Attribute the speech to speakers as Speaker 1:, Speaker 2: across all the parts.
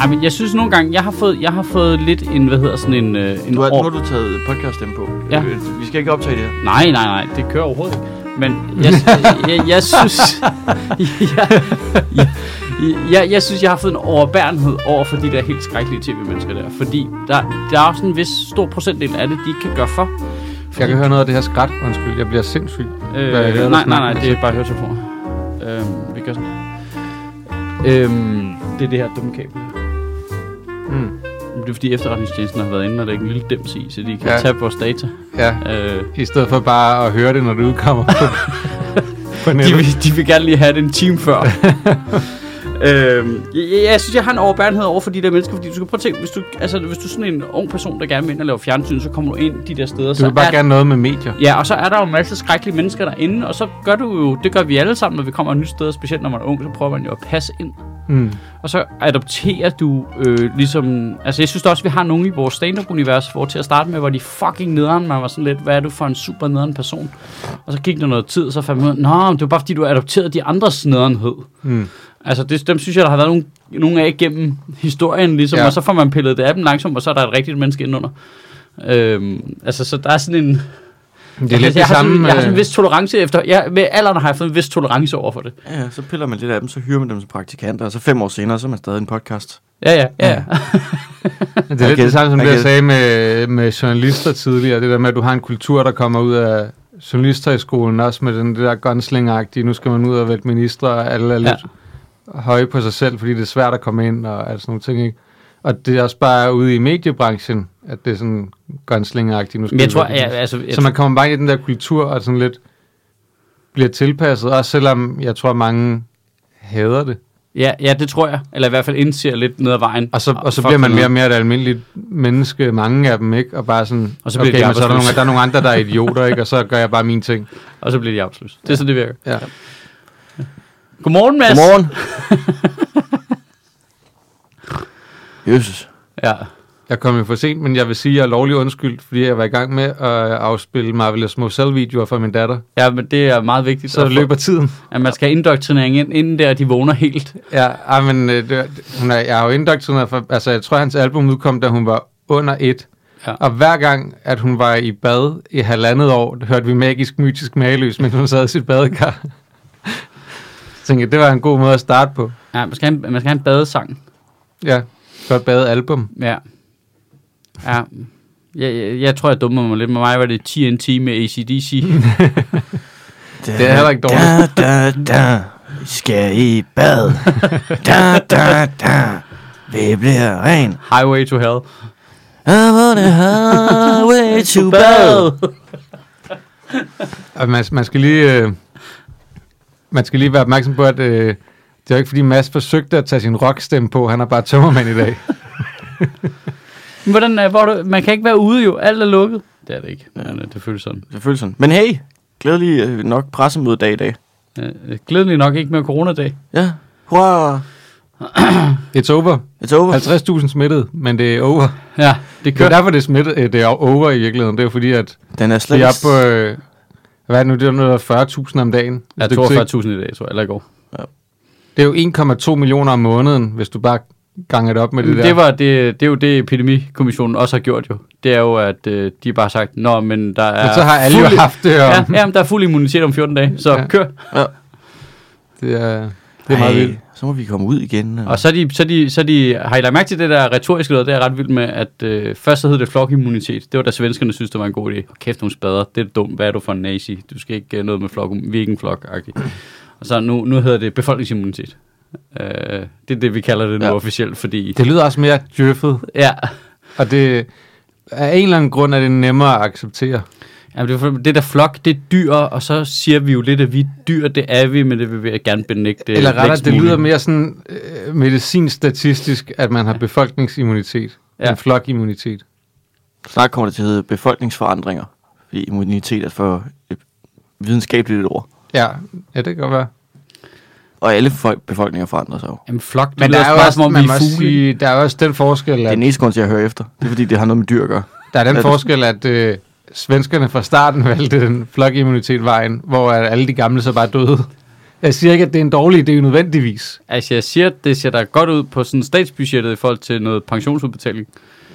Speaker 1: Ej, men jeg synes nogle gange, jeg har fået, jeg har fået lidt en, hvad hedder sådan en... Øh, en
Speaker 2: Du har, nu
Speaker 1: or-
Speaker 2: har du taget podcaststemme på.
Speaker 1: Ja.
Speaker 2: Øh, Vi skal ikke optage det her.
Speaker 1: Nej, nej, nej, det kører overhovedet ikke. Men jeg, jeg, jeg, jeg synes... jeg, jeg, jeg, jeg synes, jeg har fået en overbærenhed over for de der helt skrækkelige tv-mennesker der. Fordi der, der er også en vis stor procentdel af det, de ikke kan gøre for.
Speaker 3: Jeg kan høre noget af det her skrat. Undskyld, jeg bliver sindssyg.
Speaker 1: Øh,
Speaker 3: Hvad er det, der
Speaker 1: nej, nej, nej,
Speaker 3: snakker?
Speaker 1: det er bare høretelefoner. Øh, vi gør sådan Øhm, det er det her dumme kabel.
Speaker 3: Mm.
Speaker 1: Det er fordi efterretningstjenesten har været inde, og der er ikke en lille dims i, så de kan ja.
Speaker 3: Ja.
Speaker 1: tage vores data.
Speaker 3: Ja,
Speaker 1: Øh,
Speaker 3: i stedet for bare at høre det, når det udkommer. på
Speaker 1: de,
Speaker 3: nettet.
Speaker 1: vil, de vil gerne lige have det en time før. øhm, jeg, jeg, jeg synes, jeg har en overbærenhed over for de der mennesker, fordi du skal prøve at tænke, hvis du, altså, hvis du er sådan en ung person, der gerne vil ind og lave fjernsyn, så kommer du ind de der steder.
Speaker 3: Du
Speaker 1: så
Speaker 3: vil bare
Speaker 1: er,
Speaker 3: gerne noget med medier.
Speaker 1: Ja, og så er der jo en masse skrækkelige mennesker derinde, og så gør du jo, det gør vi alle sammen, når vi kommer et nyt sted, og specielt når man er ung, så prøver man jo at passe ind.
Speaker 3: Mm.
Speaker 1: Og så adopterer du øh, ligesom... Altså, jeg synes da også, vi har nogen i vores stand-up-univers, hvor til at starte med, hvor de fucking nederen, man var sådan lidt, hvad er du for en super nederen person? Og så gik der noget tid, og så fandt man ud af, nå, men det var bare fordi, du adopterede de andres nederenhed.
Speaker 3: Mm.
Speaker 1: Altså, det, dem synes jeg, der har været nogle, nogle af igennem historien, ligesom, ja.
Speaker 3: Ja.
Speaker 1: og så får man pillet det af dem langsomt, og så er der et rigtigt menneske indenunder. Øhm, altså, så der er sådan en...
Speaker 3: Det er lidt
Speaker 1: altså, jeg,
Speaker 3: det
Speaker 1: har sådan,
Speaker 3: samme.
Speaker 1: jeg har sådan en
Speaker 3: øh,
Speaker 1: vis tolerance efter... Jeg, med alderen har jeg fået en vis tolerance over for det.
Speaker 2: Ja, så piller man lidt af dem, så hyrer man dem som praktikanter, og så fem år senere, så er man stadig en podcast.
Speaker 1: Ja, ja, ja. ja.
Speaker 2: Ja.
Speaker 3: Det er lidt
Speaker 2: Okay,
Speaker 3: det samme, som det, jeg
Speaker 2: okay.
Speaker 3: sagde med, med journalister tidligere. Det der med, at du har en kultur, der kommer ud af journalister i skolen, også med den det der gunslinger Nu skal man ud og vælte ministre, og alle
Speaker 1: Ja.
Speaker 3: er lidt høje på sig selv, fordi det er svært at komme ind og alt sådan nogle ting. Ikke? Og det er også bare ude i mediebranchen, at det er sådan gunslinger Nu skal
Speaker 1: Men jeg
Speaker 3: vi
Speaker 1: tror,
Speaker 3: vælte
Speaker 1: ja,
Speaker 3: ministre.
Speaker 1: altså... Jeg
Speaker 3: Så man kommer bare ind i den der kultur og sådan lidt bliver tilpasset, også selvom jeg tror, mange hader det.
Speaker 1: Ja, ja, det tror jeg. Eller i hvert fald indser lidt ned ad vejen.
Speaker 3: Og så, og så
Speaker 1: Ah, Fuck
Speaker 3: bliver man
Speaker 1: noget.
Speaker 3: mere og mere et almindeligt menneske, mange af dem, ikke? Og bare sådan,
Speaker 1: Og
Speaker 3: og
Speaker 1: så
Speaker 3: så
Speaker 1: bliver
Speaker 3: okay,
Speaker 1: de
Speaker 3: men så er der,
Speaker 1: arbejdsløse.
Speaker 3: nogle, der er nogle andre, der er idioter, ikke? Og så gør jeg bare mine ting.
Speaker 1: Og så bliver de arbejdsløse. Det er så, det virker.
Speaker 3: Ja.
Speaker 1: Godmorgen, Mads.
Speaker 2: Godmorgen. Jesus.
Speaker 1: Ja.
Speaker 3: Jeg kom jo for sent, men jeg vil sige, at jeg er lovlig undskyldt, fordi jeg var i gang med at afspille Marvelous Moselle-videoer for min datter.
Speaker 1: ja, men det er meget vigtigt.
Speaker 3: Så
Speaker 1: at, få-
Speaker 3: løber tiden.
Speaker 1: at man skal have indoktrinering ind, inden der de vågner helt.
Speaker 3: Ja, ej, men øh, det, hun er, jeg har jo indoktrineret for, altså jeg tror, hans album udkom, da hun var under et.
Speaker 1: Ja.
Speaker 3: Ja. Og hver gang, at hun var i bad i halvandet år, der hørte vi magisk, mytisk mageløs, mens hun sad i sit badekar. Så tænkte jeg, det var en god måde at starte på.
Speaker 1: Ja, man skal have, en- man skal have en badesang.
Speaker 3: Ja, godt badealbum.
Speaker 1: Ja. Ja. Jeg, jeg, jeg tror, jeg dummer mig lidt. Med mig var det TNT med ACDC.
Speaker 3: Det er heller ikke dårligt.
Speaker 2: Da, da, da. I skal i bad. Da, da, da. Vi bliver ren.
Speaker 1: Highway to Hell.
Speaker 2: I wanna highway to bad.
Speaker 3: Og man, man, skal lige, øh, man skal lige være opmærksom på, at øh, det er jo ikke fordi Mads forsøgte at tage sin rockstemme på, han er bare tømmermand i dag.
Speaker 1: Men Hvordan, er- hvor er du, man kan ikke være ude jo. Alt er lukket. Det er det ikke. Men, øh, det føles sådan.
Speaker 2: Det føles sådan. Men hey, glædelig øh, nok pressemøde dag i dag.
Speaker 1: Øh, Glædelig nok ikke med coronadag.
Speaker 2: Ja. Hurra. Altså,
Speaker 3: It's over.
Speaker 2: It's over.
Speaker 3: 50.000 smittet, men det er over.
Speaker 1: Ja, det
Speaker 3: Det er
Speaker 1: kører.
Speaker 3: derfor, det er, smittet, øh, det er over i virkeligheden. Det er jo fordi, at
Speaker 2: Den er slet
Speaker 3: vi er
Speaker 2: ikke...
Speaker 3: oppe på... Øh, hvad er det nu? Det er noget der er 40.000 om dagen.
Speaker 1: Ja,
Speaker 3: Hvis du ikke-
Speaker 1: 42.000 i dag, tror jeg. Eller i går.
Speaker 3: Det er jo 1,2 millioner om måneden, hvis du bare ganger det op med det,
Speaker 1: Men
Speaker 3: der.
Speaker 1: Mm, det, var, det, det er jo det, epidemikommissionen også har gjort jo. Det er jo, at øh, de bare har sagt, nå, men der er,
Speaker 3: men så har alle jo
Speaker 1: fuld-
Speaker 3: haft det, og
Speaker 1: Ja, ja, men der er fuld immunitet om 14 dage, så ja.
Speaker 3: Ja.
Speaker 1: kør.
Speaker 3: det er, det er meget
Speaker 2: Ej,
Speaker 3: vildt.
Speaker 2: Så må vi komme ud igen.
Speaker 1: Og så, er de, så, er de, så er de, har I lagt mærke til det der retoriske noget, det er jeg ret vildt med, at øh, først så hed det flokimmunitet. Det var da svenskerne synes, det var en god idé. Og kæft, nogle spader. Det er dumt. Hvad er du for en nazi? Du skal ikke øh, noget med flok. Vi er ikke en flok -agtig. Og så nu, nu hedder det befolkningsimmunitet. Øh, det er det, vi kalder det nu ja.
Speaker 2: Ja.
Speaker 1: officielt, fordi...
Speaker 3: Det lyder også mere djøffet,
Speaker 1: Ja,
Speaker 3: og det af en eller anden grund er det nemmere at acceptere.
Speaker 1: Jamen, det, er for- det der flok, det er dyr, og så siger vi jo lidt, at vi er dyr, det er vi, men det vil vi gerne benægte.
Speaker 3: Det eller rettere,
Speaker 1: længst
Speaker 3: det
Speaker 1: muligt.
Speaker 3: lyder mere sådan øh, medicinstatistisk, at man har befolkningsimmunitet,
Speaker 1: Ja.
Speaker 3: ja. en flokimmunitet.
Speaker 2: Snart kommer det til at hedde befolkningsforandringer, fordi immunitet er for et videnskabeligt ord.
Speaker 3: Ja, ja, det kan godt være. Og
Speaker 2: Og alle folk, befolkninger forandrer sig jo.
Speaker 1: Jamen, flok, det
Speaker 3: Men der er jo
Speaker 1: bare,
Speaker 3: også,
Speaker 1: som om vi
Speaker 3: man må
Speaker 1: er
Speaker 3: også
Speaker 1: fugle. Sige...
Speaker 3: sige, der er også den forskel,
Speaker 2: Det er
Speaker 3: at,
Speaker 2: den eneste grund til, at jeg hører efter. Det er fordi, det har noget med dyr at gøre.
Speaker 3: der er den
Speaker 2: er det-
Speaker 3: forskel, at øh, svenskerne fra starten valgte den flokimmunitet vejen, hvor at alle de gamle så bare døde. Jeg siger ikke, at det er en dårlig idé nødvendigvis.
Speaker 1: Altså, jeg siger, at det ser da godt ud på sådan statsbudgettet i forhold til noget pensionsudbetaling.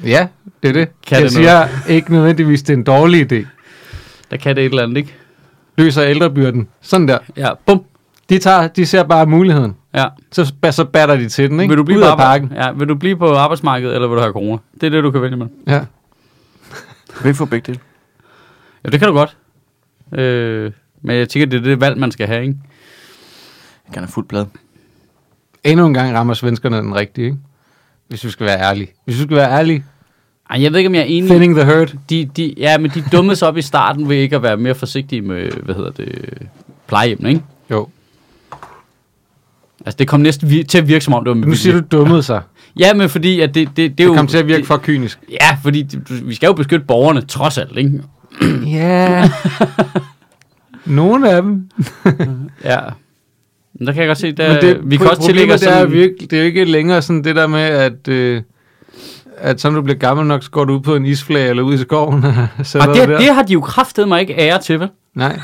Speaker 3: Ja, det er det.
Speaker 1: Kan
Speaker 3: Kan jeg
Speaker 1: det
Speaker 3: siger ikke nødvendigvis, det er en dårlig idé.
Speaker 1: Der kan det et eller andet, ikke?
Speaker 3: Løser ældrebyrden. Sådan der.
Speaker 1: Ja, bum.
Speaker 3: De, tager, de ser bare muligheden.
Speaker 1: Ja.
Speaker 3: Så, ba- så batter de til den, ikke?
Speaker 1: Vil du, blive
Speaker 3: Ud
Speaker 1: på
Speaker 3: af
Speaker 1: arbejde-
Speaker 3: parken.
Speaker 1: ja, vil du blive på arbejdsmarkedet, eller vil du have corona? Det er det, du kan vælge med.
Speaker 3: Ja.
Speaker 2: Kan vi ikke få begge dele?
Speaker 1: Ja, det kan du godt. Øh, men jeg tænker, det er det valg, man skal have, ikke?
Speaker 2: Jeg kan have fuld plade.
Speaker 3: Endnu en gang rammer svenskerne den rigtige, ikke? Hvis vi skal være ærlige. Hvis vi skal være ærlige.
Speaker 1: Ej, jeg ved ikke, om jeg er enig.
Speaker 3: Thinning the herd.
Speaker 1: De, de, ja, men de dummede sig op i starten ved ikke at være mere forsigtige med, hvad hedder det, plejehjemmene, ikke?
Speaker 3: Jo.
Speaker 1: Altså, det kom næsten vir- til at virke, som om det var med
Speaker 3: Nu siger
Speaker 1: vilje.
Speaker 3: du dummede sig.
Speaker 1: Ja, men fordi, at det, det, det, er
Speaker 3: Det
Speaker 1: jo...
Speaker 3: kom til at virke
Speaker 1: det-
Speaker 3: for kynisk.
Speaker 1: Ja, fordi det- du- vi skal jo beskytte borgerne, trods alt, ikke?
Speaker 3: Ja. Nogle af dem.
Speaker 1: Ja. Men der kan jeg godt se, der,
Speaker 3: Men
Speaker 1: det, vi kan
Speaker 3: pro-
Speaker 1: også
Speaker 3: problemet
Speaker 1: tillægge os
Speaker 3: det er,
Speaker 1: sådan...
Speaker 3: at vi ikke, det er jo ikke længere sådan det der med, at, øh, at som du bliver gammel nok, så går du ud på en isflag eller ud i skoven. så
Speaker 1: og Ah, det, det har de jo kraftet mig ikke ære til, vel?
Speaker 3: Nej,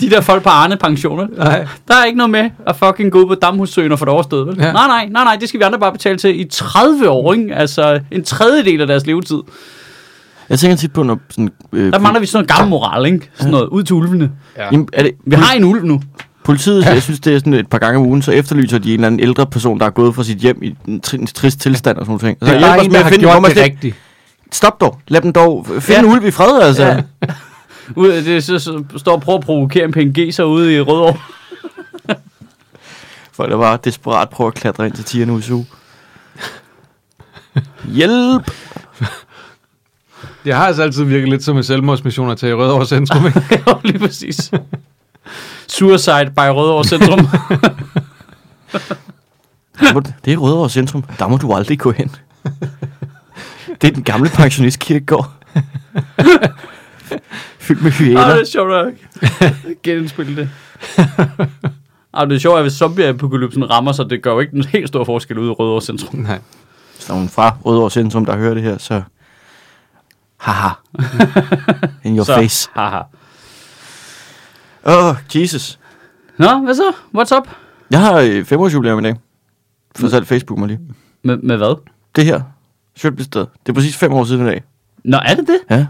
Speaker 1: De der folk på Arne pensioner.
Speaker 3: nej.
Speaker 1: Der er ikke noget med at fucking gå ud på Damhussøen og få det overstået, vel? Ja.
Speaker 3: Ja.
Speaker 1: Nej, nej, nej, nej, det skal vi andre bare betale til i 30 år, ikke? Altså en tredjedel af deres levetid.
Speaker 2: Jeg tænker tit på, når sådan... Øh,
Speaker 1: Der mangler vi sådan noget gammel moral, ikke? Sådan noget, ud til ulvene.
Speaker 3: Ja.
Speaker 2: Jamen, er det,
Speaker 1: Vi har en ulv nu.
Speaker 2: Politiet, jeg synes, det er sådan et par gange om ugen, så efterlyser de en eller anden ældre person, der er gået fra sit hjem i en tri- en trist tilstand og sådan noget. Så
Speaker 3: Der
Speaker 2: hjælp
Speaker 3: er
Speaker 2: os med
Speaker 3: en, der
Speaker 2: at
Speaker 3: har
Speaker 2: finde,
Speaker 3: gjort
Speaker 2: hvor man
Speaker 3: det
Speaker 2: slet...
Speaker 3: rigtigt.
Speaker 2: Stop dog, lad dem dog f- finde
Speaker 1: Ja.
Speaker 2: ja. ulv i fred, altså.
Speaker 1: Ja. Ud, af det, så, så står og prøver at provokere en PNG så ude i Rødovre.
Speaker 2: Folk, der bare desperat prøver at klatre ind til tierne hos uge. Hjælp!
Speaker 3: Det har altså altid virket lidt som en selvmordsmission at tage i Rødovre Centrum. ikke?
Speaker 1: Ja, lige præcis. Suicide by Rødovre Centrum.
Speaker 2: Der må- Det er Rødovre Centrum. Der må du aldrig gå hen. Det er den gamle pensionistkirkegård. Fyldt med
Speaker 1: Ej, det
Speaker 2: hyæner.
Speaker 1: er sjovt at genindspille det. Ej, det er sjovt, at hvis zombieapokalypsen rammer sig, det gør jo ikke en helt stor forskel ude i Rødovre Centrum.
Speaker 3: Nej.
Speaker 2: Hvis der er nogen fra Rødovre Centrum, der hører det her, så... Haha. In your
Speaker 1: så,
Speaker 2: face.
Speaker 1: Haha.
Speaker 2: Åh, oh, Jesus.
Speaker 1: Nå, hvad så? What's up?
Speaker 2: Jeg har øh, femårsjubilæum i dag. Fortalt Facebook mig lige.
Speaker 1: Med, med hvad?
Speaker 2: Det her. Sjøtbestedet. Det er præcis fem år siden i dag.
Speaker 1: Nå, er det det?
Speaker 2: Ja.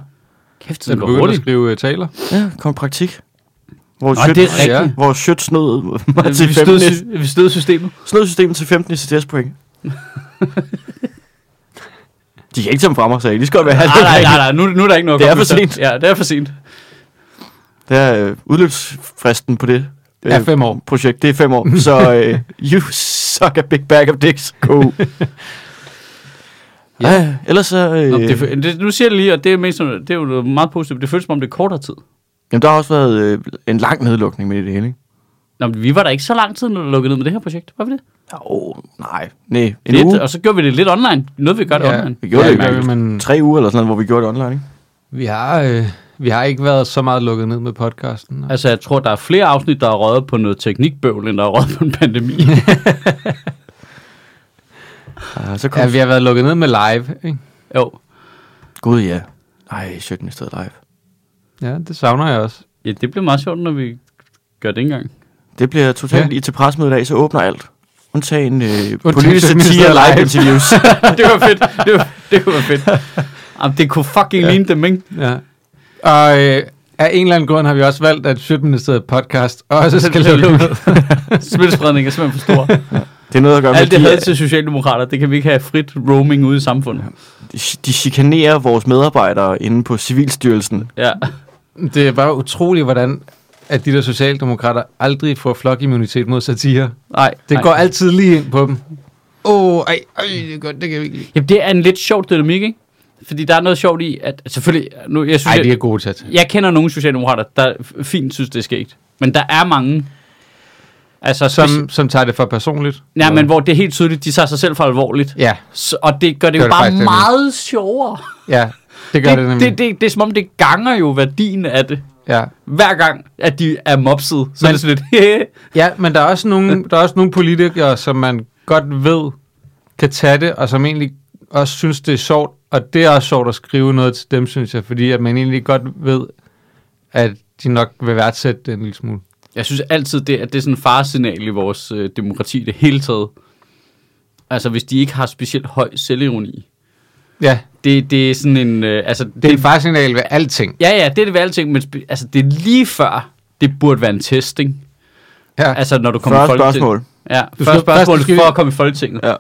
Speaker 1: Kæft,
Speaker 3: Så
Speaker 1: det går
Speaker 3: du begyndte at
Speaker 1: hurtigt.
Speaker 3: skrive øh, taler.
Speaker 2: Ja, kom praktik. Hvor
Speaker 1: Nå, det er
Speaker 3: rigtigt.
Speaker 2: Hvor Sjøt snød mig til
Speaker 1: Vi stød,
Speaker 2: 15.
Speaker 1: sy- vi stød systemet.
Speaker 2: Snød systemet til 15 ECTS point. De kan ikke tage dem fra mig, sagde jeg. De skal godt være
Speaker 1: Nej, nej,
Speaker 2: halvdelen.
Speaker 1: nej, nej. Nu, nu er der ikke noget at
Speaker 2: Det er
Speaker 1: komme
Speaker 2: for
Speaker 1: efter.
Speaker 2: sent.
Speaker 1: Ja, det er for sent.
Speaker 2: Det er øh, udløbsfristen på det øh,
Speaker 3: Ja, fem år.
Speaker 2: projekt. Det er fem år. Så øh, you suck a big bag of dicks. Go.
Speaker 3: Ja.
Speaker 2: ja. Ej, ellers så... Øh,
Speaker 1: Nå, det, fø- det, nu siger jeg det lige, og det er, mest, sådan- det er jo noget meget positivt. Det føles som om, det er kortere tid.
Speaker 2: Jamen, der har også været øh, en lang nedlukning med det hele, ikke?
Speaker 1: Nå, men vi var der ikke så lang tid, når du lukkede ned med det her projekt. Var vi det?
Speaker 2: Jo, nej. Nej, en
Speaker 1: lidt,
Speaker 2: uge.
Speaker 1: og så gjorde vi det lidt online. Noget vi gør det
Speaker 3: Ja.
Speaker 1: online.
Speaker 2: Vi gjorde
Speaker 3: Ja,
Speaker 2: det
Speaker 3: det gør
Speaker 2: i
Speaker 3: vi, men-
Speaker 2: tre uger eller sådan noget, hvor vi gjorde det online, ikke?
Speaker 3: Vi har, øh, vi har ikke været så meget lukket ned med podcasten.
Speaker 1: Altså, jeg tror, der er flere afsnit, der er røget på noget teknikbøvl, end der er røget på en pandemi.
Speaker 2: Ja, Ah, så kom...
Speaker 3: Ja, vi har været lukket ned med live. Ikke?
Speaker 1: jo.
Speaker 2: Gud, ja. Ej, 17 i stedet live.
Speaker 3: Ja, det savner jeg også.
Speaker 1: Ja, det bliver meget sjovt, når vi gør det engang.
Speaker 2: Det bliver totalt
Speaker 3: Ja.
Speaker 2: ja. i til pressemødet i dag, så åbner alt. Undtagen øh, politisk
Speaker 3: Justitsministeriet
Speaker 2: satire
Speaker 3: live.
Speaker 2: live interviews.
Speaker 1: det var fedt. Det var, det var fedt. Jamen, det kunne fucking ja. ligne dem, ikke?
Speaker 3: Ja. Og øh, af en eller anden grund har vi også valgt, at Sjøtministeriet podcast også skal
Speaker 1: Det er
Speaker 3: lukke ned.
Speaker 1: Smittespredningen er simpelthen for stor.
Speaker 2: det er noget at gøre med,
Speaker 1: Alt det
Speaker 2: at
Speaker 1: havde til socialdemokrater, det kan vi ikke have frit roaming ude i samfundet.
Speaker 2: de, øh, de chikanerer vores medarbejdere inde på Civilstyrelsen.
Speaker 1: Ja.
Speaker 3: Det er bare utroligt, hvordan at de der socialdemokrater aldrig får flokimmunitet mod satire.
Speaker 1: Nej,
Speaker 3: Det
Speaker 1: nej.
Speaker 3: går altid lige ind på dem. Åh, oh, ej, ej, det er godt, det kan vi ikke lide.
Speaker 1: Jamen, det er en lidt sjov dynamik, ikke? Fordi der er noget sjovt i, at altså, selvfølgelig... Nu, jeg synes,
Speaker 3: Ej, de
Speaker 1: jeg,
Speaker 3: er gode til at tage.
Speaker 1: jeg kender nogle socialdemokrater, der f- fint synes, det er sket. Men der er mange... Altså, som...
Speaker 3: Som, som tager det for personligt.
Speaker 1: Ja, men hvor det er helt tydeligt, de tager sig selv for alvorligt.
Speaker 3: Ja,
Speaker 1: Så, og det gør det, jo
Speaker 3: Gør det
Speaker 1: bare
Speaker 3: faktisk det.
Speaker 1: meget sjovere.
Speaker 3: ja, det gør det,
Speaker 1: det,
Speaker 3: nemlig.
Speaker 1: det, det, det er som om, det ganger jo værdien af det.
Speaker 3: Ja.
Speaker 1: Hver gang, at de er mopset, så men, er
Speaker 3: Men-
Speaker 1: det sådan lidt...
Speaker 3: ja, men der er, også nogle, der er også nogle politikere, som man godt ved kan tage det, og som egentlig også synes, det er sjovt, og det er også sjovt at skrive noget til dem, synes jeg, fordi at man egentlig godt ved, at de nok vil værdsætte det en lille smule.
Speaker 1: Jeg synes altid, det, at det er sådan en faresignal i vores øh, demokrati i det hele taget. Altså, hvis de ikke har specielt høj selvironi.
Speaker 3: Ja,
Speaker 1: Det, det er sådan en... Øh, altså, det,
Speaker 3: det er en farsignal ved alting.
Speaker 1: Ja, ja, det er det ved alting, men spe- altså, det er lige før, det burde være en test, ikke?
Speaker 3: Ja.
Speaker 1: Altså, når du kommer
Speaker 2: Første
Speaker 1: i Folketinget.
Speaker 2: spørgsmål.
Speaker 1: Ja,
Speaker 3: skal-
Speaker 1: første spørgsmål
Speaker 3: først skal
Speaker 1: for
Speaker 3: vi-
Speaker 1: at komme i Folketinget.
Speaker 2: Ja.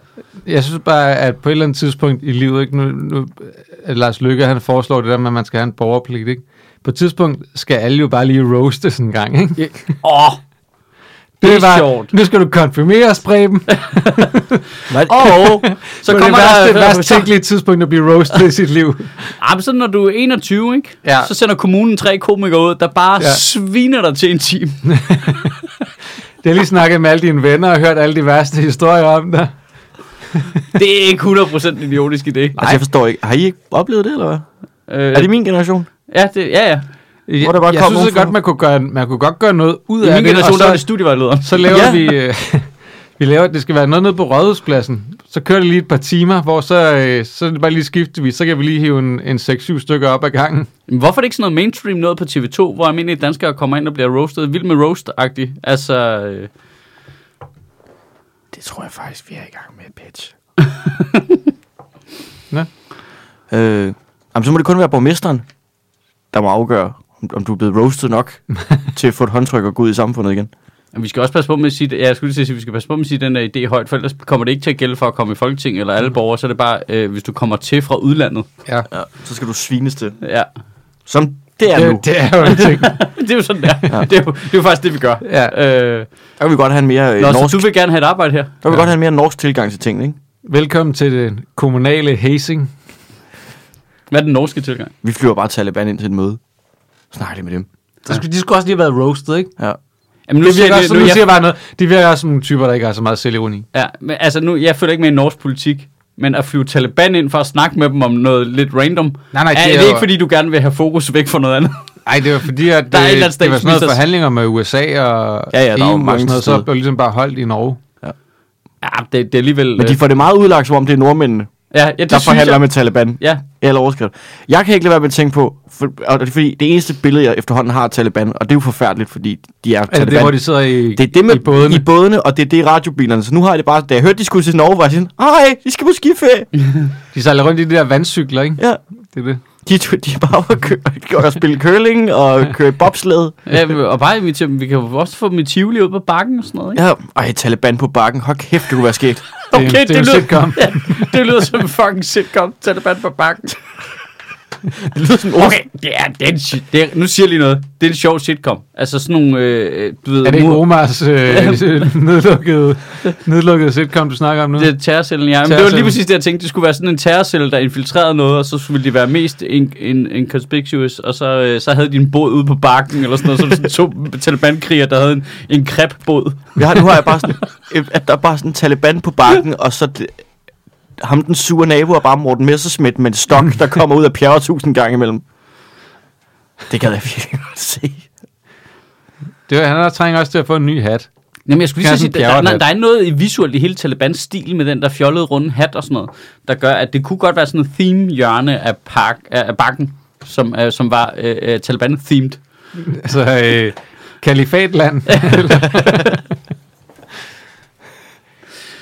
Speaker 3: Jeg synes bare, at på et eller andet tidspunkt i livet, ikke, nu, nu, at Lars Lykke han foreslår det der med, at man skal have en borgerpligt, ikke? På et tidspunkt skal alle jo bare lige roaste sådan en gang, ikke?
Speaker 1: Åh, det, det er
Speaker 3: bare,
Speaker 1: sjovt.
Speaker 3: Nu skal du konfirmeres, Preben.
Speaker 1: Og så
Speaker 3: Så
Speaker 1: kommer
Speaker 3: kommer det
Speaker 1: der...
Speaker 3: værste, der, værste tænkelige tidspunkt at blive roasted i sit liv.
Speaker 1: Ah, men så når du er 21, ikke?
Speaker 3: Ja.
Speaker 1: Så sender kommunen tre komikere ud, der bare ja.
Speaker 3: Ja.
Speaker 1: sviner dig til en time.
Speaker 3: Jeg har lige snakket med alle dine venner og hørt alle de værste historier om dig.
Speaker 1: Det er ikke 100% en idiotisk idé.
Speaker 2: Altså, jeg forstår ikke. Har I ikke oplevet det, eller hvad?
Speaker 1: Øh,
Speaker 2: Er det min generation?
Speaker 1: Ja, det, ja, ja.
Speaker 3: Jeg,
Speaker 2: der bare
Speaker 3: jeg
Speaker 2: kom
Speaker 3: synes
Speaker 2: nogen
Speaker 3: så godt,
Speaker 2: fra-
Speaker 3: man kunne, gøre, man kunne godt gøre noget ud
Speaker 1: I
Speaker 3: af
Speaker 1: min
Speaker 3: det.
Speaker 1: generation,
Speaker 3: og
Speaker 1: der var det
Speaker 3: så,
Speaker 1: studievejlederen.
Speaker 3: så laver
Speaker 2: Ja.
Speaker 3: ja. vi... Øh, vi laver, det skal være noget nede på Rådhuspladsen. Så kører det lige et par timer, hvor så, øh, så er det bare lige skiftevis. Så kan vi lige hive en, en 6-7 stykker op ad gangen.
Speaker 1: Men Hvorfor er det ikke sådan noget mainstream noget på TV2, hvor almindelige danskere kommer ind og bliver roasted? Vild med roast-agtigt. Altså, øh,
Speaker 2: Det tror jeg faktisk, vi er i gang med, bitch.
Speaker 3: Nå.
Speaker 2: Øh, jamen, så må det kun være borgmesteren, der må afgøre, om, om du er blevet roasted nok til at få et håndtryk og gå ud i samfundet igen.
Speaker 1: vi skal også passe på med at sige, ja, jeg skulle lige til at sige, vi skal passe på med at sige den der idé højt, for ellers kommer det ikke til at gælde for at komme i Folketinget eller alle borgere, så er det bare, øh, hvis du kommer til fra udlandet.
Speaker 3: Ja.
Speaker 2: Ja, så skal du svines til.
Speaker 1: Ja,
Speaker 2: Som det er nu.
Speaker 3: Det, det er jo en ting.
Speaker 1: det er jo sådan der. Ja. Det, er jo, det er jo faktisk det, vi gør.
Speaker 3: Ja.
Speaker 1: Øh,
Speaker 2: Der kan vi godt have en mere, øh,
Speaker 1: Nå,
Speaker 2: norsk,
Speaker 1: så du vil gerne have et arbejde her?
Speaker 2: der kan vi godt have en mere norsk tilgang til tingene, ikke?
Speaker 3: Velkommen til den kommunale hazing.
Speaker 1: Hvad er den norske tilgang?
Speaker 2: Vi flyver bare Taliban ind til et møde. Snakker det med dem.
Speaker 3: Så skulle, de skulle også lige have været roasted, ikke?
Speaker 2: Ja.
Speaker 1: Jamen, nu,
Speaker 3: Det virker
Speaker 1: nu-
Speaker 3: også, som
Speaker 1: nu,
Speaker 3: du
Speaker 1: jeg,
Speaker 3: siger bare noget. De virker også som nogle typer, der ikke har så meget selvironi.
Speaker 1: ja, men, altså, nu, jeg følger ikke med i norsk politik, men at flyve Taliban ind for at snakke med dem om noget lidt random,
Speaker 3: Nej, nej,
Speaker 1: er,
Speaker 3: det
Speaker 1: det
Speaker 3: er
Speaker 1: er
Speaker 3: jo-
Speaker 1: ikke, fordi du gerne vil have fokus væk fra noget andet?
Speaker 3: Nej, det var fordi, at
Speaker 1: Der er et
Speaker 3: øh,
Speaker 1: eller andet
Speaker 3: det var sådan noget
Speaker 1: statsminister-
Speaker 3: forhandlinger med USA og
Speaker 2: Ja, ja, der er jo
Speaker 3: EU og
Speaker 2: mange
Speaker 3: sådan noget, så
Speaker 2: steder. Altså,
Speaker 3: blev ligesom bare holdt i Norge.
Speaker 1: Ja, det, det er alligevel...
Speaker 2: Men de
Speaker 1: øh,
Speaker 2: får det meget udlagt, som om det er nordmændene,
Speaker 1: ja, ja, det
Speaker 2: der
Speaker 1: synes
Speaker 2: forhandler
Speaker 1: jeg.
Speaker 2: med Taliban.
Speaker 1: Ja,
Speaker 2: Eller overskridt. Jeg kan ikke lade være med at tænke på, for, og det er fordi det eneste billede, jeg efterhånden har af Taliban, og det er jo forfærdeligt, fordi de er
Speaker 3: Altså
Speaker 2: Taliban.
Speaker 3: det, hvor de sidder i,
Speaker 2: det er det med
Speaker 3: i bådene.
Speaker 2: i bådene, og det er det i radiobilerne. Så nu har jeg det bare, da jeg hørte, de skulle til Norge, var jeg sådan, ej, de skal på skiferie.
Speaker 3: De sejler rundt i de der vandcykler, ikke?
Speaker 2: Ja,
Speaker 3: Det er det.
Speaker 2: de, to- de er bare oppe at køre, og spille curling og køre i bobsled.
Speaker 1: ja, og bare invitere dem. Vi kan jo også få dem i Tivoli ud på bakken og sådan noget, ikke?
Speaker 2: Ja, ej, Taliban på bakken. Hold kæft, det kunne være sket.
Speaker 3: Det er en- det er en sitcom.
Speaker 1: ja, det lyder som en fucking sitcom. Taliban på bakken.
Speaker 2: Det lyder sådan
Speaker 1: Okay, det er, det er en, shit- det er, nu siger jeg lige noget. Det er en sjov sitcom. Altså sådan nogle, øh, du ved...
Speaker 3: Er det ikke
Speaker 1: mur-
Speaker 3: Omars øh, nedlukkede, nedlukkede sitcom, du snakker om nu?
Speaker 1: Det er terrorcellen, ja. Men det var lige
Speaker 3: Terrorcellen.
Speaker 1: præcis det, jeg tænkte. Det skulle være sådan en terrorcelle, der infiltrerede noget, og så ville de være mest in- in- inconspicuous, og så, øh, så havde de en båd ude på bakken, eller sådan noget, så var det sådan to talibankriger, der havde en, en krebbåd.
Speaker 2: Jeg har, nu har jeg bare sådan, øh, at der er bare sådan en Taliban på bakken, og så det, ham den sure nabo er bare Morten Messerschmidt med en stok, der kommer ud af pjerret tusind gange imellem. Det kan jeg virkelig godt se.
Speaker 3: det var, han er- trænger også til at få en ny hat.
Speaker 1: Jamen, jeg skulle lige
Speaker 3: Ja,
Speaker 1: så sige,
Speaker 3: sådan
Speaker 1: der, der,
Speaker 3: bjergerhat.
Speaker 1: der er noget i visuelt i hele Talibans stil med den der fjollede runde hat og sådan noget, der gør, at det kunne godt være sådan et theme-hjørne af, park, af, af bakken, som, øh, som var øh, øh, Taliban-themed.
Speaker 3: Altså, øh, kalifatland.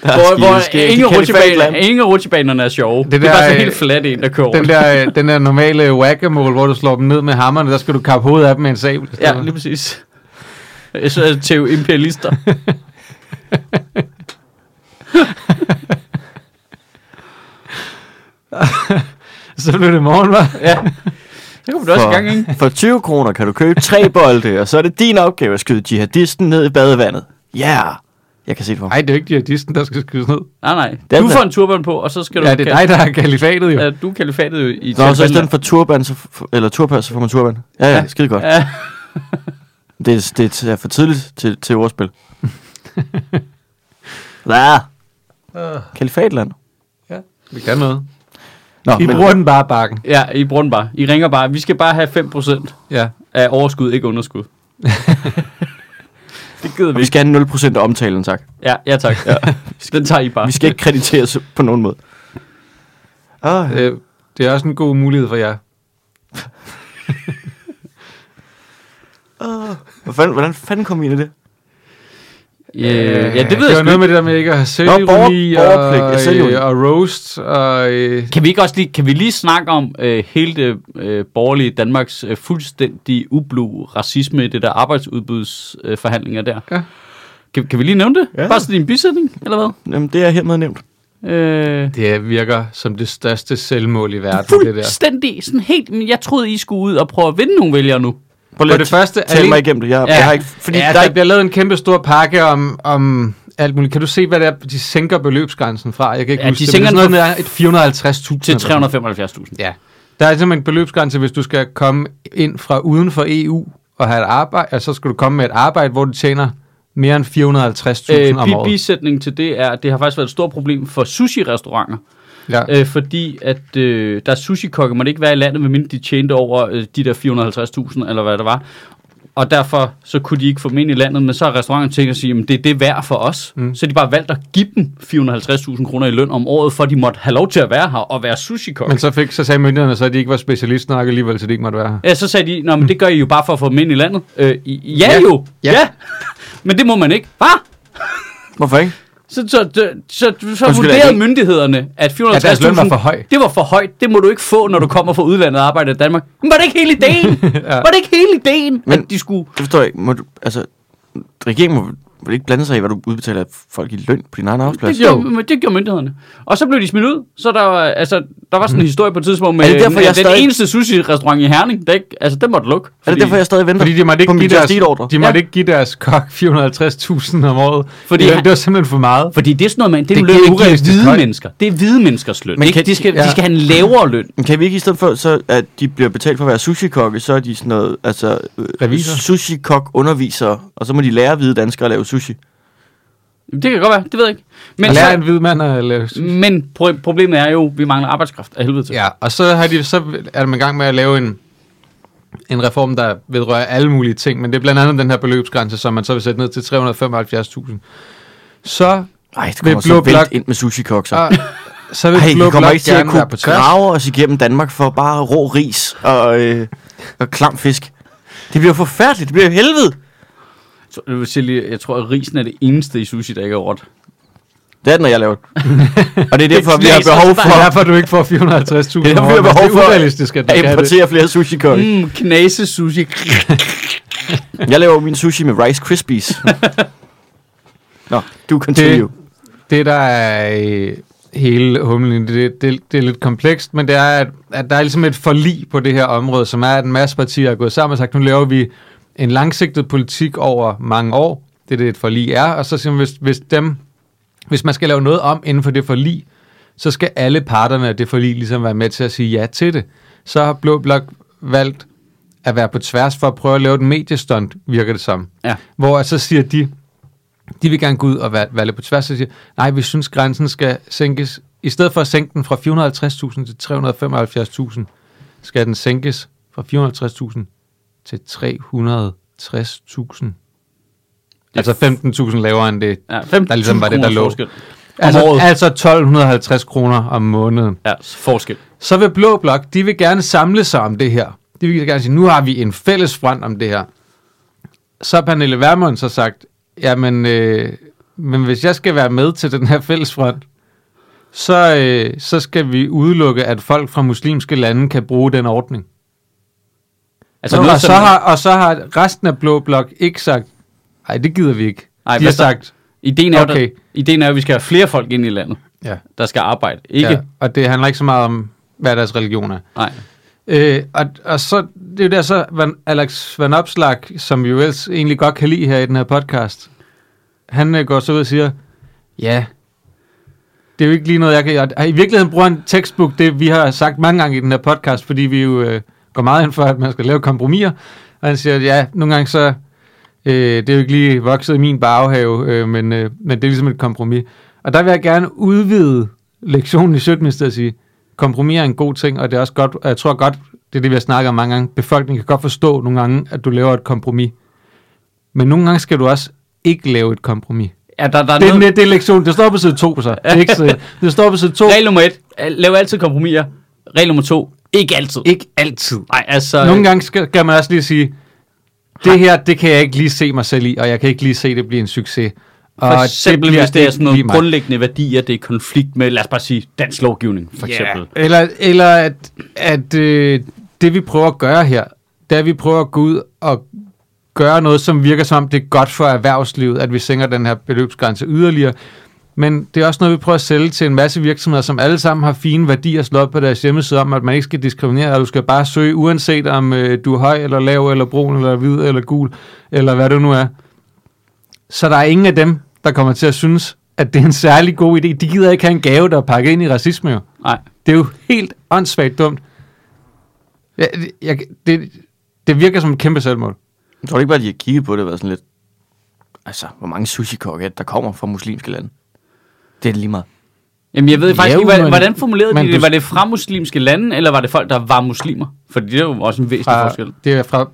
Speaker 1: Hvor, hvor
Speaker 2: sker-
Speaker 1: ingen,
Speaker 2: de kendte
Speaker 1: rutsjebaner,
Speaker 2: Fatland.
Speaker 1: ingen rutsjebanerne er sjove. Det,
Speaker 3: der,
Speaker 1: det er bare sådan
Speaker 3: øh,
Speaker 1: helt flat en, der kører rundt.
Speaker 3: den, der, øh, den der normale whack hvor du slår dem ned med hammerne, der skal du kappe hovedet af dem med en sabel. i stedet
Speaker 1: Ja,
Speaker 3: for.
Speaker 1: lige præcis. Øh, Jeg synes, at til imperialister.
Speaker 3: Så blev det morgen, var.
Speaker 1: Ja. Så kommer du også i gang, ikke?
Speaker 2: For, for 20 kroner kan du købe tre bolde, og så er det din opgave at skyde jihadisten ned i badevandet. Ja, yeah. jeg kan se det for mig.
Speaker 3: Nej, det er jo ikke jihadisten, der skal skydes ned.
Speaker 1: Nej, nej.
Speaker 2: Den
Speaker 1: Du
Speaker 2: der-
Speaker 1: får en turban på, og så skal du...
Speaker 3: Ja, det er dig, der er kalifatet, jo.
Speaker 1: Ja, du er kalifatet jo i
Speaker 2: Nå, så i
Speaker 1: Taliban.
Speaker 2: stedet for turban, så, f- eller turpas, så får man turban. Ja, ja, skide godt.
Speaker 1: Ja,
Speaker 2: Det, er- det er for tidligt til, til ordspil. Ja,
Speaker 3: Øh.
Speaker 2: kalifatland.
Speaker 3: Vi kan noget.
Speaker 2: Nå,
Speaker 3: I
Speaker 2: men-
Speaker 3: bruger den bare bakken.
Speaker 1: ja, I bruger den bare. I ringer bare. Vi skal bare have 5%
Speaker 3: Ja.
Speaker 1: af overskud, ikke underskud. det gider
Speaker 2: Og
Speaker 1: vi
Speaker 2: vi
Speaker 1: ikke.
Speaker 2: skal have 0% af omtalen, tak.
Speaker 1: Ja, ja tak. Ja. Den tager I bare.
Speaker 2: Vi skal ikke krediteres på nogen måde. Oh,
Speaker 3: Øh, det er også en god mulighed for jer.
Speaker 2: Hvad fanden, hvordan fanden kom vi ind i det?
Speaker 1: Øh, ja, det ved
Speaker 3: det
Speaker 1: jeg sgu
Speaker 3: var noget
Speaker 1: ikke.
Speaker 3: med det der med ikke at have selvironi
Speaker 2: borger- borgerpligt. Ja,
Speaker 3: og,
Speaker 2: selvironi.
Speaker 3: øh, og roast. Og, øh,
Speaker 1: Kan vi ikke også lige, kan vi lige snakke om øh, hele det øh, borgerlige Danmarks øh, fuldstændig ublu racisme i det der arbejdsudbudsforhandlinger øh, forhandlinger der?
Speaker 3: Ja.
Speaker 1: Kan, kan vi lige nævne det?
Speaker 2: Ja.
Speaker 1: Bare sådan i en bisætning, eller hvad?
Speaker 2: Jamen, det er hermed nævnt.
Speaker 1: Øh,
Speaker 3: det virker som det største selvmål i verden, det der.
Speaker 1: fuldstændig, sådan helt, men jeg troede, I skulle ud og prøve at vinde nogle vælgere nu.
Speaker 2: Prøv
Speaker 3: For det første,
Speaker 2: tæl mig igennem det. Jeg, ja. jeg har ikke, fordi
Speaker 3: ja,
Speaker 2: ja,
Speaker 3: der,
Speaker 2: der er ikke,
Speaker 3: bliver lavet en kæmpe stor pakke om, om alt muligt. Kan du se, hvad det er, de sænker beløbsgrænsen fra? Jeg kan ikke
Speaker 1: Ja,
Speaker 3: huske
Speaker 1: de
Speaker 3: det,
Speaker 1: sænker
Speaker 3: men det er
Speaker 1: den
Speaker 3: sådan noget med et 450.000.
Speaker 1: Til
Speaker 3: eller sådan noget.
Speaker 1: 375.000.
Speaker 3: Ja. Der er simpelthen en beløbsgrænse, hvis du skal komme ind fra uden for EU og have et arbejde, og så skal du komme med et arbejde, hvor du tjener mere end 450.000
Speaker 1: Øh,
Speaker 3: om
Speaker 1: bi-
Speaker 3: året.
Speaker 1: bisætning til det er, at det har faktisk været et stort problem for sushi-restauranter.
Speaker 3: Ja.
Speaker 1: øh, fordi at øh, der er sushi-kokke, måtte ikke være i landet, medmindre de tjente over øh, de der 450.000, eller hvad det var. Og derfor så kunne de ikke få dem ind i landet, men så har restauranten tænkt at sige, at det er det værd for os. Mm. Så de bare valgt at give dem 450.000 kroner i løn om året, for at de måtte have lov til at være her og være sushi-kokke.
Speaker 3: Men så, fik, så sagde myndighederne så, at de ikke var specialister nok alligevel, så de ikke måtte være her.
Speaker 1: Ja, så sagde de, Nå, men det gør I jo bare for at få dem ind i landet. Øh, i- ja,
Speaker 3: Ja.
Speaker 1: ja jo, ja.
Speaker 3: Ja.
Speaker 1: ja. men det må man ikke. Hvad?
Speaker 2: hvorfor ikke?
Speaker 1: Så, så, så, så, så
Speaker 2: Undskyld, er
Speaker 1: vurderede
Speaker 2: det-
Speaker 1: myndighederne, at 450.000...
Speaker 3: Ja, deres løn var for høj.
Speaker 1: Det var for højt. Det må du ikke få, når du kommer fra udlandet og arbejder i Danmark. Men var det ikke hele ideen? ja. Var det ikke hele ideen, Men,
Speaker 2: Men-
Speaker 1: at de skulle...
Speaker 2: Det forstår jeg ikke. Må du, altså, regeringen må vel ikke blande sig i, hvad du udbetaler folk i løn på din egen
Speaker 1: Det
Speaker 2: arbejdsplads?
Speaker 1: gjorde, men det gjorde myndighederne. Og så blev de smidt ud. Så der var, altså, der var sådan en historie på et tidspunkt med
Speaker 2: Mhm. Er det derfor,
Speaker 1: med
Speaker 2: jeg
Speaker 1: den
Speaker 2: stadig-
Speaker 1: eneste sushi-restaurant i Herning. Der ikke, altså, den måtte lukke.
Speaker 2: er det derfor, jeg stadig venter
Speaker 3: Fordi de måtte
Speaker 2: på
Speaker 3: ikke,
Speaker 2: min
Speaker 3: give deres,
Speaker 2: ordre?
Speaker 3: de måtte
Speaker 1: Ja.
Speaker 3: ja. ikke give deres kok 450.000 om året.
Speaker 1: Fordi
Speaker 3: Fordi det,
Speaker 1: han-
Speaker 3: det var simpelthen for meget.
Speaker 1: Fordi det er sådan noget, man, det, er det
Speaker 3: Det giver
Speaker 1: løn,
Speaker 3: ikke
Speaker 1: urealistisk
Speaker 3: realistisk
Speaker 1: hvide
Speaker 3: højde.
Speaker 1: mennesker. Det er hvide menneskers løn.
Speaker 2: Men
Speaker 1: ikke?
Speaker 2: kan-
Speaker 1: de, skal,
Speaker 3: ja.
Speaker 1: de skal have en lavere løn.
Speaker 2: Men Kan vi ikke i stedet for, så, at de bliver betalt for at være sushi-kokke, så er de sådan noget, altså øh,
Speaker 3: Revisor.
Speaker 2: sushi-kok-undervisere, og så må de lære hvide danskere at lave sushi.
Speaker 1: Det kan godt være, det ved jeg ikke. Men,
Speaker 3: Men lære
Speaker 1: så,
Speaker 3: en
Speaker 1: Mm,
Speaker 3: hvid mand at lave...
Speaker 1: men pro- problemet er jo, at vi mangler arbejdskraft af helvede til.
Speaker 3: Ja, og så, har de, så er man i gang med at lave en, en reform, der vedrører alle mulige ting, men det er blandt andet den her beløbsgrænse, som man så vil sætte ned til 375.000. Så,
Speaker 2: Nej, det
Speaker 3: Med
Speaker 2: kommer så
Speaker 3: blå
Speaker 2: vældt
Speaker 3: blok.
Speaker 2: ind med sushi-kok, så.
Speaker 3: og, så vil
Speaker 2: Ej,
Speaker 3: Blå
Speaker 2: vi kommer
Speaker 3: Blok
Speaker 2: ikke til at
Speaker 3: gerne
Speaker 2: kunne
Speaker 3: være på tværs.
Speaker 2: grave os igennem Danmark for bare rå ris og, øh, og klam fisk. Det bliver forfærdeligt, det bliver helvede.
Speaker 1: Så, øh, Silje, jeg tror, at risen er det eneste i sushi, der ikke er råt.
Speaker 2: Det er den, når jeg laver det. og det er derfor, vi har
Speaker 1: knas, og
Speaker 2: behov
Speaker 1: så
Speaker 3: Det er
Speaker 2: for
Speaker 3: derfor, du ikke får 450.000 om året.
Speaker 2: Det er derfor, vi har
Speaker 3: Det
Speaker 2: behov
Speaker 3: er
Speaker 2: for
Speaker 3: urealistisk, at du
Speaker 2: at
Speaker 3: kan det.
Speaker 2: importere flere sushi-kokke.
Speaker 1: Mm, knase sushi.
Speaker 2: Jeg laver min sushi med Rice Krispies. Nå, du continue.
Speaker 3: Det, det der er øh, hele humlen, det, det, det er lidt komplekst, men det er, at, at der er ligesom et forlig på det her område, som er, at en masse partier er gået sammen og sagt, nu laver vi en langsigtet politik over mange år. Det er det, et forlig er. Og så siger man, hvis, hvis, dem, hvis man skal lave noget om inden for det forlig, så skal alle parterne af det forlig ligesom være med til at sige ja til det. Så har Blå Blok valgt at være på tværs for at prøve at lave et mediestunt, virker det som.
Speaker 1: Ja.
Speaker 3: Hvor at så siger de, de vil gerne gå ud og være, være lidt på tværs og sige, nej, vi synes, grænsen skal sænkes. I stedet for at sænke den fra 450.000 til 375.000, skal den sænkes fra 450.000 til 360.000. Altså 15.000 lavere end det.
Speaker 1: Ja, 5
Speaker 3: Der ligesom var det, der lå.
Speaker 1: Forskel.
Speaker 3: Altså,
Speaker 1: året.
Speaker 3: altså 1.250 kroner om måneden.
Speaker 1: Ja, forskel.
Speaker 3: Så vil Blå Blok, de vil gerne samle sig om det her. De vil gerne sige, nu har vi en fælles front om det her. Så har Pernille Vermund så sagt, jamen, øh, men hvis jeg skal være med til den her fælles front, så, øh, så skal vi udelukke, at folk fra muslimske lande kan bruge den ordning.
Speaker 1: Altså,
Speaker 3: Så,
Speaker 1: noget,
Speaker 3: og, så
Speaker 1: som-
Speaker 3: har, og så har resten af Blå Blok ikke sagt, nej, det gider vi ikke.
Speaker 1: Ej,
Speaker 3: Ej, de
Speaker 1: hvad
Speaker 3: har
Speaker 1: så?
Speaker 3: sagt,
Speaker 1: ideen, er, okay.
Speaker 3: Okay.
Speaker 1: der, ideen er, at vi skal have flere folk ind i landet,
Speaker 3: ja,
Speaker 1: der skal arbejde. Ikke?
Speaker 3: ja, og det handler ikke så meget om, hvad deres religion er.
Speaker 1: Nej.
Speaker 3: Øh, og, og så, det er jo der så, Van, Alex Van Opslag, som vi jo ellers egentlig godt kan lide her i den her podcast, han øh, går så ud og siger, ja, det er jo ikke lige noget, jeg kan... Og, I virkeligheden bruger han tekstbog, det vi har sagt mange gange i den her podcast, fordi vi jo øh, går meget ind for, at man skal lave kompromiser, og han siger, ja, nogle gange så... Øh, det er jo ikke lige vokset i min baghave, øh, men, øh, men det er ligesom et kompromis. Og der vil jeg gerne udvide lektionen i Sjøtministeriet og sige, kompromis er en god ting, og det er også godt, og jeg tror godt, det er det, vi har snakket om mange gange, befolkningen kan godt forstå nogle gange, at du laver et kompromis. Men nogle gange skal du også ikke lave et kompromis.
Speaker 1: Ja, der, der er
Speaker 3: Det er,
Speaker 1: noget...
Speaker 3: net- det er lektion. Det står på side 2, så. Det, er ikke, side- det står på side 2.
Speaker 1: Regel nummer et, øh, lav altid kompromiser. Regel nummer to, ikke altid.
Speaker 3: Ikke altid.
Speaker 1: Nej, altså...
Speaker 3: Nogle gange skal, skal man også lige sige, det her, det kan jeg ikke lige se mig selv i, og jeg kan ikke lige se, det bliver en succes. Og
Speaker 1: For eksempel, det
Speaker 3: bliver-
Speaker 1: hvis det er sådan
Speaker 3: lige
Speaker 1: nogle
Speaker 3: mig.
Speaker 1: grundlæggende værdier, det er i konflikt med, lad os bare sige, dansk lovgivning, for
Speaker 3: Ja,
Speaker 1: eksempel.
Speaker 3: Eller, eller at, at øh, det, vi prøver at gøre her, det er, at vi prøver at gå ud og gøre noget, som virker som om, det er godt for erhvervslivet, at vi sænker den her beløbsgrænse yderligere. Men det er også noget, vi prøver at sælge til en masse virksomheder, som alle sammen har fine værdier slået op på deres hjemmeside om, at man ikke skal diskriminere, og du skal bare søge, uanset om øh, du er høj, eller lav, eller brun, eller hvid, eller gul, eller hvad du nu er. Så der er ingen af dem, der kommer til at synes, at det er en særlig god idé. De gider ikke have en gave, der er pakket ind i racisme jo.
Speaker 1: Nej.
Speaker 3: Det er jo helt åndssvagt dumt. Jeg, jeg, det, det virker som et kæmpe selvmål.
Speaker 2: Jeg tror ikke bare, at de har kigget på det og været sådan lidt... Altså, hvor mange sushi-kokke er det, der kommer fra muslimske lande? Det er det lige meget.
Speaker 1: Jamen, jeg ved faktisk
Speaker 3: Ja,
Speaker 1: ikke, hvordan,
Speaker 3: men-
Speaker 1: hvordan formulerede
Speaker 3: men
Speaker 1: de det?
Speaker 3: du-
Speaker 1: Var det fra muslimske lande, eller var det folk, der var muslimer? For det er jo også en væsentlig
Speaker 3: Fra,
Speaker 1: forskel.
Speaker 3: det er fra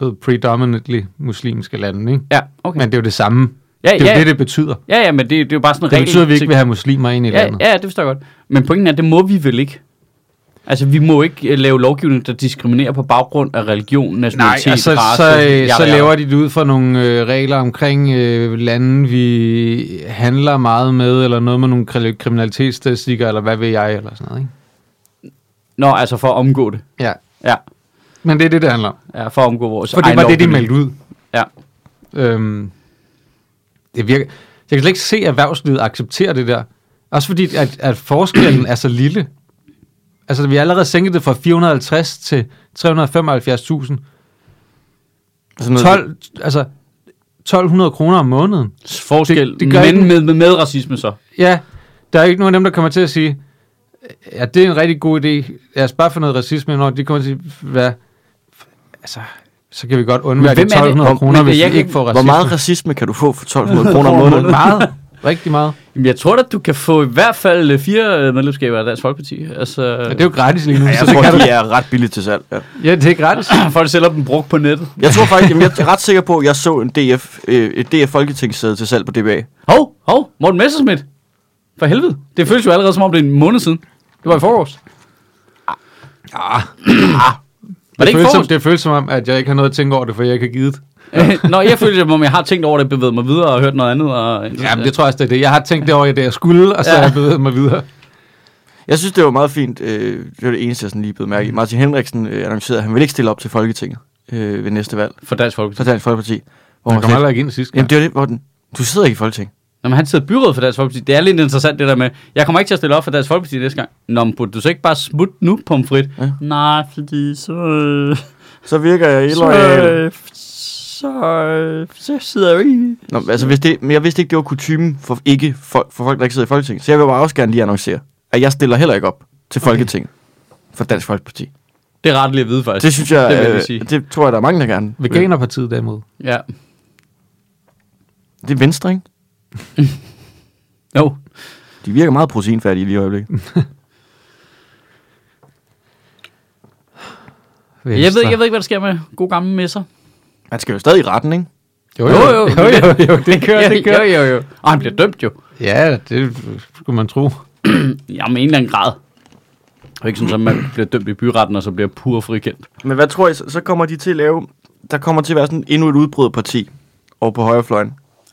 Speaker 3: du ved, predominantly muslimske lande, ikke?
Speaker 1: Ja, okay.
Speaker 3: Men det er jo det samme.
Speaker 1: Ja,
Speaker 3: det er jo
Speaker 1: ja.
Speaker 3: det, det betyder.
Speaker 1: ja, ja, men det, det er jo bare sådan en
Speaker 3: Det
Speaker 1: regel.
Speaker 3: betyder, at vi ikke
Speaker 1: ting.
Speaker 3: vil have muslimer ind i
Speaker 1: ja,
Speaker 3: landet.
Speaker 1: ja, det forstår jeg godt. Men pointen er, det må vi vel ikke? Altså, vi må ikke øh, lave lovgivning, der diskriminerer på baggrund af religion,
Speaker 3: Nej,
Speaker 1: nationalitet,
Speaker 3: og så,
Speaker 1: race.
Speaker 3: så, øh, så
Speaker 1: jada, jada.
Speaker 3: laver de det ud fra nogle øh, regler omkring øh, lande, vi handler meget med, eller noget med nogle kri- kriminalitetsstatistikker, eller hvad ved jeg, eller sådan noget, ikke?
Speaker 1: Nå, altså for at omgå det.
Speaker 3: Ja.
Speaker 1: Ja,
Speaker 3: Men det er det, det handler om.
Speaker 1: ja for at omgå vores
Speaker 3: For det
Speaker 1: egen
Speaker 3: var det, de
Speaker 1: lovgivning.
Speaker 3: meldte ud.
Speaker 1: Ja.
Speaker 3: Øhm, det virker, jeg kan slet ikke se, at erhvervslivet accepterer det der. Også fordi, at, at forskellen er så lille. Altså, vi har allerede sænket det fra 450 til 375.000.
Speaker 2: Sådan
Speaker 3: 12, altså, 1200 kroner om måneden.
Speaker 1: Forskel,
Speaker 3: Det-
Speaker 1: det,
Speaker 3: det
Speaker 1: det
Speaker 3: gør
Speaker 1: men
Speaker 3: ikke-
Speaker 1: med, med, med racisme så.
Speaker 3: Ja, der er ikke nogen af dem, der kommer til at sige, ja, det er en rigtig god idé. Lad os bare få noget racisme ind over. De kommer til at sige, hvad? Altså, så kan vi godt undvære de
Speaker 1: hvem er det?
Speaker 3: 1200
Speaker 1: Hvor-
Speaker 3: kroner,
Speaker 1: men
Speaker 3: hvis
Speaker 1: jeg
Speaker 3: vi
Speaker 1: kan-
Speaker 3: ikke får racisme.
Speaker 2: Hvor meget racisme kan du få for 1200 kroner om måneden?
Speaker 3: Meget. Rigtig meget.
Speaker 1: Jamen, jeg tror da, du kan få i hvert fald øh, fire øh, medlemskaber af Dansk Folkeparti. Altså,
Speaker 3: Ja, det er jo gratis lige nu.
Speaker 2: Ja,
Speaker 3: så
Speaker 2: jeg
Speaker 3: det kan
Speaker 2: tror,
Speaker 3: du-
Speaker 2: de er ret billige til salg. Ja.
Speaker 3: Ja, det er gratis.
Speaker 1: for at sælge dem brugt på nettet.
Speaker 2: Jeg tror faktisk, jamen, jeg er ret sikker på, at jeg så en DF, øh, et DF Folketingssæde til salg på DBA.
Speaker 1: Hov, hov, Morten Messerschmidt. For helvede. Det føles jo allerede som om, det er en måned siden. Det var i forårs. Var det ikke
Speaker 3: føles som,
Speaker 1: forrest?
Speaker 3: det føles som om, at jeg ikke har noget at tænke over det, for jeg ikke har givet det.
Speaker 1: Øh, Nå, jeg føler, som om jeg har tænkt over det, bevæget mig videre og hørt noget andet. Og,
Speaker 3: Jamen, det tror jeg også, det er det. Jeg har tænkt det over i det, jeg skulle, og så har jeg bevæget mig videre.
Speaker 2: Jeg synes, det var meget fint. Øh, det var det eneste, jeg sådan lige blev mærke i. Martin Henriksen øh, annoncerede, at han vil ikke stille op til Folketinget øh, ved næste valg
Speaker 1: For Dansk Folkeparti.
Speaker 2: for Dansk Folkeparti. Hvor
Speaker 3: Han
Speaker 2: man
Speaker 3: kom
Speaker 2: sagde,
Speaker 3: heller ikke ind sidste
Speaker 2: jamen
Speaker 3: gang.
Speaker 2: det var det, hvor den, du sidder ikke i Folketinget.
Speaker 1: Nå, men han sidder i byrådet for Dansk Folkeparti. Det er lidt interessant det der med, jeg kommer ikke til at stille op for Dansk Folkeparti næste gang. Nå, men burde du så ikke bare smutte nu, pomfrit?
Speaker 2: Ja.
Speaker 1: Ja. Nej, fordi så... øh,
Speaker 2: Så virker jeg
Speaker 1: Så,
Speaker 2: illoyal.
Speaker 1: øh, så, øh, så sidder jeg jo ikke i-
Speaker 2: Nå, men altså, hvis det, men jeg vidste ikke, det var kutumen for, ikke for, for folk, der ikke sidder i Folketinget. Så jeg vil bare også gerne lige annoncere, at jeg stiller heller ikke op til Folketinget for Dansk Folkeparti.
Speaker 1: Det er ret lige at vide, faktisk.
Speaker 2: Det synes jeg,
Speaker 1: Det vil jeg
Speaker 2: øh,
Speaker 1: sige.
Speaker 2: det tror jeg, der er mange, der gerne vil.
Speaker 3: Veganerpartiet derimod.
Speaker 1: Ja.
Speaker 2: Det er Venstre, ikke?
Speaker 1: Jo.
Speaker 2: De virker meget proteinfattige lige i øjeblikket.
Speaker 3: Mm.
Speaker 1: Jeg ved, jeg ved ikke, hvad der sker med god gamle messer.
Speaker 2: Man skal jo stadig i retten, ikke?
Speaker 3: Jo, jo, jo, jo, jo, jo, det kører, det kører.
Speaker 1: jo, jo, jo. Og han bliver dømt jo.
Speaker 3: Ja, det skulle man tro.
Speaker 1: Jamen, i en eller anden grad. Det er ikke sådan, at man bliver dømt i byretten, og så bliver pur frikendt.
Speaker 2: Men hvad tror I, så så kommer de til at lave... Der kommer til at være sådan endnu et udbrudt parti over på højrefløjen.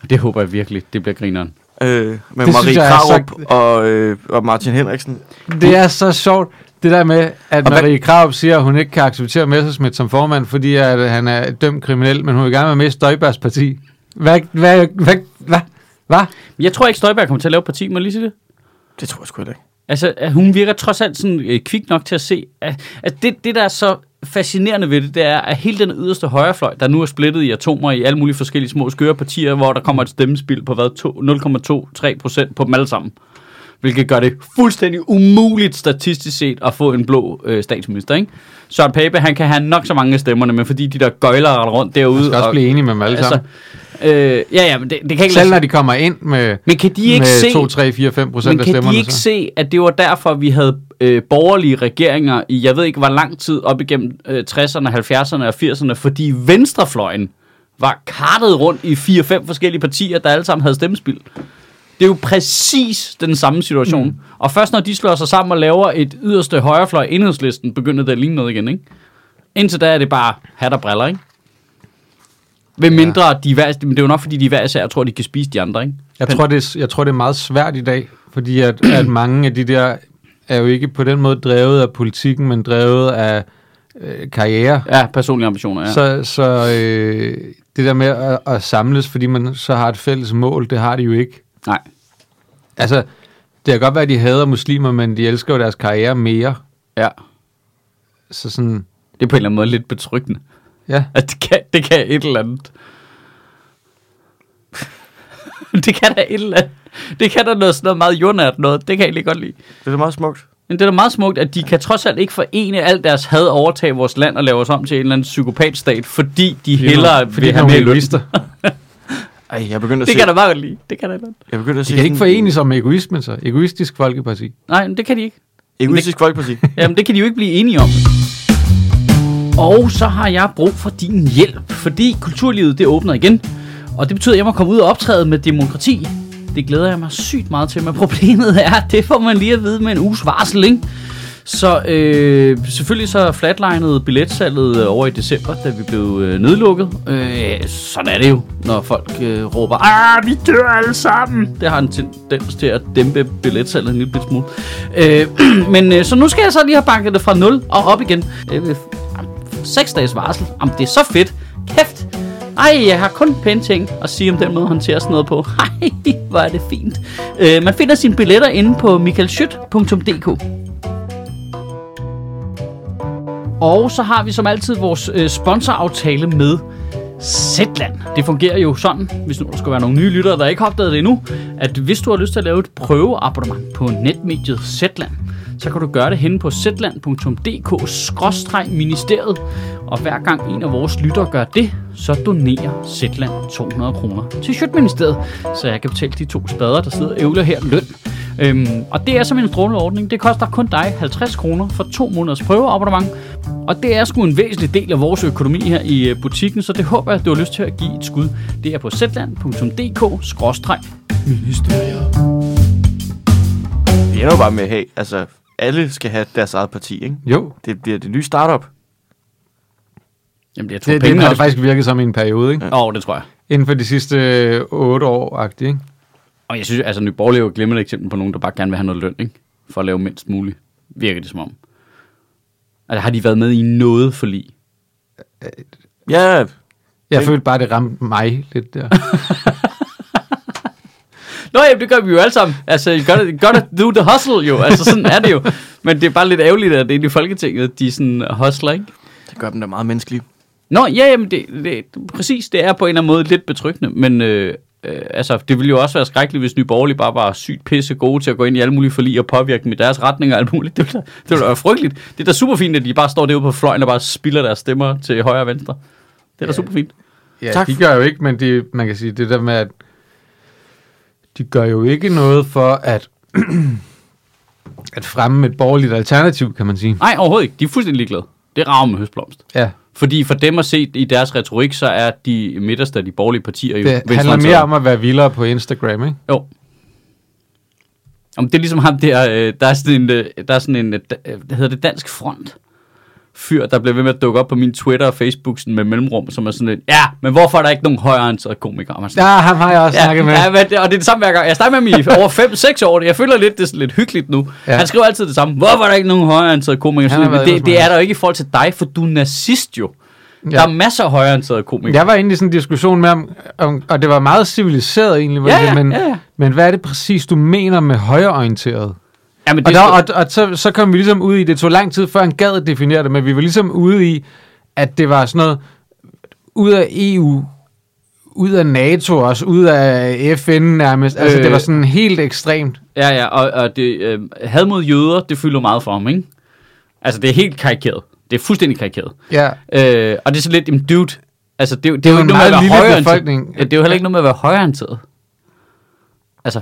Speaker 1: Det håber jeg virkelig, det bliver grineren.
Speaker 2: Øh, med
Speaker 3: Det
Speaker 2: det
Speaker 3: synes
Speaker 2: Marie
Speaker 3: jeg er så-
Speaker 2: Krarup og, øh, og Martin Henriksen.
Speaker 3: Det er så sjovt, det der med, at
Speaker 2: Og hvad-
Speaker 3: Marie Kraup siger, at hun ikke kan acceptere Messerschmidt som formand, fordi at han er dømt kriminel, men hun vil gerne være med i Støjbergs parti. Hvad, hvad, hvad, hvad, hvad?
Speaker 1: Men jeg tror ikke, Støjberg kommer til at lave et parti, må jeg lige sige det.
Speaker 2: Det tror jeg sgu heller ikke.
Speaker 1: Altså, at hun virker trods alt sådan øh, kvik nok til at se, at, at det, det, der er så fascinerende ved det, det er, at hele den yderste højrefløj, der nu er splittet i atomer i alle mulige forskellige små skøre partier, hvor der kommer et stemmespil på hvad, to- 0,23 procent på dem alle sammen. Hvilket gør det fuldstændig umuligt statistisk set at få en blå øh, statsminister, ikke? Søren Pape, han kan have nok så mange af stemmerne, men fordi de der gøjler render rundt derude... Altså,
Speaker 3: Du skal også blive enig med dem alle sammen.
Speaker 1: øh, ja, ja, men det, det kan ikke
Speaker 3: Selv
Speaker 1: lade
Speaker 3: når de kommer ind med,
Speaker 1: Men kan de ikke
Speaker 3: med
Speaker 1: se-
Speaker 3: 2, 3, 4, 5 procent
Speaker 1: Men
Speaker 3: af
Speaker 1: kan
Speaker 3: stemmerne,
Speaker 1: de ikke
Speaker 3: så?
Speaker 1: se, at det var derfor, vi havde øh, borgerlige regeringer i, jeg ved ikke hvor lang tid, op igennem øh, 60'erne, 70'erne og 80'erne, fordi venstrefløjen var kartet rundt i 4-5 forskellige partier, der alle sammen havde stemmespild. Det er jo præcis den samme situation. Mm. Og først når de slår sig sammen og laver et yderste højrefløj i enhedslisten, begynder det at ligne noget igen, ikke? Indtil da er det bare hat og briller, ikke? Ved
Speaker 3: Ja.
Speaker 1: mindre, de er hver, men det er jo nok, fordi de hver især tror, de kan spise de andre, ikke?
Speaker 3: Jeg tror, det er, jeg tror, det er meget svært i dag, fordi at, at mange af de der er jo ikke på den måde drevet af politikken, men drevet af øh, karriere.
Speaker 1: Ja, personlige ambitioner, ja.
Speaker 3: Ja. Så, så øh, det der med at, at samles, fordi man så har et fælles mål, det har de jo ikke.
Speaker 1: Nej.
Speaker 3: Altså, det kan godt være, at de hader muslimer, men de elsker jo deres karriere mere.
Speaker 1: Ja.
Speaker 3: Så sådan,
Speaker 1: Det er på en eller anden måde lidt betryggende.
Speaker 3: ja.
Speaker 1: At det kan, det kan et eller andet. det kan da et eller andet. Det kan da noget, sådan noget meget jordnært noget. Det kan jeg egentlig godt lide.
Speaker 2: Det er da meget smukt.
Speaker 1: Men det er da meget smukt, at de kan trods alt ikke forene alt deres had og overtage vores land og lave os om til en eller anden psykopatstat, fordi de hellere
Speaker 3: fordi
Speaker 1: vil
Speaker 3: de er
Speaker 1: have mere løn.
Speaker 3: egoister.
Speaker 2: Ej, jeg begyndte at
Speaker 1: Det kan
Speaker 2: se...
Speaker 1: jeg da meget godt lide. Det kan jeg da godt.
Speaker 2: Jeg begyndte at
Speaker 3: De
Speaker 2: se...
Speaker 3: kan ikke
Speaker 2: sådan-
Speaker 3: forene sig om egoismen, så. Egoistisk folkeparti.
Speaker 1: Nej, men det kan de ikke.
Speaker 2: Egoistisk Folkeparti.
Speaker 1: Jamen, det kan de jo ikke blive enige om. Og så har jeg brug for din hjælp, fordi kulturlivet det åbner igen. Og det betyder, at jeg må komme ud og optræde med demokrati. Det glæder jeg mig sygt meget til, men problemet er, at det får man lige at vide med en uges varsel, ikke? Så øh, selvfølgelig så flatlinede billetsalget øh, over i december, da vi blev øh, nedlukket. Øh, sådan er det jo, når folk øh, råber, ah, vi dør alle sammen. Det har en tendens til at dæmpe billetsalget en lille bit smule. Øh, men øh, så nu skal jeg så lige have banket det fra 0 og op igen. Øh, 6 dages varsel. Jamen, det er så fedt. Kæft. Ej, jeg har kun pæne ting at sige om den måde, at håndtere sådan noget på. Ej, hvor er det fint. Øh, man finder sine billetter inde på michaelschyt.dk. Og så har vi som altid vores øh, sponsoraftale med Zetland. Det fungerer jo sådan, hvis nu der skulle være nogle nye lyttere, der ikke har opdaget det endnu, at hvis du har lyst til at lave et prøveabonnement på netmediet Zetland, så kan du gøre det henne på zetland.dk-ministeriet, og hver gang en af vores lyttere gør det, så donerer Zetland 200 kroner til Sjøtministeriet, så jeg kan betale de to spader, der sidder og ævler her løn. Øhm, og det er som en stråleordning. Det koster kun dig 50 kroner for to måneders prøveabonnement. Og det er sgu en væsentlig del af vores økonomi her i øh, butikken, så det håber jeg, at du har lyst til at give et skud. Det er på zland.dk-ministeriet.
Speaker 2: Vi ender jo bare med at have... Altså, alle skal have deres eget parti, ikke?
Speaker 3: Jo,
Speaker 2: Det bliver det nye startup.
Speaker 1: Jamen, jeg tror
Speaker 3: det,
Speaker 1: det,
Speaker 3: det
Speaker 1: pengene
Speaker 3: har
Speaker 1: det,
Speaker 3: det
Speaker 1: også...
Speaker 3: faktisk virket som i en periode, ikke?
Speaker 1: Åh, oh, det tror jeg.
Speaker 3: Inden for de sidste øh, otte år-agtigt, ikke?
Speaker 1: Og jeg synes, altså, Nye Borgerlige er jo et glimrende eksempel på nogen, der bare gerne vil have noget løn, ikke? For at lave mindst muligt, virker det som om. Altså, har de været med i noget forlig?
Speaker 2: Ja,
Speaker 3: Jeg
Speaker 2: Ikke?
Speaker 3: følte bare, det ramte mig lidt der.
Speaker 1: Nå, jamen, det gør vi jo alle sammen. Altså, gotta, gotta do the hustle jo. Altså, sådan er det jo. Men det er bare lidt ærgerligt, at inde i Folketinget, de sådan hustler, ikke?
Speaker 2: det gør dem da meget menneskelige.
Speaker 1: Nå, ja, jamen, det, det, præcis, det er på en eller anden måde lidt betryggende, men... Øh, øh, altså, det ville jo også være skrækkeligt, hvis Nye Borgerlige bare var sygt pisse gode til at gå ind i alle mulige forlig og påvirke dem i deres retning og alt muligt. Det ville, da- det ville da være frygteligt. Det er da super fint, at de bare står derude på fløjen og bare spilder deres stemmer til højre og venstre. Det er da
Speaker 3: Ja.
Speaker 1: super fint.
Speaker 3: ja,
Speaker 2: Tak
Speaker 3: tak. de
Speaker 2: for-
Speaker 3: gør jo ikke, men de, man kan sige, det der med, at de gør jo ikke noget for at, at fremme et borgerligt alternativ, kan man sige.
Speaker 1: Nej, overhovedet ikke. De er fuldstændig ligeglade. Det rager med høstblomst.
Speaker 3: Ja,
Speaker 1: Fordi for dem at se i deres retorik, så er de midterste af de borgerlige partier jo
Speaker 3: det handler
Speaker 1: venstreorienterede.
Speaker 3: mere om at være vildere på Instagram, ikke?
Speaker 1: Jo. Om det er ligesom ham der, øh, der er sådan en, øh, der er sådan en øh, da- øh, hvad hedder det, dansk front fyr, der bliver ved med at dukke op på min Twitter og Facebook sådan med mellemrum, som er sådan lidt, ja, men hvorfor er der ikke nogen højreorienterede komikere? Og man er sådan,
Speaker 3: Ja, ham har jeg også ja,
Speaker 1: Ja,
Speaker 3: snakket med.
Speaker 1: ja, men det, og det er det samme hver gang. Jeg snakker med ham i over 5-6 år. Jeg føler lidt, det er sådan lidt hyggeligt nu. Ja.
Speaker 3: Ja.
Speaker 1: Han skriver altid det samme. Hvorfor er der ikke nogen højreansatte komikere?
Speaker 3: Han har
Speaker 1: Sådan, men
Speaker 3: været
Speaker 1: det,
Speaker 3: ellers
Speaker 1: det er
Speaker 3: meget.
Speaker 1: der jo ikke i forhold til dig, for du er nazist jo. Ja. Der er masser af højreansatte komikere.
Speaker 3: Jeg var inde i sådan en diskussion med ham, om, og det var meget civiliseret egentlig, var
Speaker 1: Ja,
Speaker 3: det,
Speaker 1: ja,
Speaker 3: men,
Speaker 1: ja, ja.
Speaker 3: men hvad er det præcis, du mener med højreorienteret?
Speaker 1: Ja, men
Speaker 3: Og,
Speaker 1: det,
Speaker 3: der, og, og så, så kom vi ligesom ud i, det tog lang tid før han gad at definere det, men vi var ligesom ude i, at det var sådan noget, ud af EU, ud af NATO også, ud af FN nærmest, altså
Speaker 1: Øh.
Speaker 3: øh, det var sådan helt ekstremt.
Speaker 1: Ja, ja, og, og det, øh, had mod jøder, det fylder meget for ham, ikke? Altså, det er helt karikeret. Det er fuldstændig karikeret.
Speaker 3: Ja,
Speaker 1: Øh, og det er så lidt, jamen, dude, altså, det, er jo- det,
Speaker 3: Det
Speaker 1: er jo
Speaker 3: er jo
Speaker 1: ikke
Speaker 3: en
Speaker 1: noget med at
Speaker 3: meget
Speaker 1: være
Speaker 3: lille
Speaker 1: højreorienteret.
Speaker 3: befolkning.
Speaker 1: Ja, det er jo heller ikke noget med at være højreorienteret. Altså,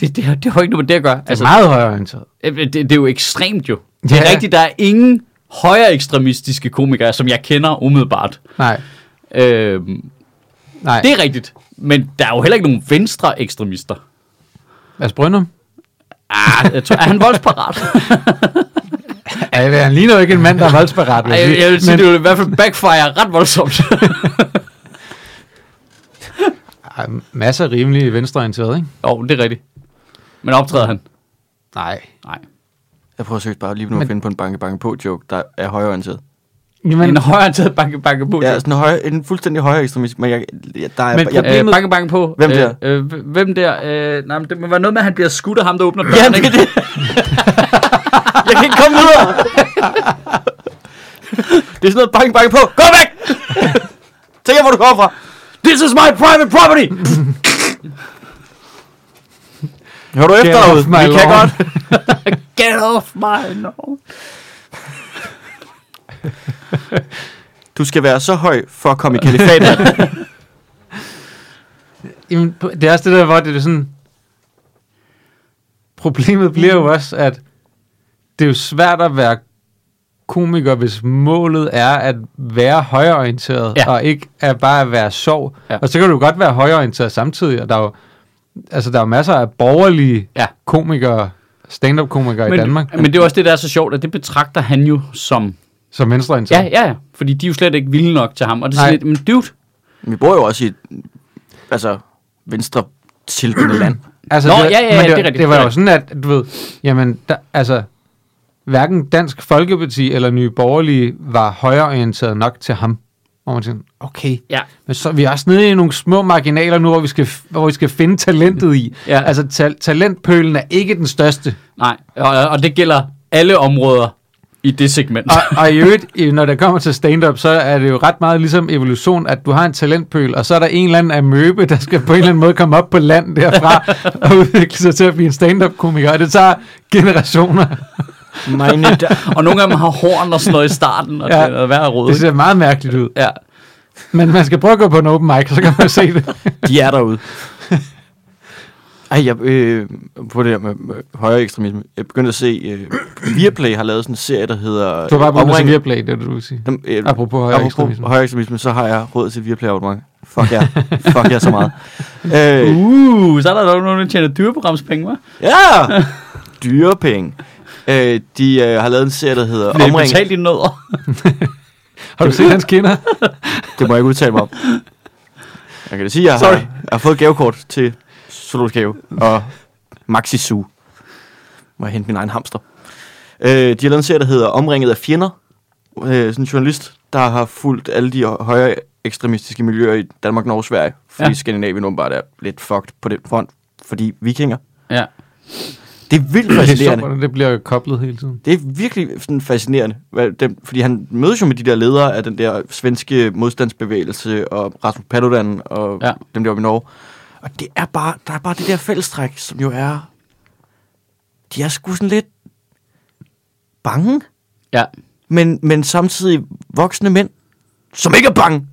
Speaker 1: det, det, har- det har jo ikke noget med det at gøre.
Speaker 3: altså,
Speaker 1: Altså,
Speaker 3: meget højreorienteret.
Speaker 1: øh, det, det er jo ekstremt jo. Det er
Speaker 3: Ja.
Speaker 1: rigtigt, der er ingen højere ekstremistiske komikere, som jeg kender umiddelbart.
Speaker 3: Nej,
Speaker 1: Øh,
Speaker 3: Nej,
Speaker 1: Det er rigtigt. Men der er jo heller ikke nogen venstre ekstremister.
Speaker 3: Mads Brøndum.
Speaker 1: Ah, jeg tror, er han voldsparat?
Speaker 3: Ja, han ligner jo ikke en mand, der er voldsparat. vil
Speaker 1: Ej, jeg, jeg vil sige,
Speaker 3: Men-
Speaker 1: men... det vil i hvert fald backfire ret voldsomt.
Speaker 3: Ej, Ah, masser af rimelig venstreorienteret, ikke?
Speaker 1: jo, det er rigtigt. Men optræder han?
Speaker 3: Nej.
Speaker 1: Nej.
Speaker 2: Jeg prøver seriøst bare lige nu at
Speaker 3: Men-
Speaker 2: finde på en banke banke på joke, der er højreorienteret.
Speaker 1: Men...
Speaker 3: Jamen,
Speaker 1: En højreorienteret banke, banke på.
Speaker 2: Ja, sådan en, højre, en fuldstændig højre ekstremist, men jeg, jeg, der er,
Speaker 3: Men-
Speaker 2: men, jeg,
Speaker 1: Øh,
Speaker 2: jeg,
Speaker 1: banke, banke på.
Speaker 2: Hvem der?
Speaker 1: Øh, øh, h- hvem der? Øh, nej, men det må være noget med, at han bliver skudt af ham, der åbner døren. Ja, det, det.
Speaker 2: jeg kan ikke komme videre. det er sådan noget banke banke på. Gå væk! Tænk jer, hvor du kommer fra.
Speaker 1: This is my private property!
Speaker 2: Hør du efter derude?
Speaker 3: off my
Speaker 2: Vi kan
Speaker 3: lawn.
Speaker 2: godt.
Speaker 1: Get off my no.
Speaker 2: Du skal være så høj for at komme i kalifatet.
Speaker 3: Jamen, på- det er også det der, hvor det er sådan... Problemet bliver jo også, at det er jo svært at være komiker, hvis målet er at være højreorienteret,
Speaker 1: Ja.
Speaker 3: ja. og ikke at bare at være sjov.
Speaker 1: Ja.
Speaker 3: Ja. Og så kan du godt være højreorienteret samtidig, og der er jo, altså, der er jo masser af borgerlige
Speaker 1: Ja.
Speaker 3: ja. komikere, stand-up-komikere i Danmark,
Speaker 1: Men det er også det, der er så sjovt, at det betragter han jo som...
Speaker 3: som
Speaker 1: Ja,
Speaker 3: venstreorienteret.
Speaker 1: ja, ja. Fordi de er jo slet ikke vilde nok til ham. Og det er
Speaker 3: Nej.
Speaker 1: sådan lidt, men dude,
Speaker 2: Vi bor jo også i et, altså, venstre tilbundet land.
Speaker 3: Altså,
Speaker 1: Nå,
Speaker 3: det,
Speaker 1: ja, ja, ja,
Speaker 3: men
Speaker 1: det er
Speaker 3: det,
Speaker 1: rigtigt,
Speaker 3: det var
Speaker 1: det er
Speaker 3: jo sådan, at du ved, jamen, der, altså, hverken Dansk Folkeparti eller Nye Borgerlige var højreorienteret nok til ham. Hvor man tænkte, okay,
Speaker 1: Ja.
Speaker 3: men så er vi også nede i nogle små marginaler nu, hvor vi skal, hvor vi skal finde talentet i.
Speaker 1: Ja.
Speaker 3: Altså, ta- talentpølen er ikke den største.
Speaker 1: Nej, og, og det gælder alle områder i det segment.
Speaker 3: Og, og i øvrigt, i- når det kommer til stand-up, så er det jo ret meget ligesom evolution, at du har en talentpøl, og så er der en eller anden amøbe, der skal på en eller anden måde komme op på land derfra, og udvikle sig til at blive en stand-up-komiker, og det tager generationer.
Speaker 2: Mine
Speaker 1: og nogle af dem har horn og sådan noget i starten, og ja.
Speaker 3: Ja.
Speaker 1: det er noget værd at rode.
Speaker 3: Det ser meget mærkeligt ud.
Speaker 1: Ja.
Speaker 3: Men man skal prøve at gå på en open mic, så kan man se det.
Speaker 2: De er derude. Ej, jeg, øh, på det der med, med højere ekstremisme, jeg begyndte at se, øh, Viaplay har lavet sådan en serie, der hedder...
Speaker 3: Du har bare begyndt at se
Speaker 2: Omring-
Speaker 3: Viaplay, det er det, du vil sige.
Speaker 2: Dem, øh,
Speaker 3: Apropos højere ekstremisme.
Speaker 2: højere ekstremisme, så har jeg råd til Viaplay abonnement. Fuck jer. Fuck jer så meget. Øh,
Speaker 1: Uh, så er der dog nogen, der tjener dyreprogramspenge, hva'?
Speaker 2: ja! Dyre penge. Øh, de øh, har lavet en serie, der hedder
Speaker 1: Omring.
Speaker 2: Omring.
Speaker 1: Betal dine nødder.
Speaker 3: Har du set hans kinder?
Speaker 2: Det må jeg ikke udtale mig om. Jeg kan da sige, at jeg, har,
Speaker 1: Sorry.
Speaker 2: jeg har fået gavekort til Zoologisk Have og Maxi Zoo. Må jeg hente min egen hamster. Øh, de har lavet en serie, der hedder Omringet af fjender. Øh, sådan en journalist, der har fulgt alle de højere ekstremistiske miljøer i Danmark, Norge og Sverige. Fordi
Speaker 1: Ja.
Speaker 2: ja. Skandinavien åbenbart er lidt fucked på den front. Fordi vikinger.
Speaker 1: Ja.
Speaker 2: Det er vildt
Speaker 3: Det, er sjovt,
Speaker 2: fascinerende.
Speaker 3: hvordan det bliver koblet hele tiden.
Speaker 2: Det er virkelig sådan fascinerende, hvad dem, fordi han mødes jo med de der ledere af den der svenske modstandsbevægelse, og Rasmus Paludan, og
Speaker 1: Ja.
Speaker 2: ja. dem der oppe i Norge. Og det er bare, der er bare det der fællestræk, som jo er, de er sgu sådan lidt bange,
Speaker 1: Ja.
Speaker 2: men, men samtidig voksne mænd, som ikke er bange.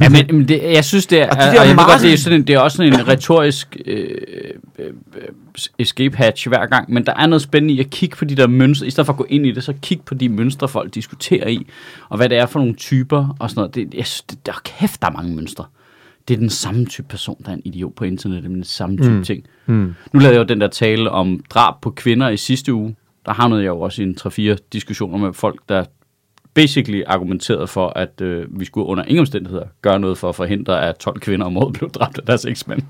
Speaker 1: Ja, men, men det, jeg synes, det er, og,
Speaker 2: Og de
Speaker 1: og
Speaker 2: der
Speaker 1: jeg ved godt,
Speaker 2: mareridt-
Speaker 1: det er, sådan, en- det er også sådan en retorisk øh, øh, øh, escape hatch hver gang, men der er noget spændende i at kigge på de der mønstre, i stedet for at gå ind i det, så kig på de mønstre, folk diskuterer i, og hvad det er for nogle typer og sådan noget. Det, jeg synes, det, der er kæft, der er mange mønstre. Det er den samme type person, der er en idiot på internettet, men den samme type mm. ting.
Speaker 3: Mm.
Speaker 1: Nu lavede jeg jo den der tale om drab på kvinder i sidste uge. Der havnede jeg jo også i en 3-4 diskussioner med folk, der basically argumenterede for, at øh, vi skulle under ingen omstændigheder gøre noget for at forhindre, at 12 kvinder om året blev dræbt af deres eksmand.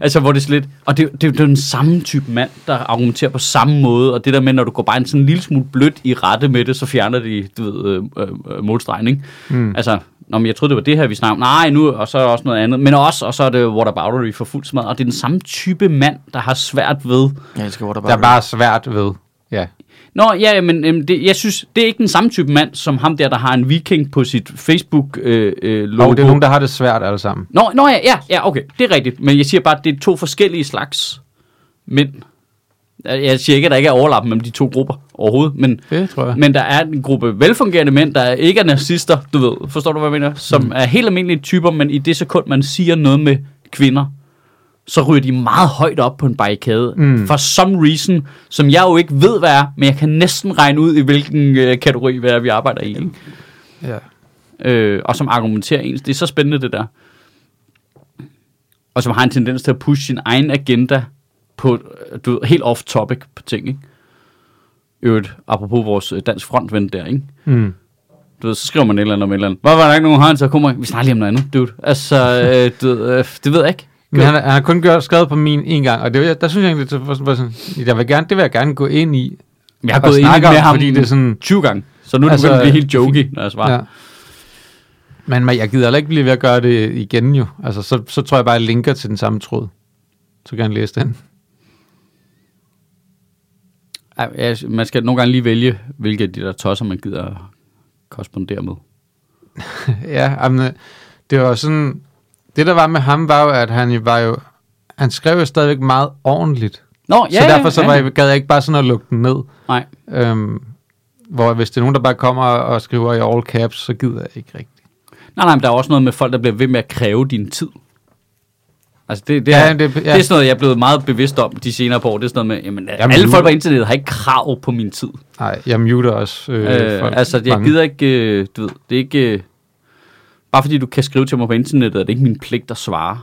Speaker 1: Altså, hvor det er sådan lidt... Og det, det, det er jo den samme type mand, der argumenterer på samme måde, og det der med, når du går bare en sådan lille smule blødt i rette med det, så fjerner de, du ved, øh, øh, øh, målstregen, ikke? Mm. Altså, Nå, men jeg troede, det var det her, vi snakkede om. Nej, nu, og så er der også noget andet. Men også, og så er det whataboutery for fuld smad. Og det er den samme type mand, der har svært ved...
Speaker 2: Jeg elsker
Speaker 3: Der er bare svært ved. Ja.
Speaker 1: Nå, ja, men øhm, det, jeg synes, det er ikke den samme type mand, som ham der, der har en viking på sit Facebook-logo. Øh, øh,
Speaker 3: Og
Speaker 1: logo.
Speaker 3: det er nogen, der har det svært alle sammen.
Speaker 1: Nå, nå ja, ja, ja, okay, det er rigtigt. Men jeg siger bare, at det er to forskellige slags mænd. Jeg jeg siger ikke, at der ikke er overlap mellem de to grupper overhovedet, men,
Speaker 3: Det tror jeg.
Speaker 1: men der er en gruppe velfungerende mænd, der ikke er nazister, du ved, forstår du, hvad jeg mener? Som mm. er helt almindelige typer, men i det sekund, man siger noget med kvinder, så ryger de meget højt op på en barrikade. Mm. For some reason, som jeg jo ikke ved, hvad er, men jeg kan næsten regne ud, i hvilken øh, kategori hvad er, vi arbejder i. ikke?
Speaker 3: Ja.
Speaker 1: Øh, og som argumenterer ens. Det er så spændende, det der. og som har en tendens til at pushe sin egen agenda på, du ved, helt off-topic på ting, ikke? I Øvrigt, apropos vores øh, dansk frontven der, ikke?
Speaker 3: Mm.
Speaker 1: Du ved, så skriver man et eller andet om et eller andet. Hvorfor er der ikke nogen hånd, så kommer jeg, vi snakker lige om noget andet, dude. Altså, øh, du, ved, øh, det ved jeg ikke.
Speaker 3: Men han, han har kun gjort, skrevet på min en gang, og det, var- der synes jeg egentlig, det var sådan- var sådan, jeg vil gerne, det vil jeg gerne gå ind i.
Speaker 1: Jeg har
Speaker 3: og
Speaker 1: gået ind
Speaker 3: snakke om,
Speaker 1: med ham
Speaker 3: fordi det er sådan,
Speaker 1: 20 gange, så nu er det
Speaker 3: Altså,
Speaker 1: begyndt at blive
Speaker 3: øh,
Speaker 1: helt jokey, når jeg svarer.
Speaker 3: Ja. Men man, jeg gider heller ikke blive ved at gøre det igen jo. Altså, så, så tror jeg bare, jeg linker til den samme tråd. Så kan jeg læse den.
Speaker 1: Ej, jeg- Man skal nogle gange lige vælge, hvilke af de der tosser, man gider korrespondere med.
Speaker 3: ja, amen, øh, det var sådan... Det, der var med ham, var jo, at han jo var jo... Han skrev jo stadigvæk meget ordentligt.
Speaker 1: Nå,
Speaker 3: så derfor så var jeg, gad jeg ikke bare sådan at lukke den ned.
Speaker 1: Nej,
Speaker 3: Øhm, hvor hvis det er nogen, der bare kommer og skriver i all caps, så gider jeg ikke rigtigt.
Speaker 1: nej, nej, men der er også noget med folk, der bliver ved med at kræve din tid. Altså, det, det,
Speaker 3: Ja,
Speaker 1: har-
Speaker 3: det- ja.
Speaker 1: det er sådan noget, jeg er blevet meget bevidst om de senere på år. Det er sådan noget med, jamen, jamen
Speaker 3: Jamen,
Speaker 1: alle
Speaker 3: nu-
Speaker 1: folk på internettet har ikke krav på min tid.
Speaker 3: Nej, jeg muter også øh,
Speaker 1: Øh,
Speaker 3: folk.
Speaker 1: altså, jeg
Speaker 3: mange.
Speaker 1: gider ikke, øh, du ved, det er ikke... Øh, bare fordi du kan skrive til mig på internettet, er det ikke min pligt at svare.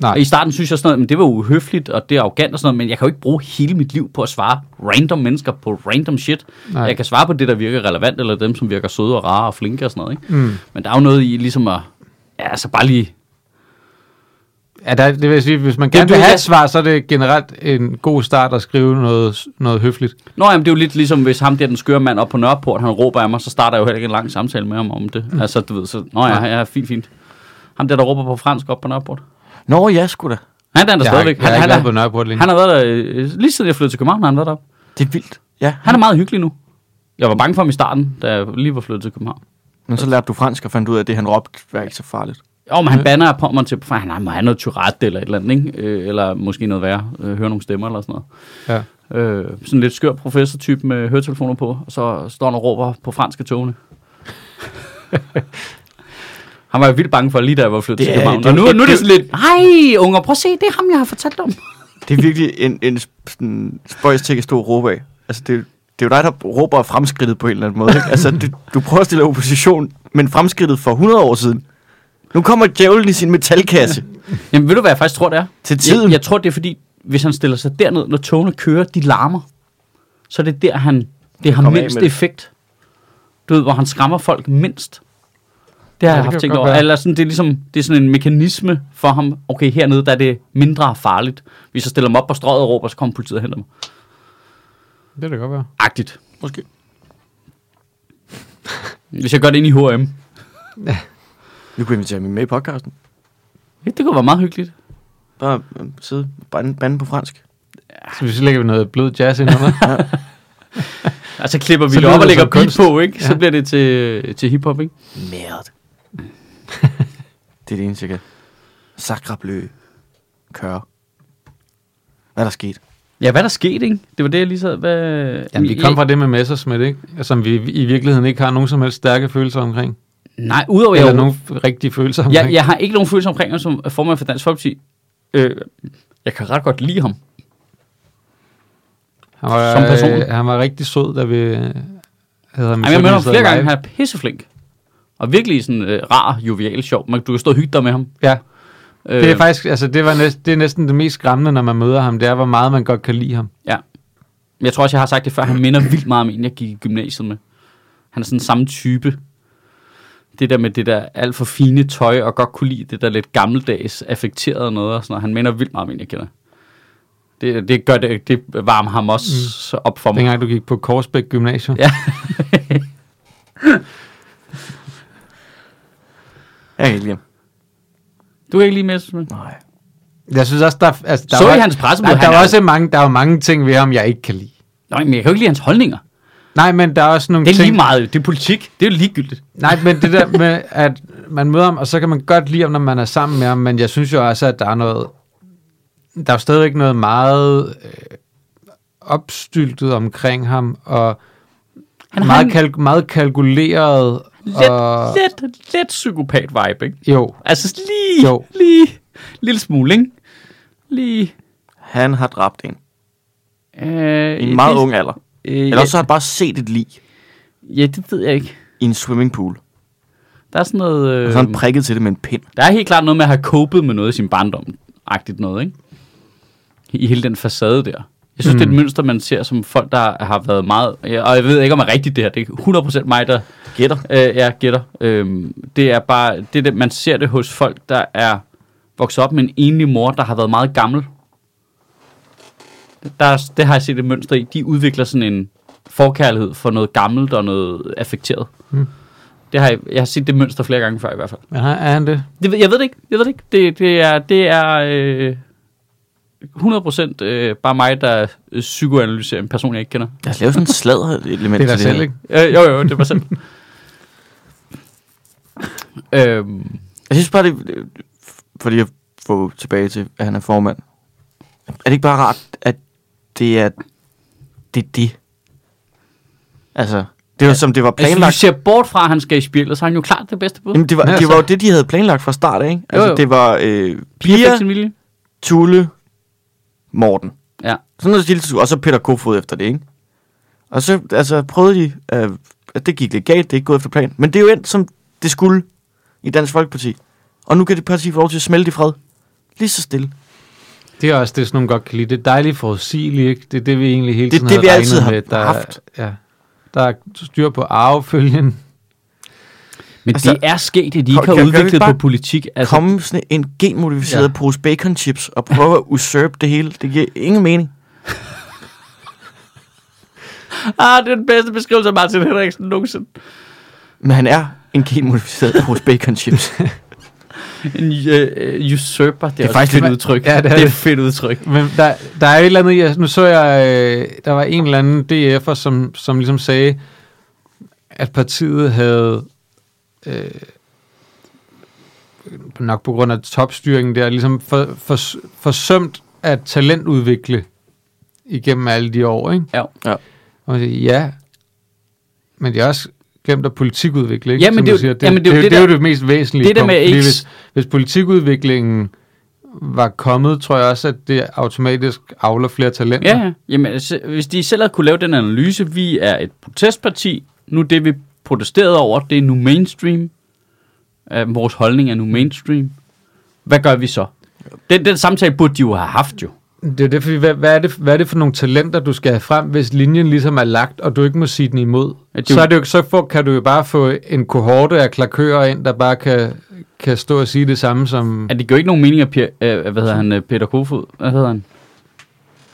Speaker 3: Nej,
Speaker 1: Og i starten synes jeg sådan noget, men det var uhøfligt, og det er arrogant og sådan noget, men jeg kan jo ikke bruge hele mit liv på at svare random mennesker på random shit. Nej.
Speaker 3: Nej.
Speaker 1: Jeg kan svare på det, der virker relevant, eller dem, som virker søde og rare og flinke og sådan noget. Ikke?
Speaker 3: Mm.
Speaker 1: Men der er jo noget i ligesom at... Ja, altså bare lige...
Speaker 3: ja, der, det vil sige, hvis man
Speaker 1: Jamen,
Speaker 3: gerne
Speaker 1: du
Speaker 3: vil
Speaker 1: ved,
Speaker 3: have
Speaker 1: jeg-
Speaker 3: et svar, så er det generelt en god start at skrive noget, noget høfligt.
Speaker 1: Nå, jamen, det er jo lidt ligesom, hvis ham der, den skøre mand op på Nørreport, han råber af mig, så starter jeg jo heller ikke en lang samtale med ham om det. Mm. Altså, du ved, så... Nå ja, ja, fint, fint. Ham der, der råber på fransk op på Nørreport.
Speaker 2: Nå, ja, sgu da.
Speaker 1: Han der, er der
Speaker 3: jeg har,
Speaker 1: stadigvæk.
Speaker 3: ikke- jeg har
Speaker 1: han,
Speaker 3: ikke
Speaker 1: han,
Speaker 3: været på
Speaker 1: er-
Speaker 3: Nørreport længe.
Speaker 1: han har været der... øh, Lige siden jeg flyttede til København, har han været der.
Speaker 2: Det er vildt. Ja.
Speaker 1: Han er
Speaker 3: Mm.
Speaker 1: meget hyggelig nu. Jeg var bange for ham i starten, da jeg lige var flyttet til København.
Speaker 2: Men så lærte du fransk og fandt ud af, at det, han råbte, var ikke så farligt.
Speaker 1: Jo, men
Speaker 3: Mm.
Speaker 1: han banner på mig til, for han har- må have noget Tourette eller et eller andet, ikke? Øh, eller måske noget værre, øh, høre nogle stemmer eller sådan noget.
Speaker 3: Ja.
Speaker 1: Øh, sådan en lidt skør professor-type med høretelefoner på, og så står han og råber på franske togene. han var jo vildt bange for, lige da jeg var flyttet til
Speaker 2: Det er-
Speaker 1: København.
Speaker 2: det er
Speaker 1: Og nu,
Speaker 2: jo et-
Speaker 1: nu er det
Speaker 2: det-
Speaker 1: sådan lidt, hej unger, prøv at se, det er ham, jeg har fortalt om.
Speaker 2: Det er virkelig en, en sp- sådan, spøjs ting at stå og råbe af. Altså, det, det er jo dig, der råber af fremskridtet på en eller anden måde. Ikke? Altså, du, du prøver at stille opposition, men fremskridtet for 100 år siden. Nu kommer djævlen i sin metalkasse
Speaker 1: Jamen ved du, hvad jeg faktisk tror, det er?
Speaker 2: til tiden.
Speaker 1: Jeg, jeg tror, det er fordi, hvis han stiller sig derned, når togene kører, de larmer, så er det der, han, det har
Speaker 2: Kom af med
Speaker 1: mindst
Speaker 2: det.
Speaker 1: effekt. Du ved, hvor han skræmmer folk mindst. Det har ja, jeg
Speaker 3: Ja, det
Speaker 1: haft
Speaker 3: kan
Speaker 1: tænkt
Speaker 3: godt
Speaker 1: over.
Speaker 3: være.
Speaker 1: Eller sådan, det, er ligesom, det er sådan en mekanisme for ham. Okay, hernede der er det mindre farligt. Hvis jeg stiller mig op på strøget og råber, så kommer politiet og henter mig.
Speaker 3: Det kan det godt være.
Speaker 1: Agtigt.
Speaker 2: Måske.
Speaker 1: Hvis jeg gør det ind i H&M.
Speaker 2: Vi kunne invitere mig med i podcasten.
Speaker 1: Det kunne være meget hyggeligt.
Speaker 2: Bare øh, sidde og bande, bande på fransk.
Speaker 3: Så hvis vi lægger vi noget blød jazz ind under.
Speaker 1: Altså klipper vi
Speaker 3: Så
Speaker 1: det op
Speaker 3: lyder
Speaker 1: og
Speaker 3: det
Speaker 1: lægger
Speaker 3: som
Speaker 1: beat
Speaker 3: kunst.
Speaker 1: på, ikke? Ja. Så bliver det til, til hiphop, ikke?
Speaker 2: Merde. det er det eneste, jeg kan. Sacre bleu. Kør. Hvad er der sket?
Speaker 1: Ja, hvad er der skete, ikke? Det var det, jeg lige sad. Hvad...
Speaker 3: Jamen, vi kom fra det med Messerschmidt, ikke? Som vi i virkeligheden ikke har nogen som helst stærke følelser omkring.
Speaker 1: Nej, udover
Speaker 3: Eller
Speaker 1: jeg
Speaker 3: nogen rigtige følelser omkring.
Speaker 1: Jeg, jeg har ikke nogen følelse omkring ham som formand for Dansk Folkeparti. Øh, jeg kan ret godt lide ham.
Speaker 3: Han var,
Speaker 1: Som person.
Speaker 3: Øh, han var rigtig sød, da vi øh, havde ham.
Speaker 1: Jamen,
Speaker 3: i
Speaker 1: jeg mødte ham
Speaker 3: Sundhedsministeriet
Speaker 1: flere gange.
Speaker 3: live.
Speaker 1: Han er pisseflink. Og virkelig sådan øh, rar, jovial, sjov. Man, du kan stå og hygge dig med ham.
Speaker 3: Ja,
Speaker 1: Øh,
Speaker 3: det er faktisk, altså det, var næst, det er næsten det mest skræmmende, når man møder ham. Det er, hvor meget man godt kan lide ham.
Speaker 1: Ja. Men Jeg tror også, jeg har sagt det før. Han minder vildt meget om en, jeg gik i gymnasiet med. Han er sådan samme type. Det der med det der alt for fine tøj, og godt kunne lide det der lidt gammeldags affekterede noget og sådan noget. Han minder vildt meget om en, jeg kender. Det, det gør det, det varmer ham også mm. op for mig.
Speaker 3: Dengang du gik på Korsbæk Gymnasium.
Speaker 1: Ja.
Speaker 2: Jeg kan ikke lide ham.
Speaker 1: Du kan ikke lide Messerschmidt?
Speaker 2: Nej.
Speaker 3: Jeg synes også, der, altså, der
Speaker 1: Så
Speaker 3: var,
Speaker 1: I hans pressemøde?
Speaker 3: Der, der
Speaker 1: Han
Speaker 3: var
Speaker 1: er-
Speaker 3: også mange, der var mange ting ved ham, jeg ikke kan lide.
Speaker 1: Nå, men jeg kan jo ikke lide hans holdninger.
Speaker 3: Nej, men der er også nogle
Speaker 1: Det er
Speaker 3: ting...
Speaker 1: lige meget. Det er politik. Det er jo ligegyldigt.
Speaker 3: Nej, men det der med, at man møder ham, og så kan man godt lide ham, når man er sammen med ham, men jeg synes jo også, at der er noget... Der er jo stadigvæk noget meget øh, opstyltet omkring ham, og
Speaker 1: Han
Speaker 3: han
Speaker 1: har
Speaker 3: meget,
Speaker 1: en-
Speaker 3: kalk- meget kalkuleret.
Speaker 1: Let,
Speaker 3: og,
Speaker 1: let, let psykopat-vibe, ikke?
Speaker 3: Jo,
Speaker 1: Altså lige,
Speaker 3: Jo.
Speaker 1: lige, lille smule, ikke? Lige.
Speaker 2: Han har dræbt en.
Speaker 1: Øh,
Speaker 2: I en meget
Speaker 1: det-
Speaker 2: ung alder.
Speaker 1: Øh,
Speaker 2: Eller
Speaker 1: ja,
Speaker 2: også så har han bare set et lig
Speaker 1: ja, det ved jeg ikke.
Speaker 2: i en swimmingpool.
Speaker 1: Der er sådan noget... Øh,
Speaker 2: Og så har Altså, han prikket til det med en pind.
Speaker 1: der er helt klart noget med at have copet med noget i sin barndom. Agtigt noget, ikke? I hele den facade der. Jeg synes, mm. det er et mønster, man ser som folk, der har været meget... Ja, og jeg ved ikke, om jeg er rigtigt det her. Det er 100% mig, der
Speaker 2: Gætter.
Speaker 1: Øh, ja, gætter. Øhm, det er bare, det, er det, man ser det hos folk, der er vokset op med en enlig mor, der har været meget gammel. Der, er- det har jeg set et mønster i. De udvikler sådan en forkærlighed for noget gammelt og noget affekteret.
Speaker 3: Hmm.
Speaker 1: Det har jeg, jeg har set det mønster flere gange før i hvert fald.
Speaker 3: Ja, er han det?
Speaker 1: Det, ved- jeg ved det ikke. Jeg ved det ikke. Det, det er, det er øh, 100% øh, bare mig, der øh, psykoanalyserer en person, jeg ikke kender.
Speaker 2: Lad os lave sådan en sladder-element
Speaker 3: Det er
Speaker 2: til
Speaker 3: dig
Speaker 2: det
Speaker 3: selv,
Speaker 2: her.
Speaker 3: ikke?
Speaker 1: Øh, jo, jo, det var selv. øhm,
Speaker 2: Jeg synes bare, det øh, fordi jeg får tilbage til, at han er formand. Er det ikke bare rart, at det er det? Er det? Altså, det var ja. som det var
Speaker 1: altså, hvis
Speaker 2: planlagt.
Speaker 1: du ser bort fra, at han skal i spjældet, så er han jo klart det bedste bud.
Speaker 2: Jamen, det var,
Speaker 3: Ja,
Speaker 2: det
Speaker 3: så-
Speaker 2: var jo det, de havde planlagt fra start, af, ikke? Altså,
Speaker 1: jo.
Speaker 2: det var øh,
Speaker 1: Pia fik
Speaker 2: Pia,
Speaker 1: sin vilje.
Speaker 2: Tulle, Morten.
Speaker 1: Ja.
Speaker 2: Sådan noget stil, og så Peter Kofod efter det, ikke? Og så altså, prøvede de, øh, at det gik legalt, det er ikke gået efter plan. Men det er jo endt, som det skulle i Dansk Folkeparti. Og nu kan det parti få lov til at smelte i fred. Lige så stille.
Speaker 3: Det er også det, sådan nogle godt kan lide. Det er dejligt forudsigeligt, ikke? Det er det, vi egentlig hele
Speaker 2: Det er
Speaker 3: tiden
Speaker 2: det, vi
Speaker 3: havde
Speaker 2: altid
Speaker 3: regnet
Speaker 2: har
Speaker 3: med. Der,
Speaker 2: haft.
Speaker 3: Ja, der er styr på arvefølgen.
Speaker 1: Men altså,
Speaker 2: Altså,
Speaker 1: det er sket, at de
Speaker 2: kom-
Speaker 1: ikke har
Speaker 2: kan- kan vi ikke
Speaker 1: udviklet på
Speaker 2: bare
Speaker 1: politik.
Speaker 2: altså, komme sådan en genmodificeret
Speaker 3: Ja.
Speaker 2: ja. pose bacon chips og prøve at usurpe det hele. Det giver ingen mening.
Speaker 1: Ah, det er den bedste beskrivelse af Martin Henriksen nogensinde.
Speaker 2: Men han er en genmodificeret pose bacon chips.
Speaker 1: En uh, usurper, det er, det er faktisk
Speaker 2: faktisk
Speaker 1: et fedt
Speaker 3: lidt-
Speaker 1: udtryk.
Speaker 3: Ja, det er
Speaker 1: det er
Speaker 3: det.
Speaker 1: et fedt udtryk.
Speaker 3: Men der, der er et eller andet, jeg, nu så jeg, øh, der var en eller anden DF'er, som, som ligesom sagde, at partiet havde, øh, nok på grund af topstyringen der, ligesom for, for, forsømt at talentudvikle igennem alle de år, ikke?
Speaker 1: Ja.
Speaker 2: Ja.
Speaker 3: Og man siger, ja, men det er også glemt at politikudvikle, ikke?
Speaker 1: Ja, men
Speaker 3: Som
Speaker 1: det er
Speaker 3: du
Speaker 1: jo-
Speaker 3: siger.
Speaker 1: ja, men det er jo
Speaker 3: det,
Speaker 1: det,
Speaker 3: det, er jo
Speaker 1: der-
Speaker 3: det mest væsentlige
Speaker 1: det der
Speaker 3: punkt,
Speaker 1: med
Speaker 3: fordi
Speaker 1: ikke-
Speaker 3: hvis, hvis politikudviklingen var kommet, tror jeg også, at det automatisk avler flere talenter.
Speaker 1: Ja, ja. Jamen, altså, hvis de selv havde kunne lave den analyse, vi er et protestparti, nu det vi protesterede over, det er nu mainstream. Øh, vores holdning er nu mainstream. Hvad gør vi så? Den, den samtale burde de jo have haft jo.
Speaker 3: Det er jo det, fordi hvad, hvad, er det, hvad er det for nogle talenter, du skal have frem, hvis linjen ligesom er lagt, og du ikke må sige den imod?
Speaker 1: Ja, det er
Speaker 3: så,
Speaker 1: jo-
Speaker 3: er det jo, så får, kan du jo bare få en kohorte af klakører ind, der bare kan, kan stå og sige det samme som...
Speaker 1: At det gør ikke nogen mening, at Pia, øh, hvad hedder han, øh, Peter Kofod, hvad hedder han?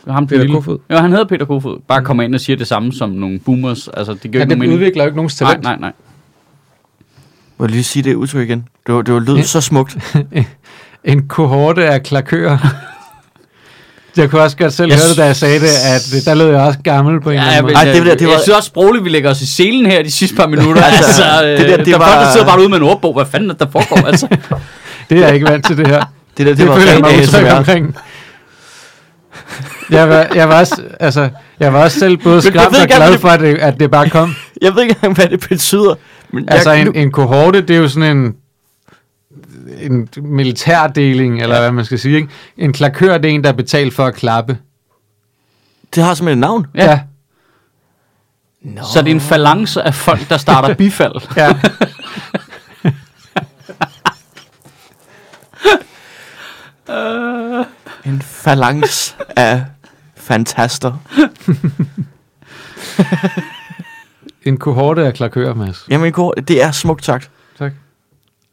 Speaker 1: Ham, den
Speaker 3: Peter
Speaker 1: lille.
Speaker 3: Kofod?
Speaker 1: Jo, han hedder Peter Kofod. Bare kommer ind og siger det samme som nogle boomers. Altså, det gør ikke
Speaker 3: Ja,
Speaker 1: nogen
Speaker 3: det
Speaker 1: mening.
Speaker 3: udvikler jo ikke nogens
Speaker 1: Nej,
Speaker 3: talent.
Speaker 1: nej, nej.
Speaker 2: Må jeg lige sige det udtryk igen? Det var, det var lød
Speaker 3: Ja.
Speaker 2: ja. så smukt.
Speaker 3: En kohorte af klakører. jeg kunne også godt selv
Speaker 2: Jeg
Speaker 3: høre det, da jeg
Speaker 2: sy-
Speaker 3: sagde det, at der lød jeg også gammel på en
Speaker 1: Ja,
Speaker 3: eller
Speaker 1: jeg,
Speaker 3: anden
Speaker 1: vil,
Speaker 2: Ej,
Speaker 3: måde.
Speaker 2: det
Speaker 1: det,
Speaker 2: der-
Speaker 1: det,
Speaker 2: det
Speaker 1: jeg
Speaker 2: var-
Speaker 1: synes også, sprogligt, vi lægger os i selen her de sidste par minutter. altså,
Speaker 2: Altså,
Speaker 1: øh,
Speaker 2: det der, det
Speaker 1: der er folk, der
Speaker 2: var-
Speaker 1: sidder bare ude med en ordbog. Hvad fanden er det, der foregår? Altså,
Speaker 3: Det er jeg ikke vant til det her. Det,
Speaker 2: Det der, det,
Speaker 3: det
Speaker 2: var
Speaker 3: føler jeg mig
Speaker 2: ren
Speaker 3: utryg
Speaker 2: ASMR.
Speaker 3: omkring. Jeg var, jeg, var også, altså, jeg var også selv både
Speaker 2: du
Speaker 3: skræmt
Speaker 2: ved
Speaker 3: og
Speaker 2: ikke,
Speaker 3: glad
Speaker 2: om det-
Speaker 3: for, at det, at det bare kom.
Speaker 2: Jeg ved ikke engang, hvad det betyder. Men
Speaker 3: Altså
Speaker 2: jeg, nu,
Speaker 3: en, en kohorte, det er jo sådan en, en militærdeling, eller hvad man skal sige. Ikke? En klakør, det er en, der er betalt for at klappe.
Speaker 2: det har simpelthen et navn.
Speaker 1: Ja. så det er en falance af folk, der starter bifald.
Speaker 3: ja.
Speaker 2: En falangs af fantaster.
Speaker 3: En kohorte af klakører, Mads.
Speaker 2: Jamen, Kåre, det er smukt sagt.
Speaker 3: Tak.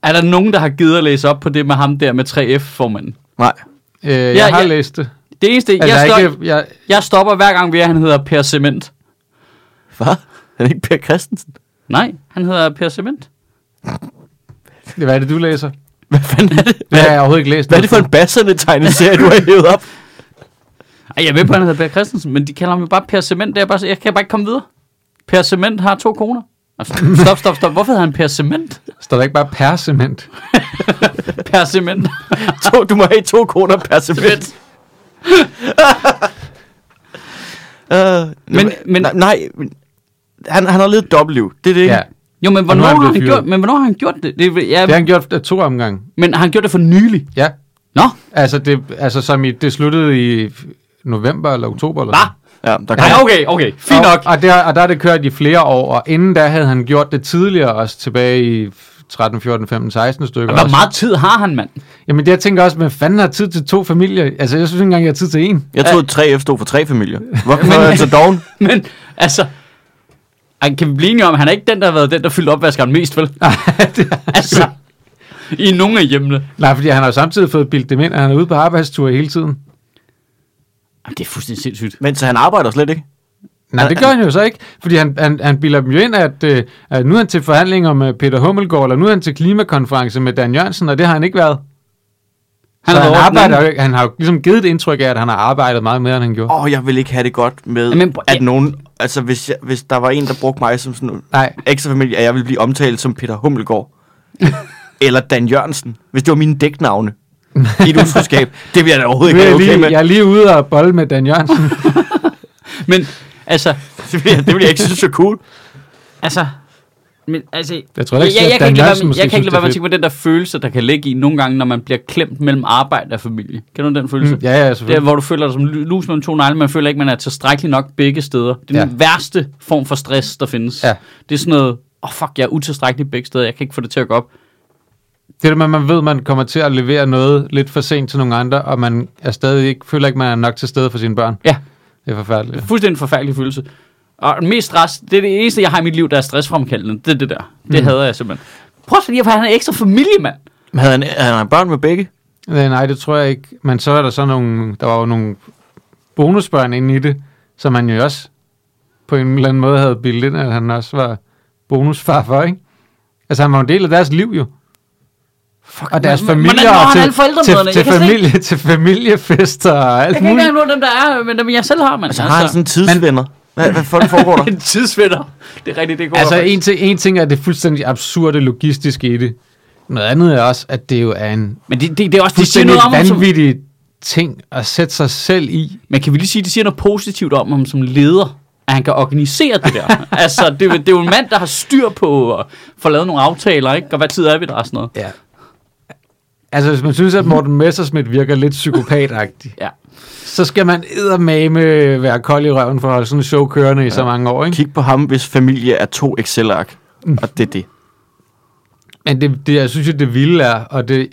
Speaker 1: Er der nogen, der har givet at læse op på det med ham der med 3F-formanden?
Speaker 2: Nej.
Speaker 3: Øh, jeg
Speaker 1: Ja,
Speaker 3: har
Speaker 1: ja.
Speaker 3: læst det.
Speaker 1: Det eneste,
Speaker 3: Altså,
Speaker 1: jeg,
Speaker 3: jeg,
Speaker 1: stop,
Speaker 3: er ikke, jeg,
Speaker 1: jeg stopper hver gang ved, at han hedder Per Cement.
Speaker 2: Hvad? Han er ikke Per Christensen.
Speaker 1: Nej, han hedder Per Cement.
Speaker 3: hvad er det, du læser?
Speaker 2: Hvad fanden er det?
Speaker 3: Det har
Speaker 2: Hvad,
Speaker 3: jeg overhovedet ikke læst.
Speaker 2: hvad er det for en basserne tegneserie, du har hævet op?
Speaker 1: Ej, jeg ved på, at han hedder Per Christensen, men de kalder ham jo bare Per Cement. Det er bare, så- jeg kan bare ikke komme videre. Per Cement har to koner. Altså, Stop, stop, stop. Hvorfor hedder han Per Cement?
Speaker 3: Står der ikke bare persement?
Speaker 1: Per Cement.
Speaker 2: to, du må have to koner per cement.
Speaker 1: Cement.
Speaker 2: Uh,
Speaker 1: Men- men-
Speaker 2: nej, nej men- han, han har levet et dobbeltliv. Det er det ikke.
Speaker 3: Ja.
Speaker 1: Jo, men
Speaker 3: Og nu
Speaker 1: hvornår,
Speaker 3: er han
Speaker 1: har han
Speaker 3: blevet
Speaker 1: gjort,
Speaker 3: fyret.
Speaker 1: men hvornår har han gjort det? det ja,
Speaker 3: Det har han gjort af to omgange.
Speaker 1: Men har han gjort det for nylig?
Speaker 3: Ja.
Speaker 1: Nå,
Speaker 3: Altså, det, altså som i, det sluttede i november eller oktober. Eller
Speaker 1: hvad?
Speaker 3: sådan.
Speaker 2: ja der
Speaker 1: Nej,
Speaker 2: kommer,
Speaker 1: okay, okay. Fint nok.
Speaker 3: Og, og, der, og der er det kørt i flere år, og inden da havde han gjort det tidligere også tilbage i 13, 14, 15, 16 stykker.
Speaker 1: Hvor
Speaker 3: også.
Speaker 1: meget tid har han, mand?
Speaker 3: Jamen det jeg tænker også, men fanden har tid til to familier? Altså jeg synes ikke engang, jeg har tid til en.
Speaker 2: Jeg troede, 3F stod for tre familier. Hvorfor er jeg så doven?
Speaker 1: Men altså, ej, kan vi blive enige om, at han er ikke den, der har været den, der fyldte opvaskeren mest, vel? altså, i nogle af hjemmene.
Speaker 3: Nej, fordi han har jo samtidig fået bildt dem ind, at han er ude på arbejdstur hele tiden.
Speaker 1: Jamen, det er fuldstændig sindssygt.
Speaker 2: Men så han arbejder slet ikke.
Speaker 3: Nej, det gør han jo så ikke, fordi han, han, han bilder dem jo ind, at, øh, at nu er han til forhandlinger med Peter Hummelgaard, eller nu er han til klimakonference med Dan Jørgensen, og det har han ikke været. Han, så
Speaker 1: har
Speaker 3: han,
Speaker 1: været
Speaker 3: arbejder, jo ikke- han har jo ligesom givet et indtryk af, at han har arbejdet meget mere, end han gjorde.
Speaker 2: Åh, oh, jeg vil ikke have det godt med,
Speaker 1: Men-
Speaker 2: Men, at nogen... Altså, hvis, jeg, hvis der var en, der brugte mig som sådan en
Speaker 3: Nej,
Speaker 2: ekstra familie, at jeg ville blive omtalt som Peter Hummelgaard. eller Dan Jørgensen. Hvis det var mine dæknavne i et utroskab. Det bliver jeg da overhovedet
Speaker 3: jeg,
Speaker 2: ikke
Speaker 3: er
Speaker 2: okay med.
Speaker 3: lige, jeg er lige ude og bolle med Dan Jørgensen.
Speaker 1: Men altså,
Speaker 2: Det bliver, det bliver jeg ikke synes så cool.
Speaker 1: altså, men, altså,
Speaker 3: Jeg tror da ikke,
Speaker 1: jeg,
Speaker 3: at
Speaker 1: jeg,
Speaker 3: Dan
Speaker 1: kan ikke lade være
Speaker 3: Jørgensen
Speaker 1: med,
Speaker 3: måske
Speaker 1: jeg kan
Speaker 3: synes,
Speaker 1: ikke lade være med at
Speaker 3: det er
Speaker 1: tænke på den der følelse, der kan ligge i nogle gange, når man bliver klemt mellem arbejde og familie. Kan du den følelse?
Speaker 3: Mm, ja, ja,
Speaker 1: Det er,
Speaker 3: selvfølgelig.
Speaker 1: hvor du føler dig som lu- lus mellem to negle, man føler ikke, man er tilstrækkelig nok begge steder. Det er den værste form for stress, der findes.
Speaker 3: Ja.
Speaker 1: Det er sådan noget, åh oh, fuck, jeg er utilstrækkelig begge steder, jeg kan ikke få det til at gå op.
Speaker 3: Det er det med, at man ved, man kommer til at levere noget lidt for sent til nogle andre, og man er stadig ikke, føler ikke, man er nok til stede for sine børn.
Speaker 1: Ja.
Speaker 3: Det er forfærdeligt.
Speaker 1: Fuldstændig forfærdelig følelse. Og den mest stress, det er det eneste, jeg har i mit liv, der er stressfremkaldende. Det er det der. Det
Speaker 3: Mhm.
Speaker 1: mm. hader jeg simpelthen. Prøv at se lige, for han er ekstra familiemand.
Speaker 2: Men havde han, havde han børn med begge?
Speaker 3: Nej, Øh, nej, det tror jeg ikke. Men så er der så nogle, der var jo nogle bonusbørn inde i det, som han jo også på en eller anden måde havde bildet ind, at han også var bonusfar for, ikke? Altså han var jo en del af deres liv jo.
Speaker 1: Fuck,
Speaker 3: Og deres
Speaker 1: hvordan-
Speaker 3: familier
Speaker 1: Hvordan når
Speaker 3: og
Speaker 1: han
Speaker 3: til,
Speaker 1: alle forældremøderne?
Speaker 3: til, til,
Speaker 1: Jeg kan slet ikke-
Speaker 3: familie, til familiefester og
Speaker 1: Jeg
Speaker 3: alt
Speaker 1: kan ikke
Speaker 3: muligt.
Speaker 1: engang nå dem, der er, men dem jeg selv har, man.
Speaker 2: Altså, har han sådan en tidsvenner? Hvad, hvad fuck foregår der?
Speaker 1: en tidsvinder. Det er rigtigt, det går
Speaker 3: Altså
Speaker 1: op.
Speaker 3: en ting, en ting er det fuldstændig absurde logistiske i det. Noget andet er også, at det jo er en
Speaker 1: Men det, det, det, er også, det siger
Speaker 3: fuldstændig
Speaker 1: noget om, ham som,
Speaker 3: vanvittig ting at sætte sig selv i.
Speaker 1: Men kan vi lige sige, at det siger noget positivt om ham som leder, at han kan organisere det der? altså, det, er jo- det er jo en mand, der har styr på at få lavet nogle aftaler, ikke? Og hvad tid er vi der og sådan noget?
Speaker 3: Ja. Altså, hvis man synes, at Morten Messerschmidt virker lidt psykopatagtig,
Speaker 1: Ja.
Speaker 3: så skal man eddermame være kold i røven for at holde sådan en show kørende i ja. så mange år, ikke?
Speaker 2: Kig på ham, hvis familie er to Excel-ark. Og det er det.
Speaker 3: Men det, det jeg synes jo, det vilde er, og det,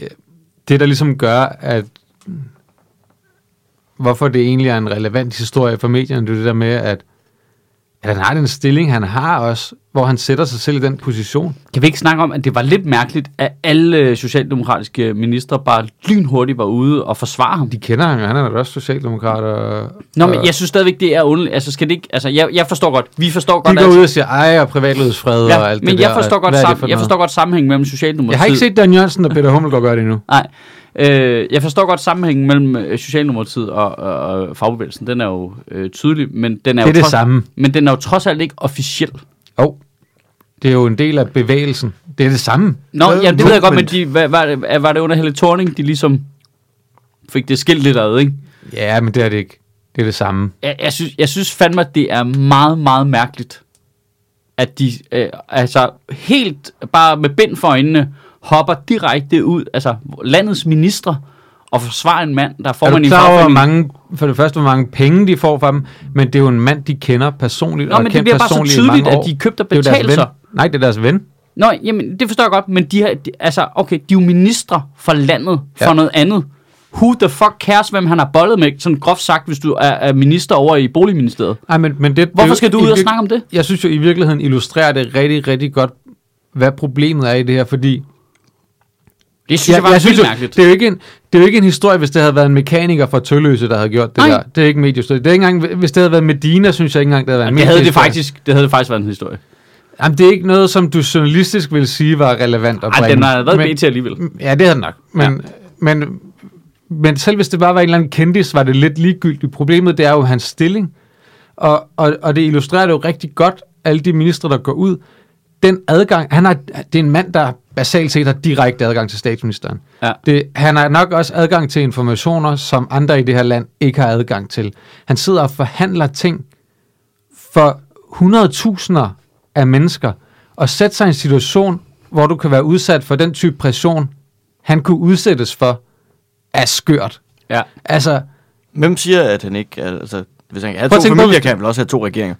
Speaker 3: det der ligesom gør, at hvorfor det egentlig er en relevant historie for medierne, det er det der med, at, at han har den stilling, han har også, hvor han sætter sig selv i den position.
Speaker 1: Kan vi ikke snakke om, at det var lidt mærkeligt, at alle øh, socialdemokratiske ministre bare lynhurtigt var ude og forsvare ham?
Speaker 3: De kender ham jo, han er da også socialdemokrat. Og,
Speaker 1: Nå,
Speaker 3: og-
Speaker 1: men jeg synes stadigvæk, det er ondeligt. Altså, skal det ikke... Altså, jeg, jeg forstår godt. Vi forstår
Speaker 3: de
Speaker 1: godt...
Speaker 3: går
Speaker 1: at-
Speaker 3: ud og siger, ej, og privatlivsfred
Speaker 1: ja,
Speaker 3: og alt
Speaker 1: men
Speaker 3: det
Speaker 1: jeg
Speaker 3: der.
Speaker 1: forstår,
Speaker 3: og
Speaker 1: godt
Speaker 3: hvad er det
Speaker 1: sam-
Speaker 3: for
Speaker 1: jeg
Speaker 3: noget?
Speaker 1: forstår godt sammenhængen mellem Socialdemokratiet...
Speaker 3: Jeg har ikke set Dan Jørgensen og Peter Hummelgaard gøre det endnu.
Speaker 1: Nej. Øh, jeg forstår godt sammenhængen mellem øh, Socialdemokratiet og, og, og fagbevægelsen. Den er jo øh, tydelig, men den er,
Speaker 3: Det er
Speaker 1: jo
Speaker 3: det
Speaker 1: trods,
Speaker 3: samme.
Speaker 1: Men den er jo trods alt ikke officiel.
Speaker 3: Jo. Det er jo en del af bevægelsen. Det er det samme.
Speaker 1: Nå,
Speaker 2: Hvad er
Speaker 1: jamen, det ved jeg godt, men
Speaker 2: movement?
Speaker 1: de, hvad, var, det, var det under Helle Thorning, de ligesom fik det skilt lidt ad, ikke?
Speaker 3: Ja, men det er det ikke. Det er det samme.
Speaker 1: Jeg, jeg, synes, jeg synes fandme, at det er meget, meget mærkeligt, at de øh, altså helt bare med bind for øjnene hopper direkte ud, altså landets ministre, og forsvarer en mand, der får
Speaker 3: er
Speaker 1: man
Speaker 3: du
Speaker 1: i
Speaker 3: klar over, hvor
Speaker 1: fagforeningen.
Speaker 3: mange, for det første, hvor mange penge de får fra dem, men det er jo en mand, de kender personligt
Speaker 1: Nå,
Speaker 3: og
Speaker 1: men det
Speaker 3: kendt
Speaker 1: bliver bare så
Speaker 3: personligt i
Speaker 1: tydeligt,
Speaker 3: mange
Speaker 1: at
Speaker 3: år.
Speaker 1: de købte og
Speaker 3: Det er jo deres
Speaker 1: betalte sig.
Speaker 3: ven. Nej, det er deres ven.
Speaker 1: Nå, jamen, det forstår jeg godt, men de, har, de altså, okay, de er jo ministre for landet, for
Speaker 3: Ja.
Speaker 1: noget andet. Who the fuck cares, hvem han har bollet med, sådan groft sagt, hvis du er, er minister over i Boligministeriet.
Speaker 3: Ej, men, men det, det er
Speaker 1: Hvorfor
Speaker 3: jo
Speaker 1: skal du
Speaker 3: i
Speaker 1: ud og
Speaker 3: virke-
Speaker 1: snakke om det?
Speaker 3: Jeg synes jo i virkeligheden illustrerer det rigtig, rigtig godt, hvad problemet er i det her, fordi
Speaker 1: Det synes ja, jeg var
Speaker 3: jeg
Speaker 1: jeg
Speaker 3: synes jo,
Speaker 1: vildt mærkeligt.
Speaker 3: det, er jo ikke en, det er jo ikke en historie, hvis det havde været en mekaniker fra Tølløse, der havde gjort det
Speaker 1: Nej.
Speaker 3: der. Det er ikke mediehistorie. Det er ikke engang, hvis det havde været Medina, synes jeg ikke engang, det havde været en
Speaker 1: det, havde det,
Speaker 3: mediehistorie.
Speaker 1: faktisk, det havde det faktisk været en historie.
Speaker 3: Jamen, det er ikke noget, som du journalistisk vil sige var relevant at
Speaker 1: Ej,
Speaker 3: bringe.
Speaker 1: den har været
Speaker 3: men,
Speaker 1: BT alligevel.
Speaker 3: Ja, det havde den nok. Men, ja. men, men selv hvis det bare var en eller anden kendis, var det lidt ligegyldigt. Problemet det er jo hans stilling. Og, og, og det illustrerer det jo rigtig godt, alle de ministre, der går ud. Den adgang, han har, det er en mand, der basalt set har direkte adgang til statsministeren.
Speaker 1: Ja.
Speaker 3: Det, han har nok også adgang til informationer, som andre i det her land ikke har adgang til. Han sidder og forhandler ting for hundredtusinder af mennesker, og sætte sig i en situation, hvor du kan være udsat for den type pression, han kunne udsættes for, er skørt.
Speaker 1: Ja.
Speaker 3: Altså,
Speaker 2: Hvem siger, at han ikke... er- Altså, hvis han kan have
Speaker 3: Prøv at
Speaker 2: to
Speaker 3: tænke på,
Speaker 2: familier,
Speaker 3: hvis-
Speaker 2: kan han vel også have to regeringer.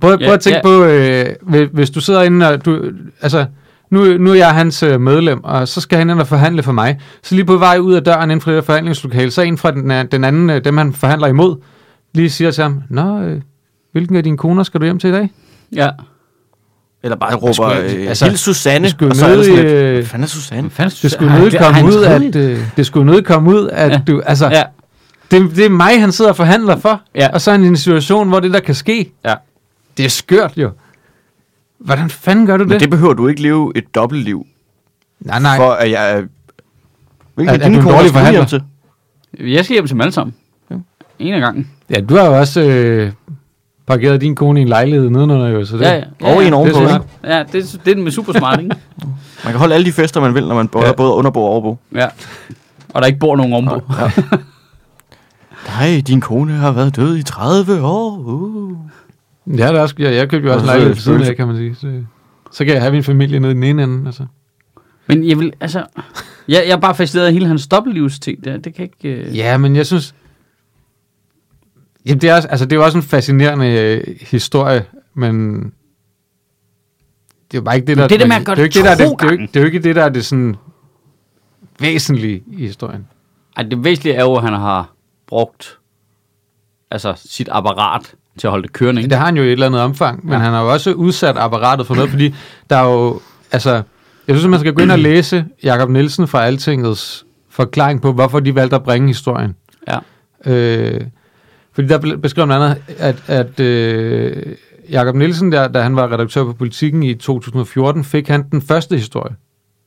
Speaker 3: prøv, prøv at tænke
Speaker 1: ja.
Speaker 3: på, øh, hvis- hvis du sidder inde, og du, altså, nu, nu er jeg hans øh, medlem, og så skal han ind og forhandle for mig. Så lige på vej ud af døren inden for det der forhandlingslokale, så en fra den, øh, den anden, øh, dem han forhandler imod, lige siger til ham, Nå, øh, hvilken af dine koner skal du hjem til i dag?
Speaker 1: Ja.
Speaker 2: Eller bare råber,
Speaker 3: skulle-
Speaker 2: øh,
Speaker 3: altså,
Speaker 2: altså, Susanne,
Speaker 3: vi skulle
Speaker 2: og så er det
Speaker 3: nødig,
Speaker 2: sådan lidt,
Speaker 3: øh,
Speaker 2: hvad fanden er Susanne?
Speaker 1: Fandt,
Speaker 3: Det skulle nødt komme ud, at, øh, det skulle nødt komme ud, at
Speaker 1: Ja.
Speaker 3: ja. du, altså, ja.
Speaker 1: Ja,
Speaker 3: det, det, er mig, han sidder og forhandler for,
Speaker 1: Ja.
Speaker 3: og så er han i en situation, hvor det der kan ske,
Speaker 1: ja.
Speaker 3: det er skørt jo. Hvordan fanden gør du
Speaker 2: Men
Speaker 3: det?
Speaker 2: det behøver du ikke leve et dobbeltliv,
Speaker 3: nej, nej.
Speaker 2: for at jeg er... Hvilken
Speaker 3: Er-
Speaker 2: af
Speaker 3: er du
Speaker 2: dine
Speaker 3: en
Speaker 2: koner
Speaker 3: dårlig
Speaker 2: skal du hjem
Speaker 3: forhandler?
Speaker 2: til?
Speaker 1: Jeg skal hjem til dem alle sammen.
Speaker 2: Ja.
Speaker 1: En af gangen.
Speaker 3: Ja, du har jo også øh, parkeret din kone i en lejlighed nedenunder jo, så det...
Speaker 2: Og en
Speaker 3: Det
Speaker 2: ovenpå,
Speaker 3: er
Speaker 2: ikke?
Speaker 3: smart.
Speaker 1: Ja, det, det er med super smart, ikke?
Speaker 2: Man kan holde alle de fester, man vil, når man både,
Speaker 3: Ja.
Speaker 2: ja. både underbo og overbo.
Speaker 1: Ja. Og der ikke bor nogen ovenpå.
Speaker 2: Ja. Nej, din kone har været død i 30 år. Uh.
Speaker 3: Ja, det er også, jeg, jeg købte jo også
Speaker 2: Og så
Speaker 3: en
Speaker 2: er
Speaker 3: lejlighed på
Speaker 2: det
Speaker 3: siden af,
Speaker 2: spøgelser.
Speaker 3: kan man sige. Så, så kan jeg have min familie nede i den ene ende, altså.
Speaker 1: Men jeg vil, altså... Jeg, jeg er bare fascineret af hele hans dobbeltlivsting. Det, det kan ikke... Øh...
Speaker 3: Ja, men jeg synes... Jamen, det er, også, altså, det er jo også en fascinerende øh, historie, men... Det er jo bare ikke det, der...
Speaker 1: det der med at
Speaker 3: man-
Speaker 1: gøre
Speaker 3: jo
Speaker 1: det
Speaker 3: ikke der, er
Speaker 1: to
Speaker 3: det, det, er jo ikke,
Speaker 1: gange.
Speaker 3: det er jo ikke det, der er det sådan væsentlige i historien.
Speaker 1: Ej, det væsentlige er jo, at han har brugt altså, sit apparat til at holde det kørende.
Speaker 3: Det
Speaker 1: Ikke?
Speaker 3: har han jo i et eller andet omfang, men
Speaker 1: Ja.
Speaker 3: ja. han har jo også udsat apparatet for noget, fordi der er jo, altså, jeg synes, at man skal gå ind og læse Jakob Nielsen fra Altingets forklaring på, hvorfor de valgte at bringe historien.
Speaker 1: Ja.
Speaker 3: Øh, fordi der ble- beskrev man andet, at, at øh, Jakob Nielsen, der, da han var redaktør på Politiken i 2014, fik han den første historie.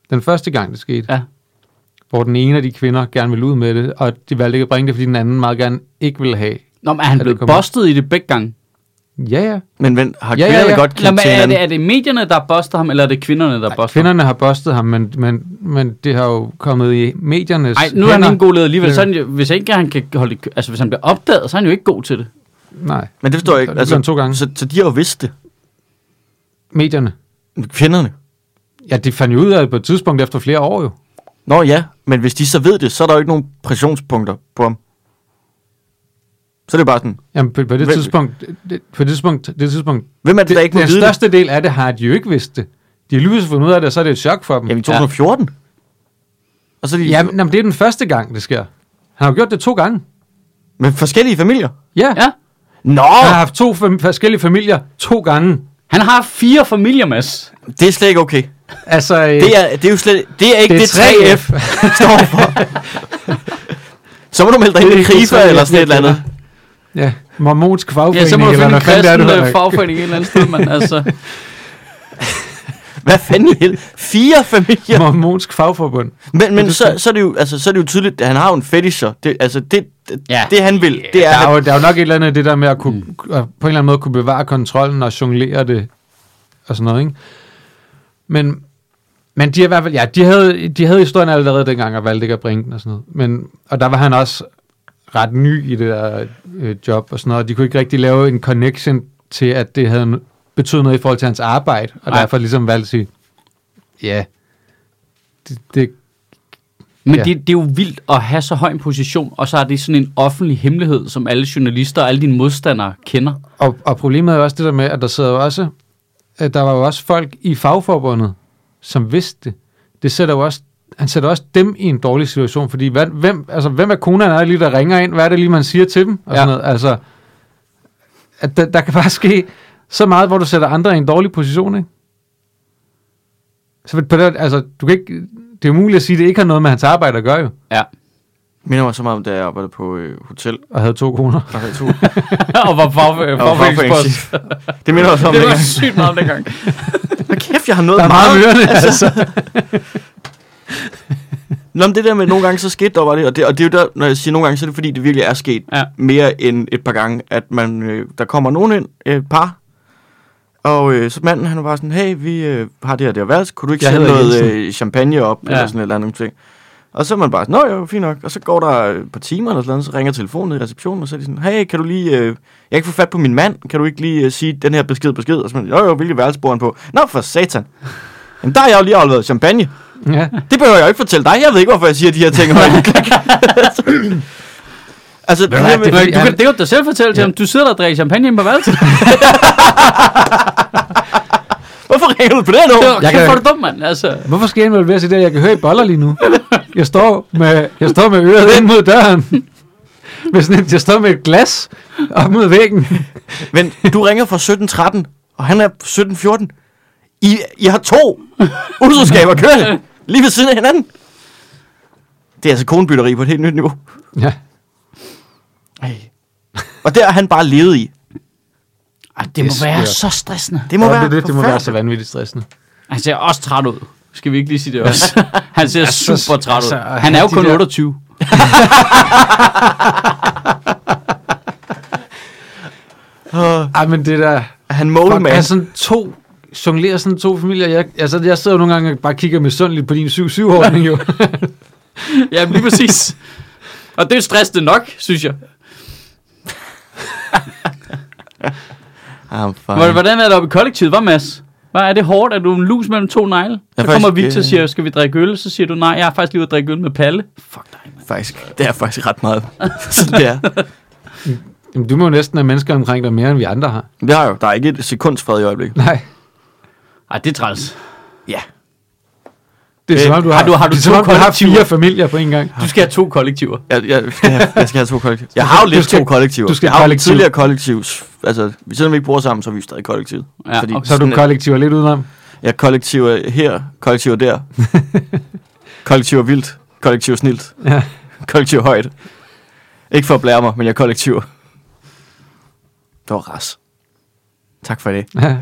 Speaker 3: Den første gang, det skete.
Speaker 1: Ja.
Speaker 3: Hvor den ene af de kvinder gerne ville ud med det, og de valgte ikke at bringe det, fordi den anden meget gerne ikke ville have.
Speaker 1: Nå, men er han
Speaker 3: Ja, det
Speaker 1: blevet
Speaker 3: kommer.
Speaker 1: bustet i det begge gange?
Speaker 3: Ja, ja.
Speaker 2: Men vent, har
Speaker 3: Ja, ja,
Speaker 2: kvinderne
Speaker 3: ja.
Speaker 2: godt
Speaker 1: Eller,
Speaker 2: kendt
Speaker 1: men,
Speaker 2: til
Speaker 1: er, det,
Speaker 2: hinanden?
Speaker 1: er det medierne, der buster ham, eller er det kvinderne, der buster ham?
Speaker 3: Kvinderne har bustet ham, men, men, men det har jo kommet i mediernes
Speaker 1: Nej, nu er han
Speaker 3: hænder.
Speaker 1: ikke en god leder alligevel.
Speaker 3: Ja.
Speaker 1: Så er han, jo- hvis ikke han kan holde det, kø- altså hvis han bliver opdaget, så er han jo ikke god til det.
Speaker 3: Nej,
Speaker 2: Men det forstår jeg
Speaker 3: Det
Speaker 2: ikke. Altså-
Speaker 3: blev han to gange.
Speaker 2: Så, så de har jo vidst det.
Speaker 3: medierne.
Speaker 2: Kvinderne.
Speaker 3: Ja, de fandt jo ud af det på et tidspunkt efter flere år jo.
Speaker 2: Nå ja, men hvis de så ved det, så er der jo ikke nogen pressionspunkter på ham. Så er det bare sådan,
Speaker 3: Jamen, på, på det
Speaker 2: Hvem-
Speaker 3: tidspunkt, det, på det tidspunkt, det tidspunkt,
Speaker 2: hvem er det, der
Speaker 3: det,
Speaker 2: ikke må
Speaker 3: den
Speaker 2: vide det?
Speaker 3: største del af det har de jo ikke vidst det. De har lige pludselig fundet ud af det, og så er det et chok for dem.
Speaker 2: Jamen i 2014. Og så er de
Speaker 3: Ja, men, jamen, det er den første gang, det sker. Han har jo gjort det to gange.
Speaker 2: med forskellige familier.
Speaker 3: Ja, ja.
Speaker 1: Ja.
Speaker 2: Nå,
Speaker 3: han har haft to fam- forskellige familier to gange.
Speaker 1: Han har fire familier, Mads.
Speaker 2: det er slet ikke okay.
Speaker 3: Altså, øh,
Speaker 2: Det er, det er jo slet det er ikke
Speaker 3: Det
Speaker 2: det,
Speaker 3: er
Speaker 2: det 3F står for. så må du melde dig
Speaker 3: Det er
Speaker 2: ind i
Speaker 3: ikke det
Speaker 2: KRIFA
Speaker 3: 3F,
Speaker 2: eller sådan et eller
Speaker 3: jeg
Speaker 2: andet.
Speaker 3: ja, mormonsk
Speaker 1: Ja,
Speaker 3: fagforening,
Speaker 1: så må du
Speaker 3: eller
Speaker 1: finde en
Speaker 3: hvad fanden det er,
Speaker 1: kristen
Speaker 3: du hedder.
Speaker 1: øh, fagforening et eller andet sted, men altså...
Speaker 2: Hvad fanden i hel? Fire familier?
Speaker 3: Mormonsk fagforbund.
Speaker 2: Men, men så, så, er det jo, altså, så er det jo tydeligt, at han har jo en fetisher. Det, altså, det, det,
Speaker 1: Ja.
Speaker 2: ja. det han vil, det er...
Speaker 3: Der er,
Speaker 2: at-
Speaker 3: jo, der er jo nok et eller andet i det der med at kunne, mm. på en eller anden måde kunne bevare kontrollen og jonglere det og sådan noget, ikke? Men, men de, er i hvert fald, ja, de, havde, de havde historien allerede dengang, og valgte ikke at bringe den og sådan noget. Men, og der var han også ret ny i det der øh, job og sådan noget, og de kunne ikke rigtig lave en connection til, at det havde en- betød noget i forhold til hans arbejde, og
Speaker 1: Nej.
Speaker 3: Nej. derfor ligesom valgte at sige, ja, det, det,
Speaker 1: Men ja.
Speaker 3: Ja.
Speaker 1: det, det er jo vildt at have så høj en position, og så er det sådan en offentlig hemmelighed, som alle journalister og alle dine modstandere kender.
Speaker 3: Og, og problemet er jo også det der med, at der sidder jo også, at der var jo også folk i fagforbundet, som vidste det. Det sætter jo også, han sætter også dem i en dårlig situation, fordi hvad, hvem, altså, hvem er konerne er det lige, der ringer ind? Hvad er det lige, man siger til dem? Og
Speaker 1: Ja.
Speaker 3: ja. sådan noget. Altså, at der, der kan bare ske så meget, hvor du sætter andre i en dårlig position, ikke? Så på det, altså, du kan ikke, det er umuligt at sige, at det ikke har noget med hans arbejde at gøre, jo,
Speaker 1: Ja.
Speaker 2: minder mig så meget om, da jeg arbejdede på øh, hotel.
Speaker 3: og havde to koner.
Speaker 2: Der havde to.
Speaker 1: og var fagforening.
Speaker 2: Jeg var
Speaker 1: fagforeningspost.
Speaker 2: fagforeningschef. det minder mig så om,
Speaker 1: Det var
Speaker 2: det.
Speaker 1: sygt meget om dengang.
Speaker 2: Hvor kæft, jeg har noget
Speaker 3: Der er meget mørende, altså.
Speaker 2: Nå, men det der med, nogle gange så skete der var det, og det, og det er jo der, når jeg siger nogle gange, så er det fordi, det virkelig er sket
Speaker 1: Ja.
Speaker 2: mere end et par gange, at man, øh, der kommer nogen ind, et par, og øh, så manden, han var sådan, hey, vi øh, har det her, det her værelse, kunne du ikke
Speaker 3: Jeg
Speaker 2: sende
Speaker 3: hedder
Speaker 2: noget
Speaker 3: Jensen."
Speaker 2: øh, champagne op,
Speaker 1: Ja.
Speaker 2: ja. eller sådan et eller andet ting. Og så er man bare sådan, nå jo, fint nok. Og så går der et par timer eller sådan noget, så ringer telefonen ned i receptionen, og så er de sådan, hey, kan du lige, øh, jeg kan ikke få fat på min mand, kan du ikke lige øh, sige den her besked, besked? Og så er man, jo jo, hvilket værelse bor han på? Nå, for satan. Jamen, der har jeg jo lige afleveret champagne.
Speaker 3: Ja.
Speaker 2: Det behøver jeg jo ikke fortælle dig. Jeg ved ikke, hvorfor jeg siger de her ting. højt. altså, det, her med,
Speaker 1: Du
Speaker 3: fordi,
Speaker 1: kan,
Speaker 3: han-
Speaker 1: det kan du da selv fortælle til
Speaker 3: Ja.
Speaker 1: ham. Du sidder der og drikker champagne hjemme på værelset.
Speaker 2: Hvorfor ringer du på det nu?
Speaker 1: Det var
Speaker 3: Jeg
Speaker 1: kæft,
Speaker 3: kan-
Speaker 1: hvor er du dum, mand. Altså,
Speaker 3: Hvorfor skal jeg involvere sig i det? Jeg kan høre i boller lige nu. Jeg står med, jeg står med øret ind mod døren. Med sådan et, jeg står med et glas op mod væggen.
Speaker 2: Men du ringer fra 1713, og han er 1714. I, I har to utroskaber kørende lige ved siden af hinanden. Det er altså konebytteri på et helt nyt niveau.
Speaker 3: Ja.
Speaker 2: Ej. Og der har han bare levet i.
Speaker 1: ah, det må
Speaker 3: Det er
Speaker 1: være
Speaker 3: skørt.
Speaker 1: så stressende.
Speaker 2: Det må
Speaker 3: Ja,
Speaker 2: være
Speaker 3: det, det, det må være så
Speaker 2: forfærdeligt.
Speaker 3: vanvittigt stressende.
Speaker 1: Han ser også træt ud. Skal vi ikke lige sige det også? Han ser
Speaker 3: Altså,
Speaker 1: super træt ud.
Speaker 3: altså,
Speaker 1: Han er jo
Speaker 3: de
Speaker 1: kun
Speaker 3: der-
Speaker 1: 28.
Speaker 2: Åh,
Speaker 3: Ej, men det der...
Speaker 2: han måler
Speaker 3: Fuck, altså.
Speaker 2: med.
Speaker 3: er sådan to jonglerer sådan to familier. Jeg, altså, jeg sidder jo nogle gange og bare kigger misundeligt på din 7-7-ordning jo.
Speaker 1: Ja, lige præcis. Og det er stressende nok, synes jeg.
Speaker 2: Ah, fuck.
Speaker 1: Hvor- Hvordan er det oppe i kollektivet? Hvad, Mads? Hvad er det hårdt, at du er en lus mellem to negle?
Speaker 2: er
Speaker 1: Så kommer
Speaker 2: faktisk-
Speaker 1: Victor og
Speaker 2: det-
Speaker 1: siger, skal vi drikke øl? Så siger du, nej, jeg er faktisk lige ude at drikke øl med Palle. Fuck dig, mand.
Speaker 2: Faktisk, det er faktisk ret meget. Sådan det er.
Speaker 3: Jamen, du må jo næsten have mennesker omkring dig mere, end vi andre har.
Speaker 2: Vi har jo, der er ikke et sekunds fred i øjeblikket.
Speaker 3: Nej.
Speaker 1: Ej, det er træls.
Speaker 2: Ja.
Speaker 3: Det er
Speaker 2: Øh,
Speaker 3: som om, du har,
Speaker 1: har du- har du
Speaker 3: det er, som
Speaker 1: to
Speaker 3: om, du har
Speaker 1: kollektiver?
Speaker 3: fire familier på en gang.
Speaker 1: Du skal have to kollektiver.
Speaker 2: Jeg, jeg, jeg, jeg skal have to kollektiver. Jeg har jo
Speaker 3: Du
Speaker 2: lidt
Speaker 3: skal-
Speaker 2: to kollektiver.
Speaker 3: du skal
Speaker 2: jeg har jo
Speaker 3: kollektiv.
Speaker 2: tidligere kollektivs. Altså, selvom vi ikke bor sammen, så er vi stadig kollektivet.
Speaker 1: Ja, okay.
Speaker 3: Så er du kollektiver lidt udenom.
Speaker 2: Jeg er kollektiver her, kollektiver der. kollektiver vildt, kollektiver snilt,
Speaker 3: Ja.
Speaker 2: kollektiver højt. Ikke for at blære mig, men jeg er kollektiver. Det var ras. Tak for det.
Speaker 3: Ja.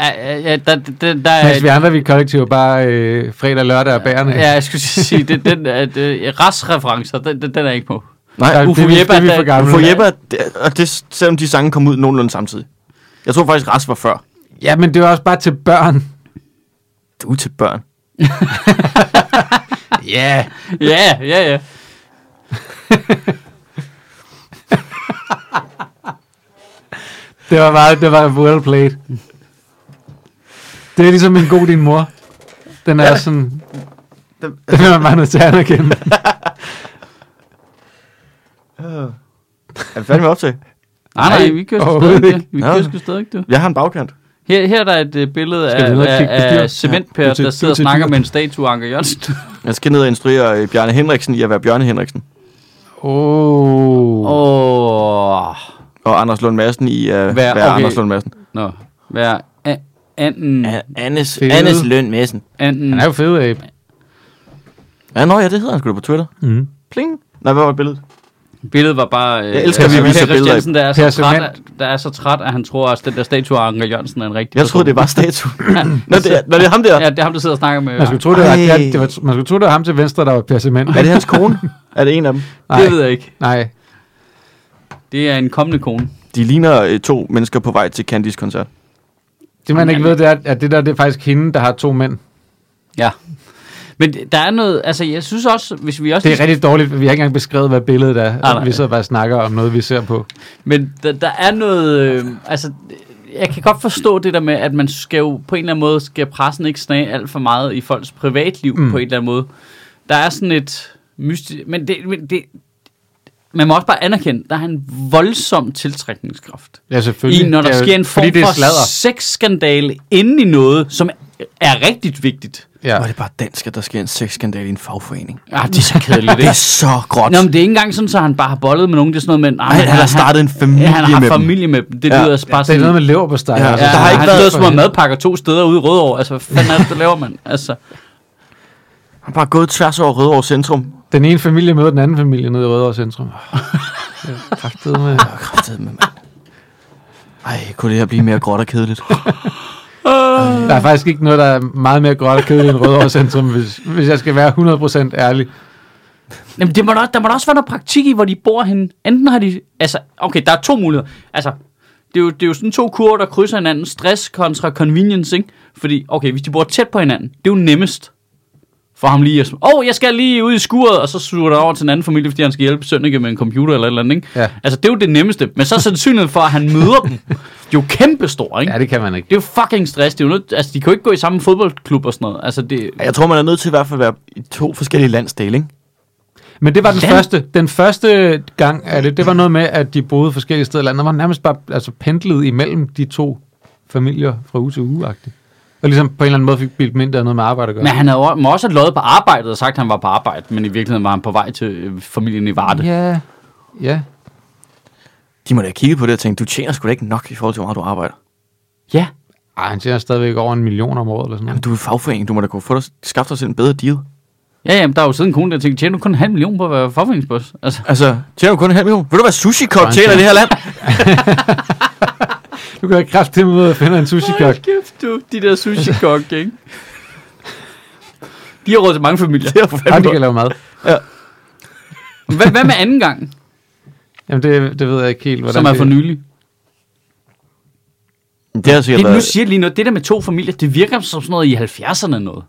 Speaker 1: Ja, ja, ja, der, der, der
Speaker 3: Mens vi
Speaker 1: er...
Speaker 3: andre, vi er kollektiver bare øh, fredag, lørdag og bærerne.
Speaker 1: Ja, jeg skulle sige, det, den, at, øh, restreferencer, den, den, den er ikke på.
Speaker 3: Der,
Speaker 2: Nej, øh,
Speaker 3: det,
Speaker 1: Uffe
Speaker 3: er vi-
Speaker 1: Jeppe,
Speaker 3: det, er vi
Speaker 1: der-
Speaker 3: for gamle.
Speaker 2: for Jeppe, det- og det, selvom de sange kom ud nogenlunde samtidig. Jeg tror faktisk, ras var før.
Speaker 3: Ja, men det er også bare til børn.
Speaker 2: Du er til børn.
Speaker 1: Ja, ja, ja, ja.
Speaker 3: Det var meget, det var well played. Det er ligesom en god din mor. Den er sådan... Den er man bare nødt til at anerkende.
Speaker 2: Er vi færdige med op til?
Speaker 1: Nej, nej,
Speaker 3: Nej,
Speaker 1: vi kører sgu
Speaker 3: overhovedet
Speaker 1: stadig
Speaker 3: ikke.
Speaker 1: det. Vi
Speaker 2: Nå.
Speaker 1: kører sgu stadig det.
Speaker 2: Jeg har en bagkant.
Speaker 1: Her, her er der et øh, billede
Speaker 3: Skal vi ned og
Speaker 1: af,
Speaker 3: kigge på dyr?
Speaker 1: af,
Speaker 3: Ja,
Speaker 1: af cementpær,
Speaker 3: du er til-
Speaker 1: der
Speaker 3: du er
Speaker 1: sidder og
Speaker 3: til
Speaker 1: snakker
Speaker 3: dyr.
Speaker 1: med en statue af Anker Jørgensen.
Speaker 2: Jeg skal ned og instruere øh, Bjarne Henriksen i at være Bjarne Henriksen.
Speaker 3: Åh. Oh.
Speaker 1: Åh,
Speaker 2: Og Anders Lund Madsen i at
Speaker 1: Vær-
Speaker 2: være, være
Speaker 1: okay.
Speaker 2: Anders Lund Madsen.
Speaker 1: nå. Hvad er anden,
Speaker 2: Anders,
Speaker 3: Fede. Anders
Speaker 2: Lund Madsen.
Speaker 1: anden,
Speaker 3: Han er jo fed, Abe.
Speaker 2: Ja, nå ja, det hedder han sgu da på Twitter.
Speaker 3: Mm.
Speaker 2: Pling. Nej, hvad var billedet?
Speaker 1: Billedet var bare... Øh,
Speaker 2: Jeg elsker, at vi
Speaker 1: Per
Speaker 2: viser billeder i-
Speaker 1: Christiansen, der er,
Speaker 3: Per
Speaker 1: så træt,
Speaker 3: Cement.
Speaker 1: af- der er så træt, at han tror også, at den der statue af Anker Jørgensen er en rigtig
Speaker 2: Jeg troede, det var statuen. Nå, det er, nå, det er ham der.
Speaker 1: Ja, det er ham, der sidder og snakker med...
Speaker 3: Man skulle tro, det var,
Speaker 2: Ej.
Speaker 3: ja, det var, man skulle tro, det var ham til venstre, der var Per Cement.
Speaker 2: Er det hans kone? Er det en af dem?
Speaker 3: Nej,
Speaker 1: det ved jeg ikke.
Speaker 3: nej.
Speaker 1: Det er en kommende kone.
Speaker 2: De ligner øh, to mennesker på vej til Candys koncert.
Speaker 3: Det man ikke ved, det er, at det der det er faktisk hende, der har to mænd.
Speaker 1: Ja. Men der er noget... Altså, jeg synes også, hvis vi også...
Speaker 3: Det er rigtig dårligt, for vi har ikke engang beskrevet, hvad billedet er.
Speaker 1: Nej, nej.
Speaker 3: Vi sidder bare og snakker om noget, vi ser på.
Speaker 1: Men der, der er noget... Øh, altså, jeg kan godt forstå det der med, at man skal jo på en eller anden måde, skal pressen ikke snage alt for meget i folks privatliv mm. på en eller anden måde. Der er sådan et mystisk... Men det, men det, man må også bare anerkende, der er en voldsom tiltrækningskraft.
Speaker 3: Ja,
Speaker 1: I,
Speaker 3: selvfølgelig.
Speaker 1: når der
Speaker 3: Ja,
Speaker 1: sker en
Speaker 3: fordi
Speaker 1: form
Speaker 3: det er
Speaker 1: for
Speaker 3: sladder.
Speaker 1: sexskandale inden i noget, som er rigtigt vigtigt.
Speaker 3: Ja.
Speaker 2: Hvor er det bare dansk, at der sker en sexskandal i en fagforening.
Speaker 1: Ah, det er så kedeligt,
Speaker 2: Det
Speaker 1: ikke?
Speaker 2: er så gråt.
Speaker 1: Nå, men det er ikke engang sådan, så han bare har bollet med nogen. Det er sådan noget med... "Ah,
Speaker 2: Ej, han, har startet en familie
Speaker 1: ja, han har
Speaker 2: med
Speaker 1: familie med dem. Det
Speaker 2: Ja.
Speaker 1: lyder ja, bare
Speaker 3: Det er
Speaker 1: sådan...
Speaker 3: noget med leverpostej.
Speaker 2: Ja,
Speaker 1: Ja,
Speaker 2: Altså,
Speaker 1: der har ikke været små
Speaker 3: for helvede.
Speaker 1: madpakker to steder ude i Rødovre. Altså, hvad fanden er det, der laver man? Altså,
Speaker 2: dem. Han har bare gået tværs over Rødovre Centrum.
Speaker 3: Den ene familie møder den anden familie nede i Rødovre Centrum. Ja, kraftedeme.
Speaker 2: Åh, kraftedeme, mand. Ej, kunne det her blive mere gråt og kedeligt?
Speaker 3: Der er faktisk ikke noget, der er meget mere gråt og kedeligt end Rødovre Centrum, hvis, hvis jeg skal være 100% ærlig.
Speaker 1: jamen, det må der, der må da også være noget praktik i, hvor de bor henne. Enten har de... Altså, okay, der er to muligheder. Altså, det er, jo, det er jo sådan to kurver, der krydser hinanden. Stress kontra convenience, ikke? Fordi, okay, hvis de bor tæt på hinanden, det er jo nemmest for ham lige at... sm- Åh, oh, jeg skal lige ud i skuret, og så suger der over til en anden familie, fordi han skal hjælpe Sønneke med en computer eller et eller andet, ikke?
Speaker 3: Ja.
Speaker 1: Altså, det er jo det nemmeste. Men så er sandsynligheden for, at han møder dem, jo kæmpestor, ikke?
Speaker 3: Ja, det kan man ikke.
Speaker 1: Det er jo fucking stress. Det er jo nødt, altså, de kan jo ikke gå i samme fodboldklub og sådan noget. Altså, det,
Speaker 2: Jeg tror, man er nødt til i hvert fald at være i to forskellige landsdele, ikke?
Speaker 3: Men det var den
Speaker 1: Land-
Speaker 3: første, den første gang af det, det var noget med, at de boede forskellige steder i landet. Man var nærmest bare altså, pendlet imellem de to familier fra uge til uge -agtigt. Og ligesom på en eller anden måde fik bildt dem ind, der havde noget med arbejde at gøre.
Speaker 1: Men han havde jo- må også have løjet på arbejdet og sagt, at han var på arbejde, men i virkeligheden var han på vej til øh, familien i Varde.
Speaker 3: Ja, ja.
Speaker 2: De må da have kigget på det og tænkt, du tjener sgu da ikke nok i forhold til, hvor meget du arbejder.
Speaker 1: Ja.
Speaker 3: Ej, han tjener stadigvæk over en million om året eller sådan
Speaker 2: Jamen,
Speaker 3: noget.
Speaker 2: du er fagforening, du må da kunne få dig, skaffe dig selv en bedre deal.
Speaker 1: Ja, jamen, der er jo siden en kone, der tænkte, tjener du kun en halv million på at være fagforeningsboss? Altså,
Speaker 2: Altså, tjener du kun en halv million? Ved du, hvad sushi-kok tjener i det her land?
Speaker 3: Du kan kraft til med at finde en sushi kok.
Speaker 1: kæft, du, de der sushi kok, ikke? De har råd til mange familier.
Speaker 2: Det er for
Speaker 3: Og de
Speaker 2: fandme-
Speaker 3: kan lave mad.
Speaker 1: Hvad, hvad med anden gang,
Speaker 3: Jamen, det, det ved jeg ikke helt, hvordan
Speaker 1: som er
Speaker 3: det-
Speaker 1: for nylig?
Speaker 2: Det har sikkert
Speaker 1: Det, nu
Speaker 2: været...
Speaker 1: siger jeg lige noget. Det der med to familier, det virker som sådan noget i 70'erne noget.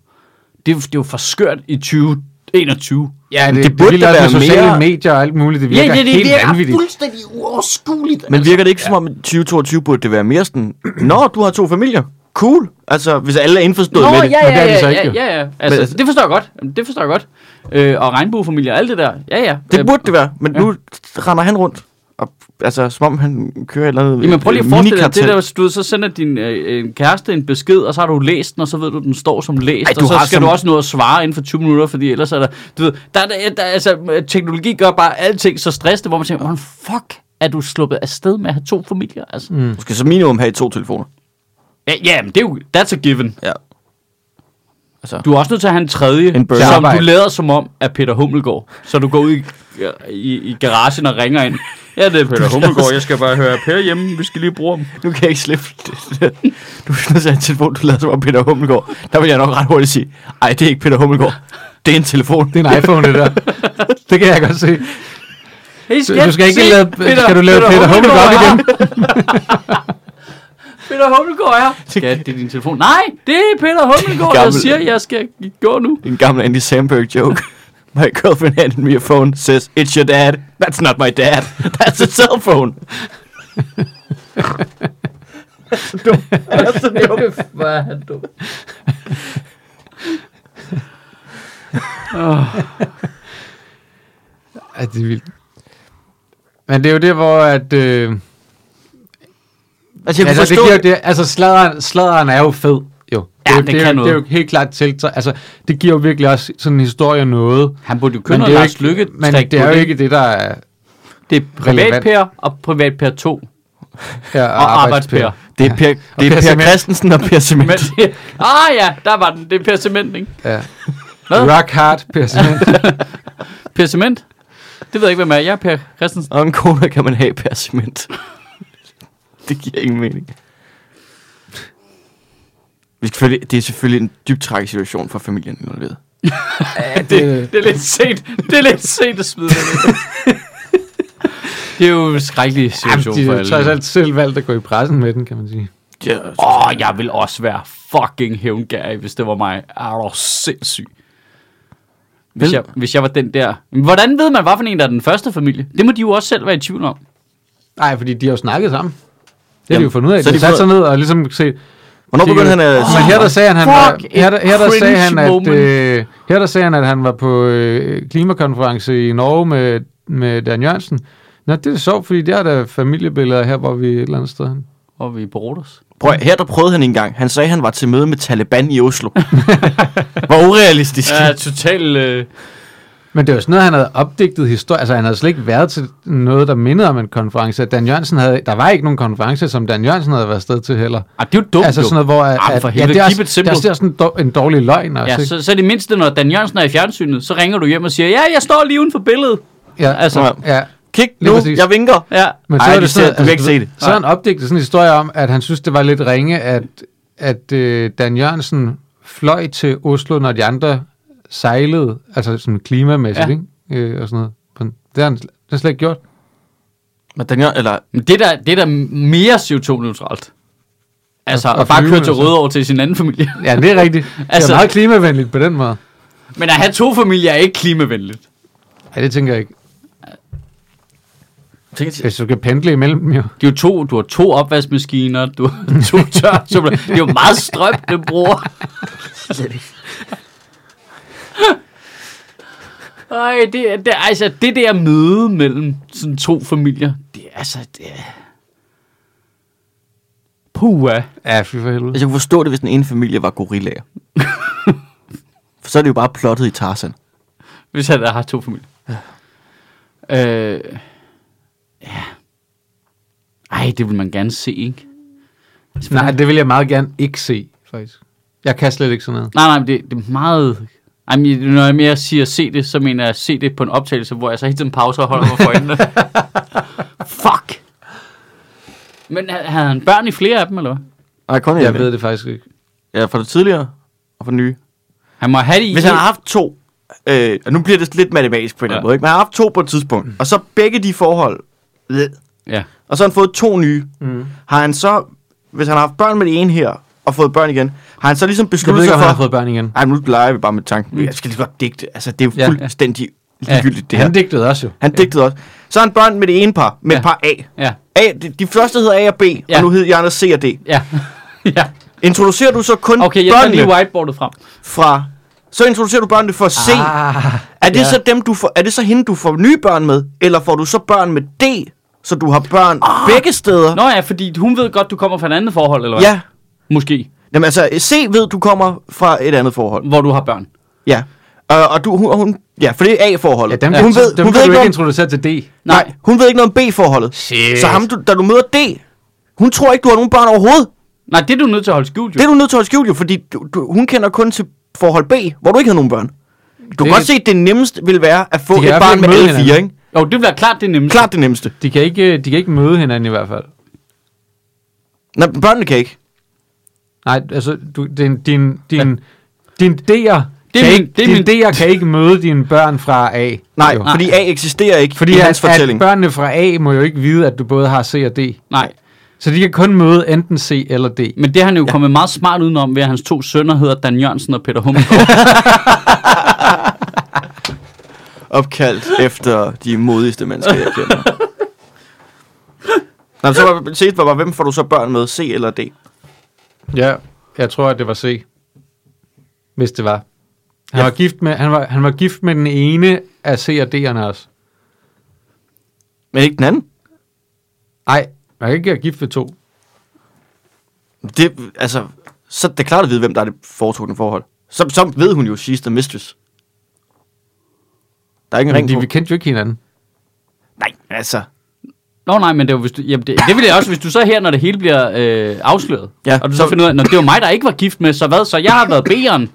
Speaker 1: Det, er jo- det er jo for skørt i 2021.
Speaker 3: Ja, det,
Speaker 2: Men
Speaker 3: det,
Speaker 2: det
Speaker 3: det
Speaker 2: burde
Speaker 3: burde
Speaker 2: da
Speaker 3: være
Speaker 2: være
Speaker 3: sociale
Speaker 2: mere-
Speaker 3: medier og alt muligt. Det virker ja, det, det, helt det, vanvittigt.
Speaker 1: fuldstændig uoverskueligt.
Speaker 2: Men virker det ikke som om, at 2022 burde det være mere sådan, Nå, du har to familier. Cool. Altså, hvis alle er indforstået
Speaker 1: Nå,
Speaker 2: med
Speaker 1: ja,
Speaker 2: det.
Speaker 3: Men det
Speaker 1: ja,
Speaker 3: er de
Speaker 1: ja,
Speaker 3: så
Speaker 1: ja,
Speaker 3: ikke,
Speaker 1: ja,
Speaker 3: jo.
Speaker 1: ja, ja. Altså,
Speaker 2: Men altså-
Speaker 1: det forstår jeg godt. Jamen, Det forstår jeg godt. Øh, og regnbuefamilier og alt det der. Ja, ja.
Speaker 2: Det
Speaker 1: Øh,
Speaker 2: burde det være, men nu render han rundt. Og, altså, som om han kører et eller andet
Speaker 1: Jamen prøv lige at
Speaker 2: øh,
Speaker 1: forestille dig,
Speaker 2: minikartel.
Speaker 1: det der, du ved, så sender din øh, en kæreste en besked, og så har du læst den, og så ved du, at den står som læst,
Speaker 2: Ej,
Speaker 1: Ej,
Speaker 2: du
Speaker 1: og så
Speaker 2: har
Speaker 1: skal
Speaker 2: som-
Speaker 1: du også nå at svare inden for 20 minutter, fordi ellers er der, du ved, der, er- der, der, altså, teknologi gør bare alting så stressende, hvor man tænker, hvordan fuck er du sluppet afsted med at have to familier? Altså. Mm.
Speaker 2: Du skal så minimum have to telefoner.
Speaker 1: Ja, ja, men det er jo, that's a given.
Speaker 2: Ja.
Speaker 1: Du er også nødt til at have en tredje,
Speaker 2: En
Speaker 1: en
Speaker 2: burner.
Speaker 1: som du
Speaker 3: Arbejde.
Speaker 1: lader som om er Peter Hummelgaard. Så du går ud i, i, i garagen og ringer ind. Ja, det er Peter Hummelgaard. Jeg skal bare høre Per hjemme. Vi skal lige bruge ham.
Speaker 2: Nu kan jeg ikke slippe det. Du er nødt til at have en telefon, du lader som om Peter Hummelgaard. Der vil jeg nok ret hurtigt sige, ej, det er ikke Peter Hummelgaard. Det er en telefon.
Speaker 3: Det er en iPhone, det der. Det kan jeg godt se.
Speaker 1: Hey,
Speaker 3: Du- du skal ikke
Speaker 1: se,
Speaker 3: lade, skal du lave Peter Hummelgaard op igen?
Speaker 1: Peter Hummelgaard er. Skat, det er din telefon. Nej, det er Peter Hummelgaard, der
Speaker 2: Gammel.
Speaker 1: siger, jeg skal gå nu.
Speaker 2: Det er en gammel Andy Samberg joke. My girlfriend handed me a phone, says, it's your dad. That's not my dad. That's a cell phone.
Speaker 1: Hvor er han dum.
Speaker 3: Ja, det er vildt. Men det er jo det, hvor at... Øh,
Speaker 2: Altså, jeg kunne
Speaker 3: altså, det
Speaker 2: forstå...
Speaker 3: giver, jo det, altså sladeren, sladeren er jo fed, jo.
Speaker 1: Ja,
Speaker 3: det, er jo-
Speaker 1: den
Speaker 3: det, er
Speaker 1: kan
Speaker 3: jo-
Speaker 1: noget.
Speaker 3: det er jo helt klart til, altså, det giver jo virkelig også sådan en historie noget.
Speaker 1: Han burde jo køre
Speaker 3: Men
Speaker 1: noget
Speaker 3: det er jo
Speaker 1: Lars
Speaker 3: ikke-
Speaker 1: Lykke.
Speaker 3: Men det er jo ikke det, der er,
Speaker 1: Det er privat
Speaker 3: relevant.
Speaker 1: Per og privat Per 2
Speaker 3: er
Speaker 1: og arbejdspære.
Speaker 2: Det er Per, det
Speaker 3: Per
Speaker 2: er per
Speaker 3: Cement.
Speaker 2: Christensen og Per Cement.
Speaker 1: Men det, ah ja, der var den. Det er Per Cement, ikke?
Speaker 3: Ja.
Speaker 1: Hvad?
Speaker 3: Rock hard, Per Cement.
Speaker 1: Per Cement? Det ved jeg ikke, hvem er. Jeg er Per Christensen.
Speaker 2: Og en kone kan man have per cement. det giver ingen mening. Vi skal selvfølgelig, det er selvfølgelig en dybt tragisk situation for familien involveret.
Speaker 3: ja,
Speaker 1: Det, det er lidt sent. Det er lidt sent at smide det. ud. det er jo en skrækkelig situation
Speaker 3: de
Speaker 1: for
Speaker 3: har
Speaker 1: alle.
Speaker 3: trods alt selv valgt at gå i pressen med den, kan man sige.
Speaker 2: Ja,
Speaker 1: Åh, oh, jeg vil også være fucking hævngærig, hvis det var mig. Er du sindssyg? Hvis
Speaker 2: Vel-
Speaker 1: jeg, hvis jeg var den der... Men Hvordan ved man, hvad for en, der er den første familie? Det må de jo også selv være i tvivl om.
Speaker 3: Nej, fordi de har jo snakket sammen. Det har
Speaker 2: Jamen,
Speaker 3: de jo fundet ud af.
Speaker 2: så
Speaker 3: De
Speaker 2: de
Speaker 3: har sat
Speaker 2: fået-
Speaker 3: sig ned og ligesom set...
Speaker 2: Hvornår begyndte han at...
Speaker 3: Men her der sagde han, han var,
Speaker 1: fuck,
Speaker 3: her, der, her, der
Speaker 1: et
Speaker 3: sagde han,
Speaker 1: cringe
Speaker 3: at,
Speaker 1: moment.
Speaker 3: øh, her der sagde han, at han var på øh, klimakonference i Norge med, med Dan Jørgensen. Nå, det er da sjovt, fordi der er der familiebilleder her, hvor vi er et eller andet sted.
Speaker 1: Og vi er på Rodos.
Speaker 2: Prøv, at- her der prøvede han engang. Han sagde, han var til møde med Taliban i Oslo. Hvor urealistisk.
Speaker 1: Ja, total... Øh,
Speaker 3: Men det var sådan noget, han havde opdigtet historie. Altså, han havde slet ikke været til noget, der mindede om en konference. Dan Jørgensen havde, der var ikke nogen konference, som Dan Jørgensen havde været sted til heller.
Speaker 1: ah, det er jo dumt,
Speaker 3: altså
Speaker 1: jo.
Speaker 3: sådan noget, hvor...
Speaker 1: Jamen, for helvede,
Speaker 3: det er
Speaker 1: keep
Speaker 3: også,
Speaker 1: it simple.
Speaker 3: Der er sådan en, dår, en dårlig løgn også,
Speaker 1: Ja,
Speaker 3: ikke?
Speaker 1: så, så det mindste, når Dan Jørgensen er i fjernsynet, så ringer du hjem og siger, ja, jeg står lige uden for billedet.
Speaker 3: ja,
Speaker 1: altså-
Speaker 3: ja.
Speaker 2: Kig
Speaker 3: Lige
Speaker 2: nu,
Speaker 3: præcis.
Speaker 2: jeg vinker.
Speaker 1: Ja.
Speaker 3: Men så
Speaker 2: Ej,
Speaker 3: Ej, er
Speaker 2: de
Speaker 3: det
Speaker 2: ser-
Speaker 3: sådan,
Speaker 2: du kan ikke se
Speaker 3: ved-
Speaker 2: det.
Speaker 3: Så har han opdigtet sådan en historie om, at han synes, det var lidt ringe, at, at øh, Dan Jørgensen fløj til Oslo, når de andre sejlede, altså sådan klimamæssigt,
Speaker 1: Ja.
Speaker 3: ja. ikke? Øh, og sådan noget. Men Det har han, sl- det har han slet ikke gjort.
Speaker 2: Men den, her- eller,
Speaker 1: Men det er da, det er da mere CO2-neutralt. Altså,
Speaker 3: Og-
Speaker 1: at
Speaker 3: og
Speaker 1: bare
Speaker 3: flyve,
Speaker 1: køre til
Speaker 3: altså.
Speaker 1: Rødovre til sin anden familie.
Speaker 3: Ja, det er rigtigt. altså,
Speaker 1: Altså-
Speaker 3: det er meget klimavenligt på den måde.
Speaker 1: Men at have to familier er ikke klimavenligt.
Speaker 3: Ja, det tænker jeg ikke.
Speaker 2: tænk,
Speaker 3: Hvis du kan pendle imellem dem jo.
Speaker 1: Det er jo to, du har to opvaskemaskiner, du har to tørretumbler. Det er jo meget strøm, det bruger. Ej, det, er- det, er- altså, det der møde mellem sådan to familier, det er altså... Det er... Puha.
Speaker 3: Ja, fy for helvede.
Speaker 2: Altså, jeg kunne forstå det, hvis den ene familie var gorillaer. For så er det jo bare plottet i Tarzan.
Speaker 1: Hvis han har to familier. Ja. Øh, ja. Ej, det vil man gerne se, ikke?
Speaker 3: Nej, det vil jeg meget gerne ikke se, faktisk. Jeg kan slet ikke sådan noget.
Speaker 1: Nej, nej, men det, det er meget... Ej, men når jeg mere siger se det, så mener jeg se det på en optagelse, hvor jeg så hele tiden pauser og holder mig for øjnene. Fuck! Men ha- havde han børn i flere af dem, eller hvad?
Speaker 2: Nej, kun
Speaker 3: Jeg ved det faktisk ikke.
Speaker 2: Ja, fra det tidligere og fra det nye.
Speaker 1: Han må have det i...
Speaker 2: Hvis han har haft to, øh, og nu bliver det lidt matematisk på en eller anden
Speaker 1: Ja.
Speaker 2: måde, ikke? men han har haft to på et
Speaker 3: Mm.
Speaker 2: tidspunkt, og så begge de forhold, øh,
Speaker 1: Ja.
Speaker 2: og så har han fået to nye.
Speaker 3: Mm.
Speaker 2: Har han så, hvis han har haft børn med det ene her, og fået børn igen, har han så ligesom
Speaker 3: Jeg ved
Speaker 2: besluttet
Speaker 3: ikke,
Speaker 2: sig
Speaker 3: om han har
Speaker 2: for...
Speaker 3: fået børn igen.
Speaker 2: Ej, nu leger vi bare med tanken. Jeg skal lige godt digte. Altså, det er jo
Speaker 3: Ja, ja.
Speaker 2: fuldstændig ligegyldigt, det her.
Speaker 3: Han digtede også jo.
Speaker 2: Han digtede også. Så har han børn med det ene par, med
Speaker 1: Ja.
Speaker 2: et par A.
Speaker 1: Ja.
Speaker 2: A, de, de første hedder A og B, ja.
Speaker 1: Ja.
Speaker 2: og nu hedder de andre C og D.
Speaker 1: Ja. ja.
Speaker 2: Introducerer du så kun
Speaker 1: Okay, jeg tager
Speaker 2: børnene
Speaker 1: lige whiteboardet frem.
Speaker 2: fra... Så introducerer du børnene for C. Ah, er, det
Speaker 1: ja.
Speaker 2: ja. så dem, du får, er det så hende, du får nye børn med? Eller får du så børn med D, så du har børn ah, begge steder?
Speaker 1: Nå ja, fordi hun ved godt, du kommer fra et andet forhold, eller hvad?
Speaker 2: ja.
Speaker 1: Måske,
Speaker 2: Jamen altså, C ved, du kommer fra et andet forhold.
Speaker 1: hvor du har børn.
Speaker 2: Ja. Øh, Og, og du, hun, og hun, ja, for det er A-forholdet.
Speaker 3: Ja, dem,
Speaker 2: hun ved,
Speaker 3: dem
Speaker 2: hun
Speaker 3: kan
Speaker 2: ved ikke,
Speaker 3: du ikke
Speaker 2: noget,
Speaker 3: introducere til D.
Speaker 2: nej, hun ved ikke noget om B-forholdet.
Speaker 1: Shit.
Speaker 2: Så ham, du, da du møder D, hun tror ikke, du har nogen børn overhovedet.
Speaker 1: Nej, det er du nødt til at holde skjult, jo.
Speaker 2: Det er du nødt til at holde skjult, jo, fordi du, du, hun kender kun til forhold B, hvor du ikke havde nogen børn. Du
Speaker 3: Det-
Speaker 2: kan godt se, at det nemmeste vil være at få
Speaker 3: De kan i
Speaker 2: et
Speaker 3: hvert
Speaker 2: barn
Speaker 3: fald
Speaker 2: med
Speaker 3: møde
Speaker 2: alle fire,
Speaker 3: hinanden.
Speaker 2: ikke?
Speaker 1: Jo, det bliver klart, det er nemlig.
Speaker 2: Klart det nemmeste.
Speaker 3: De kan, ikke, de kan ikke møde hinanden i hvert fald.
Speaker 2: Nej, men børnene kan ikke.
Speaker 3: Nej, altså, du, din, din, din, din D'er
Speaker 1: Det er
Speaker 3: kan,
Speaker 1: min-
Speaker 3: ikke,
Speaker 1: det er
Speaker 3: din
Speaker 1: min-
Speaker 3: D'er kan ikke møde dine børn fra A.
Speaker 2: Nej,
Speaker 3: jo.
Speaker 2: fordi A eksisterer ikke
Speaker 3: Fordi
Speaker 2: i
Speaker 3: at,
Speaker 2: hans fortælling.
Speaker 3: at børnene fra A må jo ikke vide, at du både har C og D.
Speaker 1: Nej,
Speaker 3: Så de kan kun møde enten C eller D.
Speaker 1: men det er han jo ja. kommet meget smart udenom, ved at hans to sønner hedder Dan Jørgensen og Peter Hummelgaard.
Speaker 2: Opkaldt efter de modigste mennesker, jeg kender. Nå, men så var set var bare, hvem får du så børn med, C eller D?
Speaker 3: Ja, jeg tror, at det var C. Hvis det var.
Speaker 2: Ja.
Speaker 3: Han, ja. var, gift med, han, var, han var gift med den ene af C og D'erne også.
Speaker 2: Men ikke den anden.
Speaker 3: Nej, man kan ikke være gift ved to.
Speaker 2: Det, altså, så er det er klart at vide, hvem der er det foretrukne forhold. Så, så ved hun jo, she's the mistress. Der er ikke en
Speaker 3: Men
Speaker 2: ring
Speaker 3: de,
Speaker 2: på.
Speaker 3: vi kendte jo ikke hinanden.
Speaker 2: Nej, altså.
Speaker 1: Nå nej, men det var, hvis du, jamen det, det ville jeg også, hvis du så her, når det hele bliver øh, afsløret,
Speaker 2: Ja,
Speaker 1: og du så,
Speaker 2: så-
Speaker 1: finder ud af, når det var mig, der ikke var gift med, så hvad, så jeg har været B'eren.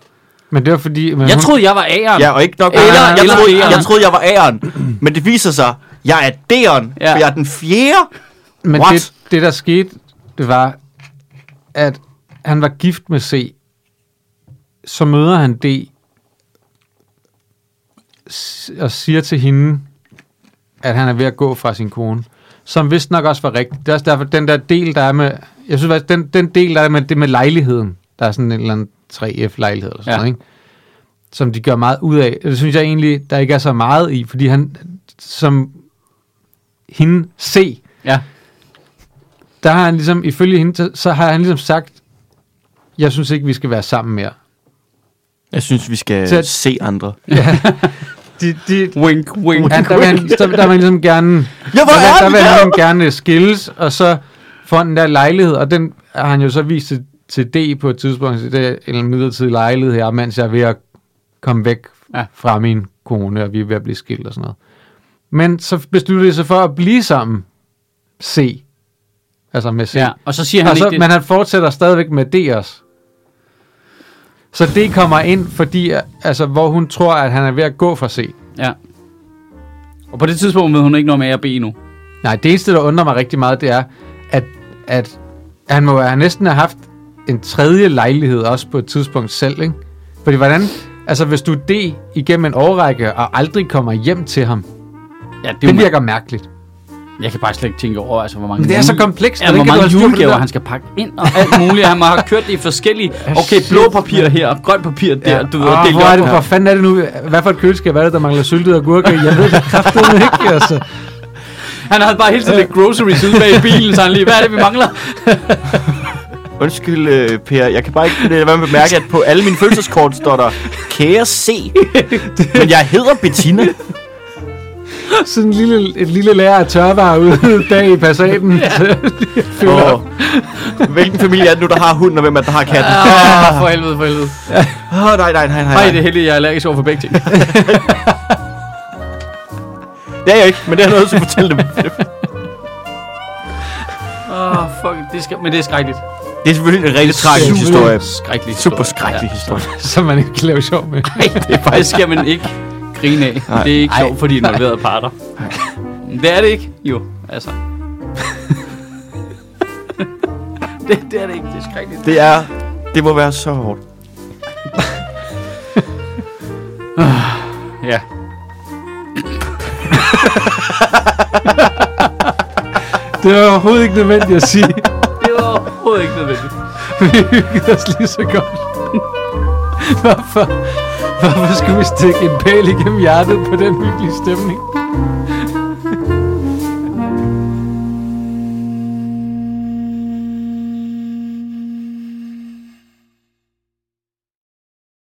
Speaker 3: Men det var fordi... Men
Speaker 1: Jeg
Speaker 3: hun,
Speaker 1: troede, jeg var A'eren.
Speaker 2: Ja, og ikke nok.
Speaker 1: Eller-
Speaker 2: Eller, jeg,
Speaker 1: eller
Speaker 2: troede,
Speaker 1: A'eren.
Speaker 2: jeg troede, jeg var A'eren. Men det viser sig, jeg er D'eren,
Speaker 1: Ja.
Speaker 2: ja. for jeg er den fjerde.
Speaker 3: men
Speaker 2: What?
Speaker 3: det, det, der skete, det var, at han var gift med C. Så møder han D. s- Og siger til hende, at han er ved at gå fra sin kone. Som vist nok også var rigtigt. Det er også derfor, den der del, der er med... Jeg synes faktisk, den, den del, der er med det med lejligheden. Der er sådan en eller anden 3F-lejlighed eller sådan
Speaker 1: Ja.
Speaker 3: ja. noget, ikke? Som de gør meget ud af. Det synes jeg egentlig, der ikke er så meget i, fordi han, som hende C,
Speaker 1: ja.
Speaker 3: der har han ligesom, ifølge hende, så- så har han ligesom sagt, jeg synes ikke, vi skal være sammen mere.
Speaker 2: Jeg synes, vi skal
Speaker 3: Så-
Speaker 2: se andre.
Speaker 3: De, de,
Speaker 1: Wink, wink.
Speaker 3: han, der, vil han, der, der vil han ligesom gerne,
Speaker 2: Ja, hvor
Speaker 3: der,
Speaker 2: er
Speaker 3: der
Speaker 2: vi
Speaker 3: vil han
Speaker 2: der?
Speaker 3: ligesom gerne skilles, og så får han den der lejlighed, og den har han jo så vist til, til D på et tidspunkt, så det er en midlertidig lejlighed her, mens jeg er ved at komme væk
Speaker 1: Ja.
Speaker 3: ja. fra min kone, og vi er ved at blive skilt og sådan noget. Men så besluttede de sig for at blive sammen, C, altså med C.
Speaker 1: Ja, og så siger han
Speaker 3: Og så,
Speaker 1: ikke det.
Speaker 3: men han fortsætter stadigvæk med D også. Så D kommer ind, fordi, altså, hvor hun tror, at han er ved at gå fra C.
Speaker 1: Ja. Og på det tidspunkt ved hun ikke noget med A og B endnu.
Speaker 3: Nej, det eneste, der undrer mig rigtig meget, det er, at, at han må have næsten have haft en tredje lejlighed også på et tidspunkt selv, ikke? Fordi hvordan, altså hvis du er D igennem en årrække og aldrig kommer hjem til ham, det,
Speaker 1: Ja, det,
Speaker 3: det
Speaker 1: det
Speaker 3: virker mærkeligt.
Speaker 1: Jeg kan bare slet ikke tænke over, altså, hvor mange...
Speaker 3: Men det er så
Speaker 1: jule-
Speaker 3: komplekst,
Speaker 1: Ja,
Speaker 3: hvordan
Speaker 1: hvor
Speaker 3: kan
Speaker 1: mange
Speaker 3: du have styr på det
Speaker 1: julegaver
Speaker 3: der?
Speaker 1: han skal pakke ind og alt muligt. Han må have kørt det i forskellige... Okay,
Speaker 3: shit,
Speaker 1: blå papir her, og grønt papir der, du ved, og
Speaker 3: Åh,
Speaker 1: delt
Speaker 3: hvor er det,
Speaker 1: op.
Speaker 3: hvor fanden er det nu? Hvad for et køleskab er det, der mangler syltede agurker? i? Jeg ved det kraftedeme ikke, altså.
Speaker 1: Han havde bare hele tiden lidt groceries ude bag i bilen, så han lige, hvad er det, vi mangler?
Speaker 2: Undskyld, øh, Per. Jeg kan bare ikke lade være med at mærke, at på alle mine fødselskort står der, kære C. Men jeg hedder Bettina.
Speaker 3: sådan en lille, et lille lærer af tørvarer ude bag i passaten.
Speaker 2: Åh. Hvilken familie er det nu, der har hunden, og hvem er det, der har katten?
Speaker 1: Ah, for helvede, for helvede.
Speaker 2: Åh, oh, nej, nej, nej, nej.
Speaker 1: Nej, det
Speaker 2: nej.
Speaker 1: er heldigt, jeg er allergisk over for begge ting.
Speaker 2: Det er jeg ikke, men det er noget, til at fortælle dem.
Speaker 1: Åh, oh, fuck, det skal, men det er skrækkeligt.
Speaker 2: Det er selvfølgelig en rigtig tragisk
Speaker 3: Super.
Speaker 2: historie.
Speaker 1: Skrækkeligt.
Speaker 2: Super skrækkelig historie.
Speaker 3: som man ikke kan lave sjov med.
Speaker 1: Nej, det, er det skal man ikke grine af.
Speaker 2: Nej.
Speaker 1: Nej. Det er ikke sjovt for de involverede parter. Men Det er det ikke, jo. Altså. det, det er det ikke. Det er skrækkeligt.
Speaker 2: Det er... Det må være så hårdt.
Speaker 1: Ja.
Speaker 3: Det var overhovedet ikke nødvendigt at sige.
Speaker 1: Det var overhovedet ikke nødvendigt.
Speaker 3: Vi hyggede os lige så godt. Hvorfor, hvorfor skulle vi stikke en pæl igennem hjertet på den hyggelige stemning?